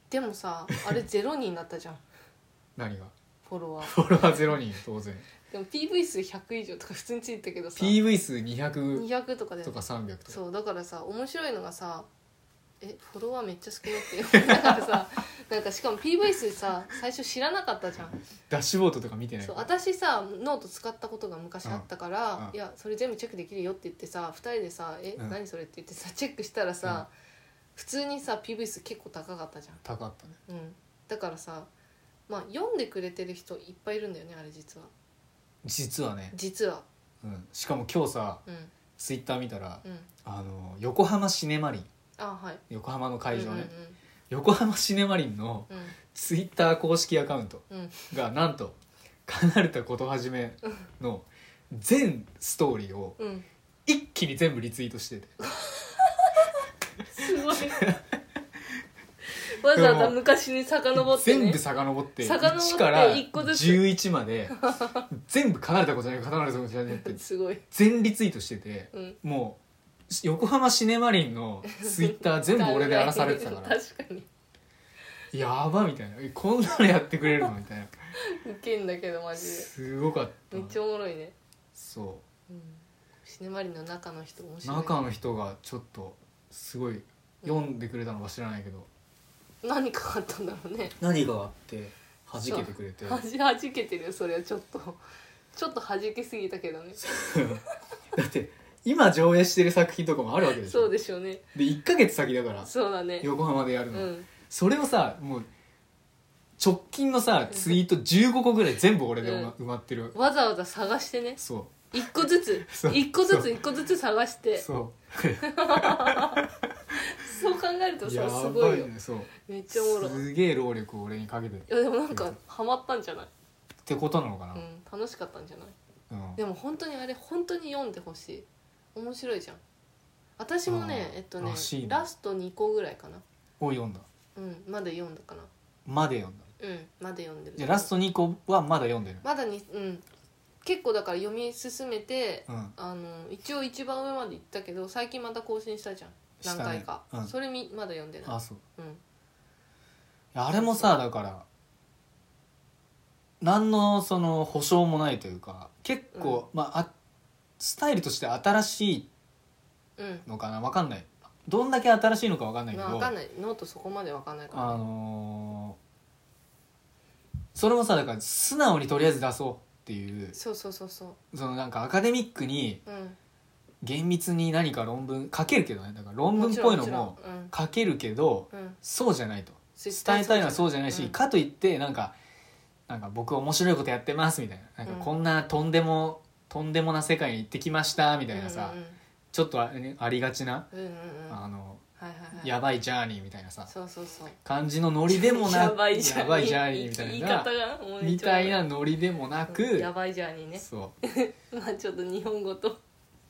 S2: でもさあれ0人になったじゃん
S1: 何が
S2: フォロワー
S1: フォロワー0人よ当然
S2: でも PV 数100以上とか普通についてたけどさ
S1: PV 数200
S2: 200とかだよ
S1: とか
S2: ね
S1: 300とか
S2: そうだからさ面白いのがさえフォロワーめっちゃ少なって思いながら さなんかしかも PV 数さ最初知らなかったじゃん
S1: ダッシュボードとか見てない
S2: そう
S1: から
S2: 私さノート使ったことが昔あったから
S1: うんうん
S2: いやそれ全部チェックできるよって言ってさ2人でさ「え、
S1: うん
S2: 何それ?」って言ってさチェックしたらさ、普通にさ PV 数結構高かったじゃ
S1: 高かったね
S2: ん、うん、だからさまあ読んでくれてる人いっぱいいるんだよねあれ実は
S1: 実はね、
S2: 実は
S1: うん、しかも今日さ
S2: うん
S1: ツイッター見たら
S2: うん
S1: あの横浜シネマリン
S2: あはい
S1: 横浜の会場ね、
S2: うん
S1: 横浜シネマリンの
S2: うんうん
S1: ツイッター公式アカウント
S2: うん
S1: がなんと「離れたことはじめ」の全ストーリーを
S2: うんうん
S1: 一気に全部リツイートしてて
S2: すご いわざわざ昔に遡ってね
S1: 全部遡って
S2: 遡って
S1: 1から
S2: 一個ずつ
S1: 11まで全部離れたことない離れたことないって
S2: すごい、
S1: 全リツイートしてて
S2: うん、
S1: もう横浜シネマリンのツイッター全部俺で荒らされてたか ら
S2: 確かに
S1: やばみたいなえこんなのやってくれるのみたいな
S2: ウケんだけどマジです
S1: ごかっ
S2: めっち
S1: た
S2: ゃおもろいね、
S1: そう
S2: うん、シネマリンの中の人面白い
S1: 中の人がちょっとすごい読んでくれたのか知らないけど
S2: 何かあったんだろうね
S1: 何があって弾けてくれて
S2: はじはじけてるよそれはちょっとちょっとはじけすぎたけどね
S1: だって今上映してる作品とかもあるわけでしょ
S2: そうでしょうね
S1: で1か月先だから
S2: そうだね
S1: 横浜でやる
S2: う
S1: の、
S2: ん
S1: それをさもう直近のさツイート15個ぐらい全部俺で埋ま,、ってる
S2: わざわざ探してね
S1: そ
S2: 一個ずつ
S1: そう
S2: 一個ず
S1: そ
S2: つ
S1: う
S2: 一個ずつ探し
S1: う
S2: てそう
S1: そ
S2: 考えると
S1: う
S2: さ
S1: や
S2: す
S1: ば
S2: ごい
S1: い
S2: よ
S1: ねそう
S2: めっちゃおもろい
S1: すげえ労力を俺にかけてっ
S2: いやでもなんかハマったんじゃない、
S1: てことなのかな、
S2: うん、楽しかったんじゃない
S1: うん
S2: でも本当にあれ本当に読んでほしい面白いじゃん私もね
S1: あー
S2: えっとね
S1: らしいね
S2: ラスト2個ぐらいかな
S1: を読んだ
S2: うんまだ読んだかな
S1: まで読んだ
S2: うんまだ読んでる
S1: じゃあラスト2個はまだ読んでる
S2: まだにうん結構だから読み進めて
S1: うん
S2: あの一応一番上まで行ったけど最近また更新したじゃん何回か、
S1: したねうん
S2: それみまだ読んでない
S1: あそう
S2: うん
S1: いやあれもさだから何のその保証もないというか結構、まああスタイルとして新しい
S2: うん
S1: のかな分かんないどんだけ新しいのか分かんないけ
S2: まあ
S1: ど、
S2: 分かんないノートそこまで分かんないから
S1: あのーそれもさだから素直にとりあえず出そうっていう
S2: そうそうそうそ
S1: そのなんかアカデミックに
S2: ううん
S1: 厳密に何か論文書けるけどねだから論文っぽいのも
S2: ちろん
S1: 書けるけど
S2: うんうん
S1: そうじゃないと伝えたいのはそうじゃないし、
S2: うん
S1: かといってなんかなんか僕面白いことやってますみたいななん
S2: うん
S1: かこんなとんでも、とんでもな世界に行ってきましたみたいなさ、ちょっとあれありがちな、
S2: うんうんうんうんうん
S1: あの
S2: はいはいはい
S1: やばいジャーニーみたいなさ
S2: そうそうそう
S1: 感じのノリでもな
S2: やばいじゃん
S1: やばいジャーニーみた
S2: 言
S1: い
S2: い
S1: な
S2: 方がもう
S1: みたいな
S2: ち
S1: ノリでもな
S2: ょっと
S1: く、
S2: やばいじゃんにね
S1: そう、
S2: まあちょっと日本語と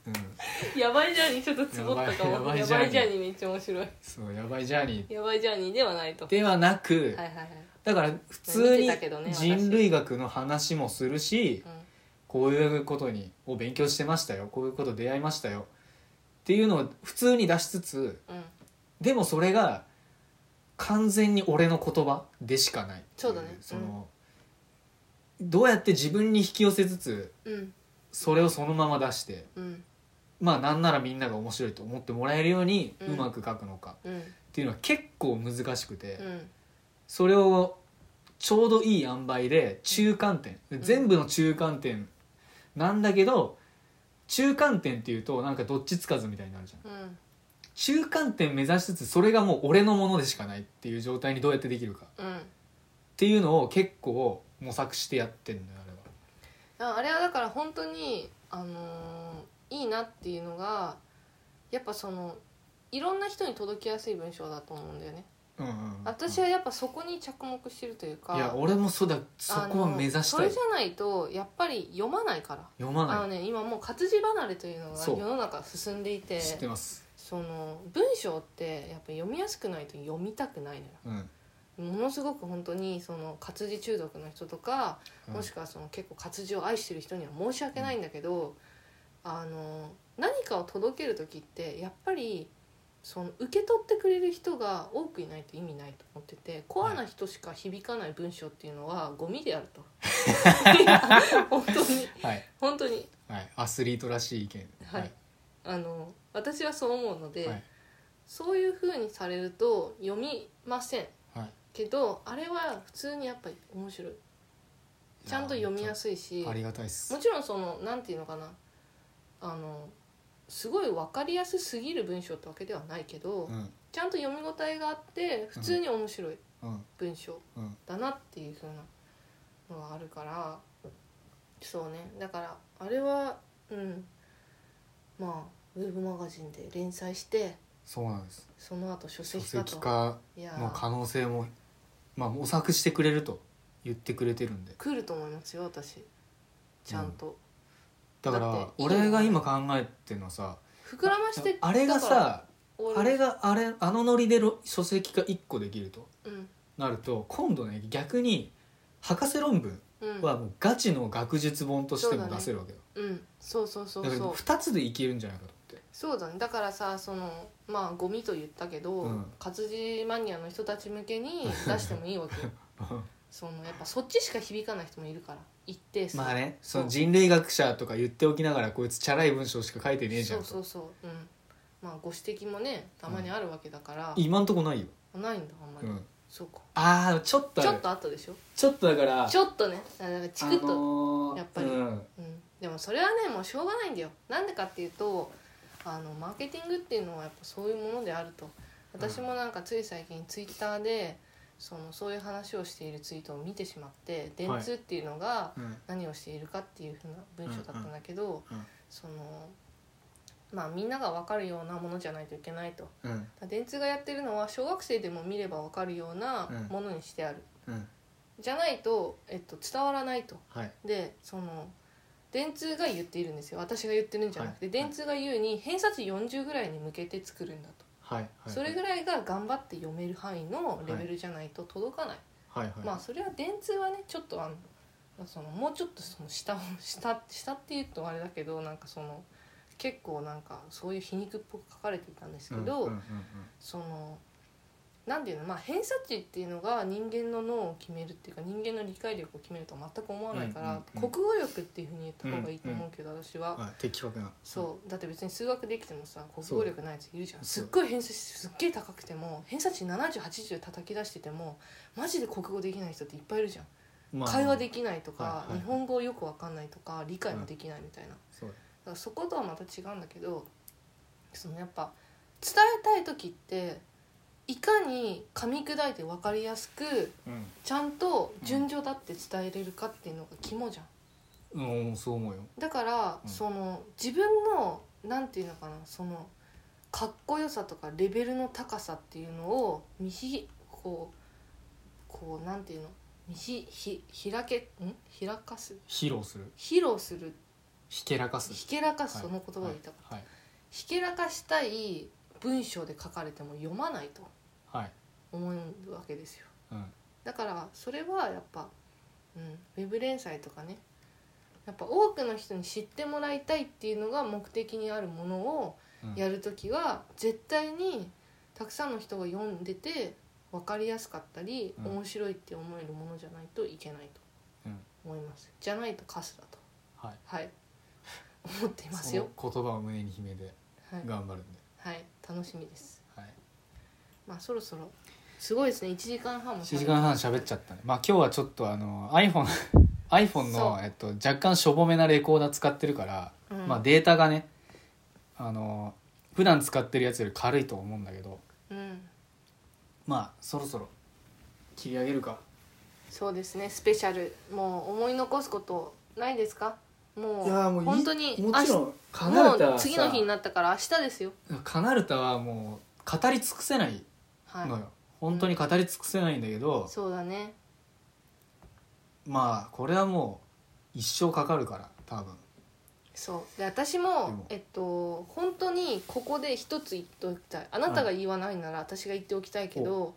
S1: うん、
S2: やばいじゃんにちょっとつぼったかも
S1: やば
S2: やば
S1: い
S2: い
S1: やばい
S2: じ
S1: ジャーニー
S2: ゃんにめっちゃ面白い
S1: そうやばいジャーニ
S2: やばいじゃんにではない
S1: ー
S2: とはい
S1: ではなく、
S2: はいはい
S1: だから普通
S2: 見
S1: に
S2: てたけどね私
S1: 人類学の話もするし、
S2: う
S1: こういうことにを勉強してましたよこういうこと出会いましたよっていうのを普通に出しつつ
S2: んうん
S1: でもそれが完全に俺の言葉でしかない
S2: そうだね
S1: その、どうやって自分に引き寄せつつ
S2: うん
S1: それをそのまま出して
S2: うん
S1: まあなんならみんなが面白いと思ってもらえるように
S2: う
S1: うんまく書くのか
S2: うん
S1: っていうのは結構難しくて、
S2: うん
S1: それをちょうどいい塩梅で中間点、
S2: ん
S1: 全部の中間点なんだけど中間点っていうとなんかどっちつかずみたいになるじゃん
S2: うん
S1: 中間点目指しつつそれがもう俺のものでしかないっていう状態にどうやってできるかっ
S2: うん
S1: ていうのを結構模索してやってんのよあれは
S2: ああれはだから本当にあのーいいなっていうのがやっぱそのいろんな人に届きやすい文章だと思うんだよね
S1: うんうんうん
S2: 私はやっぱそこに着目してるというか
S1: いや俺もそうだそ
S2: あの
S1: こは目指し
S2: そ
S1: たい
S2: れじゃないとやっぱり読まないから、
S1: 読ま
S2: あの
S1: な
S2: ね今もう活字離れというのが
S1: そ
S2: 世
S1: う
S2: の中進んでいて
S1: い知ってます
S2: その文章ってやっぱ読みやすくないと読みたくない
S1: う
S2: の
S1: ん
S2: よものすごく本当にその活字中毒の人とか、
S1: うん
S2: もしくはその結構活字を愛してる人には申し訳ないんだけど、あの何かを届ける時ってやっぱりその受け取ってくれる人が多くいないと意味ないと思っててコアな人しか響かない文章っていうのはゴミで あるといや本当に
S1: はい
S2: 本当に
S1: はいアスリートらしい意見
S2: はいあの私はそう思うので、
S1: はい
S2: そういう風にされると読みません
S1: はい
S2: けどあれは普通にやっぱり面白いちゃんと読みやすいし
S1: いやありがたいっす
S2: もちろんそのなんていうのかなあのすごい分かりやすすぎる文章ってわけではないけど、
S1: うん
S2: ちゃんと読み応えがあって普通に面白い
S1: うん
S2: 文章
S1: うん
S2: だなっていう風なのがあるからそうねだからあれはうんまあウェブマガジンで連載して
S1: そうなんです
S2: その後書
S1: 書
S2: 籍化と
S1: 籍化
S2: いや
S1: の
S2: ー
S1: 可能性もまあ模索してくれると言ってくれてるんで
S2: 来ると思いますよ私ちゃんと、
S1: だか
S2: だ
S1: ら
S2: っていいよ
S1: 俺が今考えてるのはさ
S2: 膨らまして
S1: あれが
S2: だから
S1: さ
S2: 終わ
S1: あ
S2: る
S1: れがあれあのノリでろ書籍が1個できると
S2: うん
S1: なると今度ね逆に博士論文
S2: うん
S1: はもうガチの学術本としても
S2: そうだね
S1: 出せるわけよ
S2: うんそうそうそ
S1: だ
S2: う
S1: から
S2: そう
S1: 2つでいけるんじゃないかと思って
S2: そうだねだからさそのまあゴミと言ったけど、
S1: うん
S2: 活字マニアの人たち向け に出してもいいわけよ そのやっぱそっちしか響かない人もいるから一定数
S1: まあね
S2: そ
S1: そうの人類学者とか言っておきながらこいつチャラい文章しか書いてねえじゃんと
S2: そうそうそううんまあご指摘もねたまにあるわけだから、
S1: 今んとこないよ、
S2: ないんだあんま
S1: う
S2: り、
S1: ん、
S2: そうか
S1: ああちょっとあ
S2: ち
S1: る
S2: ょっとあったでしょ
S1: ちょっとだから
S2: ちょっとねだからチクッと、
S1: のー
S2: やっぱり
S1: うん
S2: うん、でもそれはねもうしょうがないんだよなんでかっていうとあのマーケティングっていうのはやっぱそういうものであると私もなんかつい最近ツイッターでそのそういう話をしているツイートを見てしまって電通っていうのが
S1: うん
S2: 何をしているかっていうふうな文章だったんだけど、
S1: うん
S2: そのまあみんなが分かるようなものじゃないといけないと。
S1: うん
S2: だから電通がやってるのは小学生でも見れば分かるようなものにしてある、
S1: うん
S2: じゃないと、えっと、伝わらないと
S1: はい
S2: でその電通が言っているんですよ私が言ってるんじゃなくて、
S1: はい
S2: 電通が言うに偏差値40ぐらいに向けて作るんだと、
S1: はいはい
S2: それぐらいが頑張って読める範囲のレベルじゃないと届かない、
S1: はいはい
S2: まあそれは電通はねちょっとあのまあそのもうちょっとその下を下下っていうとあれだけどなんかその結構なんかそういう皮肉っぽく書かれていたんですけど、
S1: うんうんうん
S2: そのなんていうのまあ偏差値っていうのが人間の脳を決めるっていうか人間の理解力を決めるとは全く思わないから、
S1: うんうんうん
S2: 国語力っていうふうに言った方がいいと思うけど、私は、
S1: うんあ的確な
S2: そうだって別に数学できてもさ国語力ないやついるじゃんす
S1: そう
S2: っごい偏差値すっげえ高くても偏差値7080で叩き出しててもマジで国語できない人っていっぱいいるじゃん、
S1: まあ
S2: 会話できないとか、
S1: はいはいはい
S2: 日本語よくわかんないとか理解もできないみたいな、だ
S1: そう
S2: からそことはまた違うんだけどそのやっぱ伝えたい時っていかに噛み砕いて分かりやすく
S1: うん
S2: ちゃんと順序だって伝えれるかっていうのが肝じゃん
S1: うんそう思うよ
S2: だから、
S1: うん
S2: その自分のなんていうのかなそのかっこよさとかレベルの高さっていうのを見ひこうこうなんていうの見ひひ開けん開かす
S1: 披露する
S2: 披露する
S1: ひけらかす
S2: ひけらかす、
S1: はい
S2: その言葉で言ったか、
S1: はい
S2: ひけらかしたい文章で書かれても読まないと
S1: はい
S2: 思うわけですよ
S1: うん
S2: だからそれはやっぱ、うん、ウェブ連載とかねやっぱ多くの人に知ってもらいたいっていうのが目的にあるものを
S1: うん
S2: やる時は絶対にたくさんの人が読んでて分かりやすかったり
S1: うん
S2: 面白いって思えるものじゃないといけないと
S1: うん
S2: 思いますじゃないとカスだと
S1: はい
S2: はい思っていますよ
S1: その言葉を胸に秘めて
S2: はい、
S1: 頑張るんで
S2: はい、楽しみです
S1: はい
S2: まあそろそろすごいですね1時間半も喋
S1: 1
S2: る
S1: 時間半喋っちゃったねまあ今日はちょっとあの iPhone iPhone
S2: そ
S1: の
S2: う、
S1: えっと、若干しょぼめなレコーダー使ってるから、
S2: うん
S1: まあデータがねあの普段使ってるやつより軽いと思うんだけど
S2: うん
S1: まあそろそろ切り上げるか
S2: そうですねスペシャルもう思い残すことないですかもう本当に
S1: もちろ
S2: ん
S1: んカナルタ
S2: もう
S1: は
S2: 次の
S1: さ
S2: 日になったから明日ですよ
S1: カナルタはもう語り尽くせない
S2: はい
S1: のよ、本当に語り尽くせないんだけど、
S2: そうだね
S1: まあこれはもう一生かかるから多分
S2: そうで私
S1: で
S2: も
S1: も
S2: えっと本当にここで一つ言っておきたいあなたが言わないなら私が言っておきたいけど、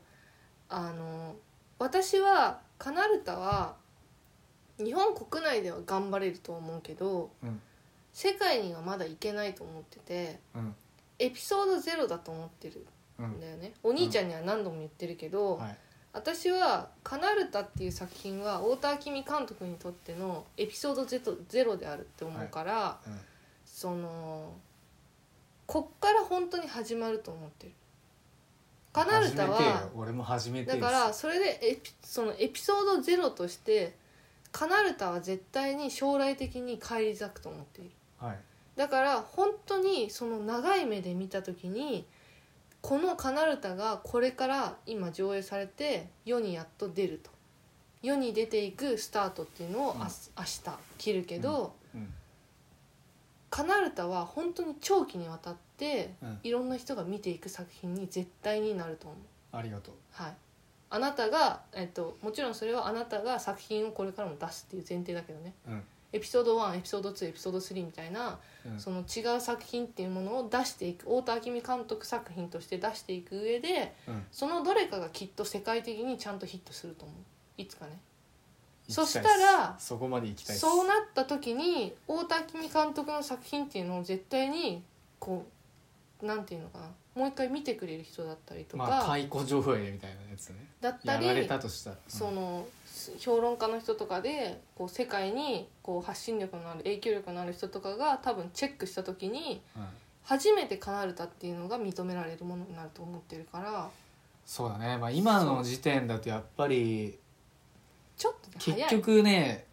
S2: あの私はカナルタは日本国内では頑張れると思うけど
S1: うん
S2: 世界にはまだ行けないと思ってて
S1: うん
S2: エピソードゼロだと思ってる
S1: うん
S2: だよねお兄ちゃんには何度も言ってるけど、
S1: はい
S2: 私は「カナルタ」っていう作品は太田明美監督にとってのエピソードゼロゼロであるって思うから、
S1: うん
S2: そのこっから本当に始まると思ってるカナルタ
S1: 始めて
S2: は
S1: よ俺も始めて
S2: だ
S1: るし
S2: からそれでエピそのエピソードゼロとしてカナルタは絶対に将来的に返り咲くと思っている
S1: はい
S2: だから本当にその長い目で見た時にこのカナルタがこれから今上映されて世にやっと出ると世に出ていくスタートっていうのを
S1: うん
S2: 明日,、明日切るけど、
S1: うん
S2: カナルタは本当に長期にわたって
S1: うん
S2: いろんな人が見ていく作品に絶対になると思う。
S1: ありがとう
S2: はい、あなたが、えっと、もちろんそれはあなたが作品をこれからも出すっていう前提だけどね
S1: うん
S2: エピソード1エピソード2エピソード3みたいな
S1: うん
S2: その違う作品っていうものを出していく太田明美監督作品として出していく上で
S1: うん
S2: そのどれかがきっと世界的にちゃんとヒットすると思ういつかね
S1: 行きいっす
S2: そしたら
S1: そこまで行きたいっす
S2: そうなった時に太田明美監督の作品っていうのを絶対にこうなんていうのかなもう一回見てくれる人だったりとか、
S1: まあ解雇上映みたいなやつね
S2: だった
S1: や
S2: り
S1: られたとしたらうん
S2: そのす評論家の人とかでこう世界にこう発信力のある影響力のある人とかが多分チェックした時に
S1: うん
S2: 初めてカナルタっていうのが認められるものになると思ってるから
S1: そうだねまあ今の時点だとやっぱり
S2: ちょっとね
S1: 結
S2: 早い、
S1: 局ね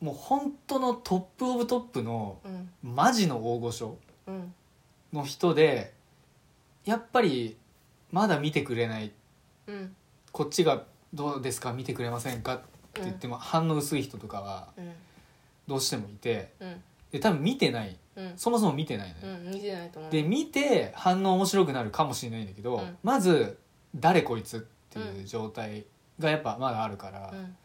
S1: もう本当のトップオブトップの
S2: うん
S1: マジの大御所
S2: うん、
S1: の人でやっぱりまだ見てくれない
S2: うん
S1: こっちがどうですか見てくれませんかって
S2: うん
S1: 言っても反応薄い人とかは
S2: うん
S1: どうしてもいて
S2: うん
S1: で多分見てない
S2: うん
S1: そもそも見てないのね、
S2: うん見てないと思う
S1: で見て反応面白くなるかもしれないんだけど、
S2: うん
S1: まず「誰こいつ」っていう状態がやっぱまだあるから、
S2: うん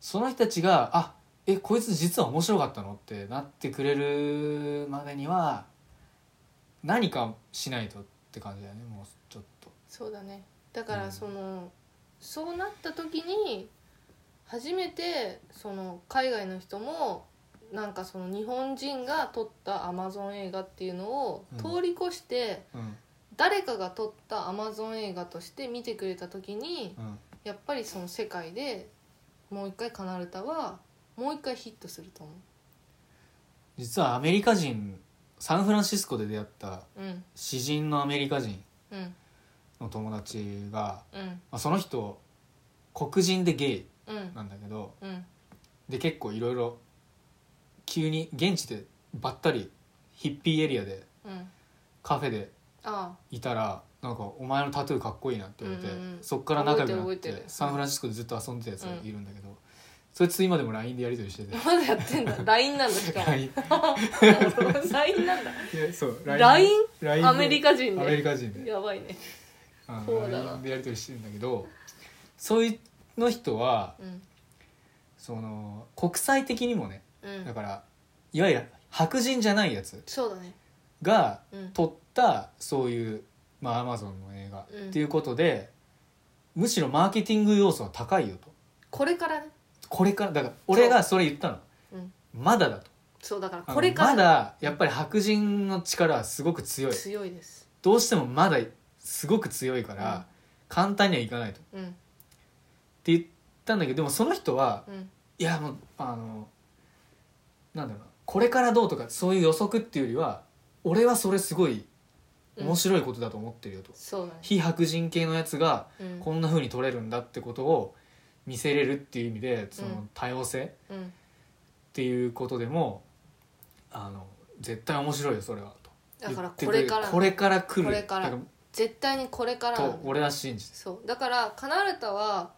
S1: その人たちが「あえこいつ実は面白かったの?」ってなってくれるまでには何かしないとって感じだよねもうちょっと。
S2: そうだねだか
S1: うん
S2: らその、そうなった時に初めてその海外の人もなんかその日本人が撮ったアマゾン映画っていうのを
S1: うん
S2: 通り越して、
S1: うん
S2: 誰かが撮ったアマゾン映画として見てくれた時に
S1: うん
S2: やっぱりその世界でもう一回カナルタはもう一回ヒットすると思
S1: 実はアメリカ人サンフランシスコで出会った
S2: ううん
S1: 詩人のアメリカ人
S2: うん
S1: の友達が、
S2: うん
S1: まあ、その人黒人でゲイ
S2: うん
S1: なんだけど
S2: うん
S1: で結構いろいろ急に現地でばったりヒッピーエリアで
S2: うん
S1: カフェで
S2: あ
S1: いたらなんか「お前のタトゥーかっこいいな」って言われて、
S2: うんうんうん
S1: そっから仲良くな
S2: 覚
S1: っ
S2: えて
S1: て
S2: る覚えてる
S1: サンフランシスコでずっと遊んでたやつがいるんだけど、そいつ今でも LINE でやり取りしてて
S2: あまだやってんだ LINE なんだしかも
S1: LINE
S2: LINE なんだ
S1: いやそう
S2: LINE
S1: で
S2: アメリカ人
S1: アメリ
S2: で
S1: カ人で
S2: やばいね
S1: うん
S2: そうだな
S1: LINE でやり取りしてるんだけどそういうの人は
S2: うん
S1: その国際的にもね
S2: う
S1: だ
S2: ん
S1: からいわゆる白人じゃないやつ
S2: そうだね
S1: が
S2: うん
S1: 撮ったそういうまあアマゾンの映画
S2: うん
S1: っていうことで、むしろマーケティング要素は高いよと
S2: これからね
S1: これからだから俺がそれ言ったの、
S2: うん
S1: まだだと
S2: そうだから
S1: あの
S2: これか
S1: ま
S2: ら
S1: だやっぱり白人の力はすごく強い
S2: 強いです
S1: どうしてもまだすごく強いから、
S2: うん
S1: 簡単にはいかないとっ
S2: うん
S1: て言ったんだけどでもその人は
S2: うん
S1: いやもうあのなんだろうなこれからどうとかそういう予測っていうよりは俺はそれすごい
S2: うん
S1: 面白いことだと思ってるよと、
S2: そうだね
S1: 非白人系のやつが
S2: うん
S1: こんな風に取れるんだってことを見せれるっていう意味でそうの
S2: ん
S1: 多様性っ
S2: うん
S1: ていうことでもあの絶対面白いよそれはと
S2: だから
S1: 言ってく
S2: こ
S1: れ
S2: れから
S1: これから来る
S2: これから
S1: だ
S2: 絶対にこれかららなんだ
S1: と俺は信じて
S2: そうだからカナルタは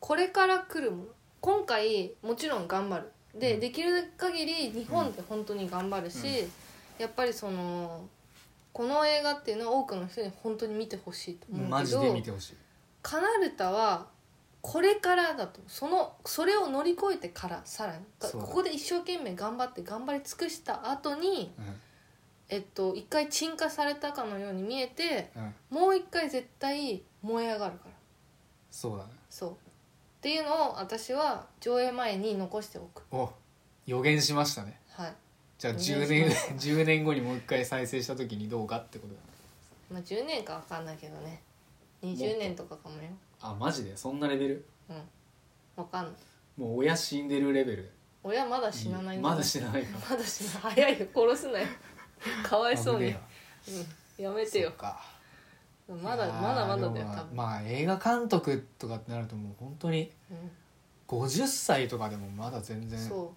S2: これから来るもの今回もちろん頑張るで、
S1: うん
S2: できる限り日本で本当に頑張るし、
S1: うん
S2: やっぱりそのこの映画っていうのは多くの人に本当に見てほしいと思
S1: マ
S2: うけ
S1: ジで
S2: ど
S1: 見てほしい
S2: カナルタはこれからだとそのそれを乗り越えてからさらにだ
S1: そうだ
S2: ここで一生懸命頑張って頑張り尽くした後に
S1: うん
S2: えっと一回沈下されたかのように見えて
S1: うん
S2: もう一回絶対燃え上がるから。
S1: そうだね
S2: そうっていうのを私は上映前に残しておく
S1: お予言しましたね
S2: はい、
S1: じゃあ
S2: 予
S1: 10
S2: 言
S1: 年
S2: しました
S1: ,10 年後にもう一回再生した時にどうかってことだ
S2: まあ、10年か分かんないけどね20年とかかもよ
S1: あマジでそんなレベル
S2: 分かんない
S1: もう親死んでるレベル
S2: 親まだ死なないん
S1: まだ死なないか
S2: まだ死なない早いよ殺すなよかわい
S1: 危
S2: そう
S1: ね
S2: に
S1: えな
S2: うんやめて
S1: そ
S2: よ
S1: っか
S2: まだまだまだだよ
S1: いやー
S2: 多
S1: でも
S2: 分、
S1: まあ映画監督とかってなるともう本当に50歳とかでもまだ全
S2: う
S1: 然
S2: ん、そ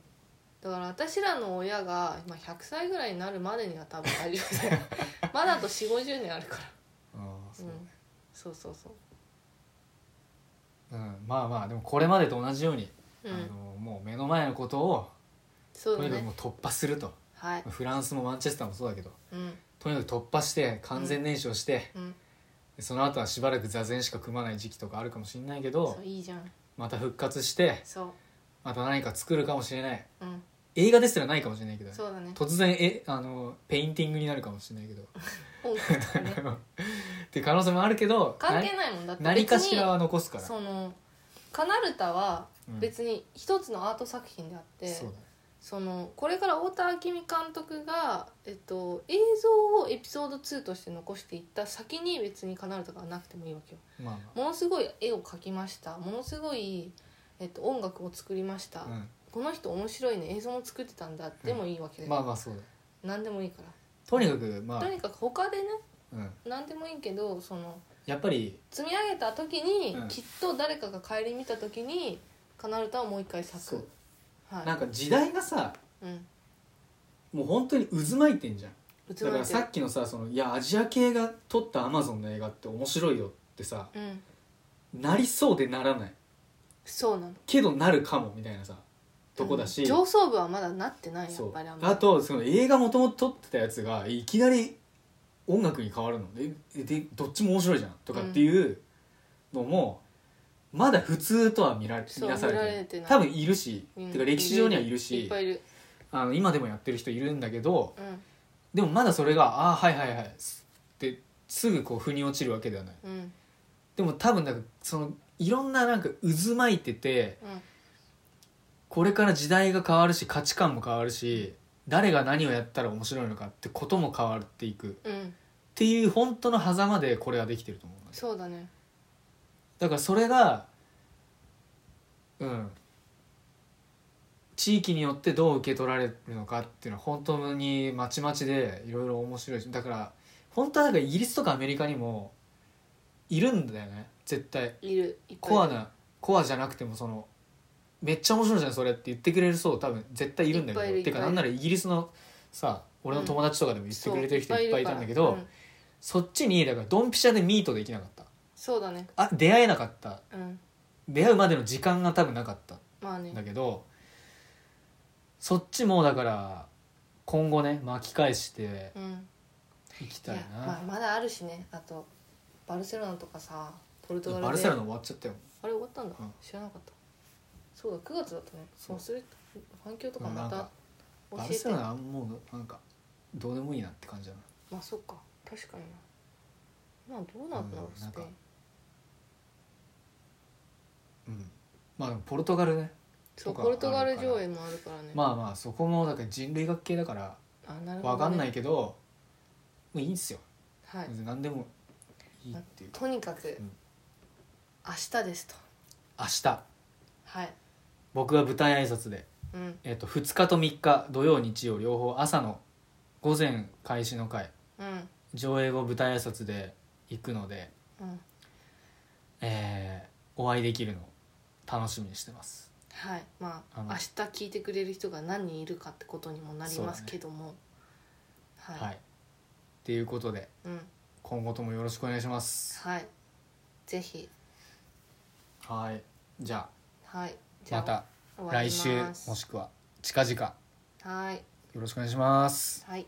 S2: うだから私らの親が今100歳ぐらいになるまでには多分大丈夫 だよまだあと4 5 0年あるから
S1: ああそううん
S2: そうそうそう
S1: うんまあまあでもこれまでと同じように、
S2: うん
S1: あのもう目の前のことを
S2: そう
S1: と
S2: だ
S1: にかく
S2: ね
S1: もう突破すると、
S2: はい
S1: フランスもマンチェスターもそうだけど
S2: うん
S1: とにかく突破して完全燃焼して、
S2: うん
S1: その後はしばらく座禅しか組まない時期とかあるかもしれないけど
S2: そういいじゃん
S1: また復活して
S2: そ
S1: また何か作るかもしれないう
S2: うん
S1: 映画ですらないかもしれないけどね
S2: そうだね
S1: 突然えあのペインティングになるかもしれないけど
S2: 音楽とかね
S1: っていう可能性もあるけど
S2: 関係ないもんだって
S1: な何かしらは残すから
S2: そのカナルタは
S1: うん
S2: 別に一つのアート作品であって、
S1: そうだね
S2: そのこれから太田明美監督が、えっと、映像をエピソード2として残していった先に別にカナルタがなくてもいいわけよ。
S1: まあ
S2: ものすごい絵を描きましたものすごい、えっと、音楽を作りました、
S1: まあ、
S2: この人面白いね映像も作ってたんだでもいいわけ
S1: う
S2: で、
S1: ん、まあまあそうだ
S2: 何でもいいから。
S1: とにかくまあ
S2: と、にかく他でね
S1: うん、
S2: 何でもいいけどその
S1: やっぱり
S2: 積み上げた時に、
S1: うん
S2: きっと誰かが帰り見た時にカナルタをもう一回咲
S1: そう
S2: く、はい、
S1: なんか時代がさ
S2: うん
S1: もう本当に渦巻いてんじゃん
S2: うつ
S1: だか
S2: むい
S1: ら
S2: て
S1: さ
S2: る
S1: っきのさそのいやアジア系が撮ったアマゾンの映画って面白いよってさ
S2: うん
S1: なりそうでならない
S2: そうなの
S1: けどなるかもみたいなさとこだし、
S2: うん上層部はまだなってないや
S1: そ
S2: っ
S1: う
S2: ぱりあんまり
S1: あとその映画もともと撮ってたやつがいきなり音楽に変わるのでえでどっちも面白いじゃんとかっていうのも、まだ普通とは見られ
S2: そう
S1: 見なされて
S2: 見
S1: な
S2: ら
S1: い
S2: れてない
S1: 多分いるし、
S2: うん
S1: てか歴史上にはいる
S2: いっ
S1: し
S2: ぱいいる
S1: あの今でもやってる人いるんだけど
S2: うん
S1: でもまだそれがああーはいはいはいってすぐこう腑に落ちるわけではない
S2: うん
S1: でも多分なんかそのいろんななんか渦巻いてて
S2: うん
S1: これから時代が変わるし価値観も変わるし誰が何をやったら面白いのかってことも変わっていくっ
S2: うん
S1: ていう本当の狭間でこれはできてると思うんです
S2: そうだね
S1: だからそれがうん地域によってどう受け取られるのかっていうのは本当にまちまちでいろいろ面白いしだから本当はなんかイギリスとかアメリカにもいるんだよね絶対
S2: いるいっぱいいる
S1: コアなコアじゃなくてもそのめっちゃ面白いじゃんそれって言ってくれる層多分絶対いるんだけ
S2: いっぱいい
S1: ど
S2: るいっぱ
S1: て
S2: いいる
S1: かなんならイギリスのさ俺の友達とかでも言って
S2: そう
S1: くれてる人いっぱいいたんだけ
S2: い
S1: ど、
S2: っぱいいるからうん
S1: そっちにだからドンピシャでミートできなかった
S2: そうだね
S1: あ出会えなかった
S2: うん
S1: 出会うまでの時間が多分なかった
S2: まあ
S1: んだ
S2: ね
S1: けどそっちもだから今後ね巻き返して
S2: うん
S1: いき
S2: い
S1: た
S2: や
S1: い
S2: まあ
S1: な、
S2: まだあるしねあとバルセロナとかさポルトガルで
S1: バルセロナ終わっちゃったよ
S2: あれ終わったんだ、
S1: うん
S2: 知らなかったそうだ9月だったね
S1: そう
S2: 忘れた反響とか
S1: な
S2: ま
S1: ん
S2: た
S1: か
S2: 教
S1: バル
S2: え
S1: セ
S2: て
S1: ロナはもうなんかどうでもいいなって感じだな
S2: まあそっか確かにな今どうなんだろ
S1: う
S2: うんスペイン
S1: なんかうんまあでもポルトガルね
S2: そう
S1: とか
S2: ポルトガル上映もあるからね、
S1: まあまあそこもだから人類学系だから
S2: あなるほど、ね、
S1: 分かんないけどもういいんすよ、
S2: はい
S1: 別に何でもいいっていう
S2: とにかく
S1: うん
S2: 明日ですと
S1: 明日
S2: はい
S1: 僕は舞台挨拶で、
S2: うん
S1: えっと2日と3日土曜日曜両方朝の午前開始の回
S2: うん
S1: 上映後舞台挨拶で行くので、
S2: うん
S1: えーお会いできるのを楽しみにしてます
S2: はいまあ
S1: あの
S2: 明日聞いてくれる人が何人いるかってことにもなりますけども、はい、
S1: はい、っていうことで
S2: うん
S1: 今後ともよろしくお願いします
S2: はいぜひ
S1: はいじゃ
S2: はい
S1: あまた来週も
S2: もし
S1: しくは近々
S2: はい
S1: よろしくお願いします
S2: はい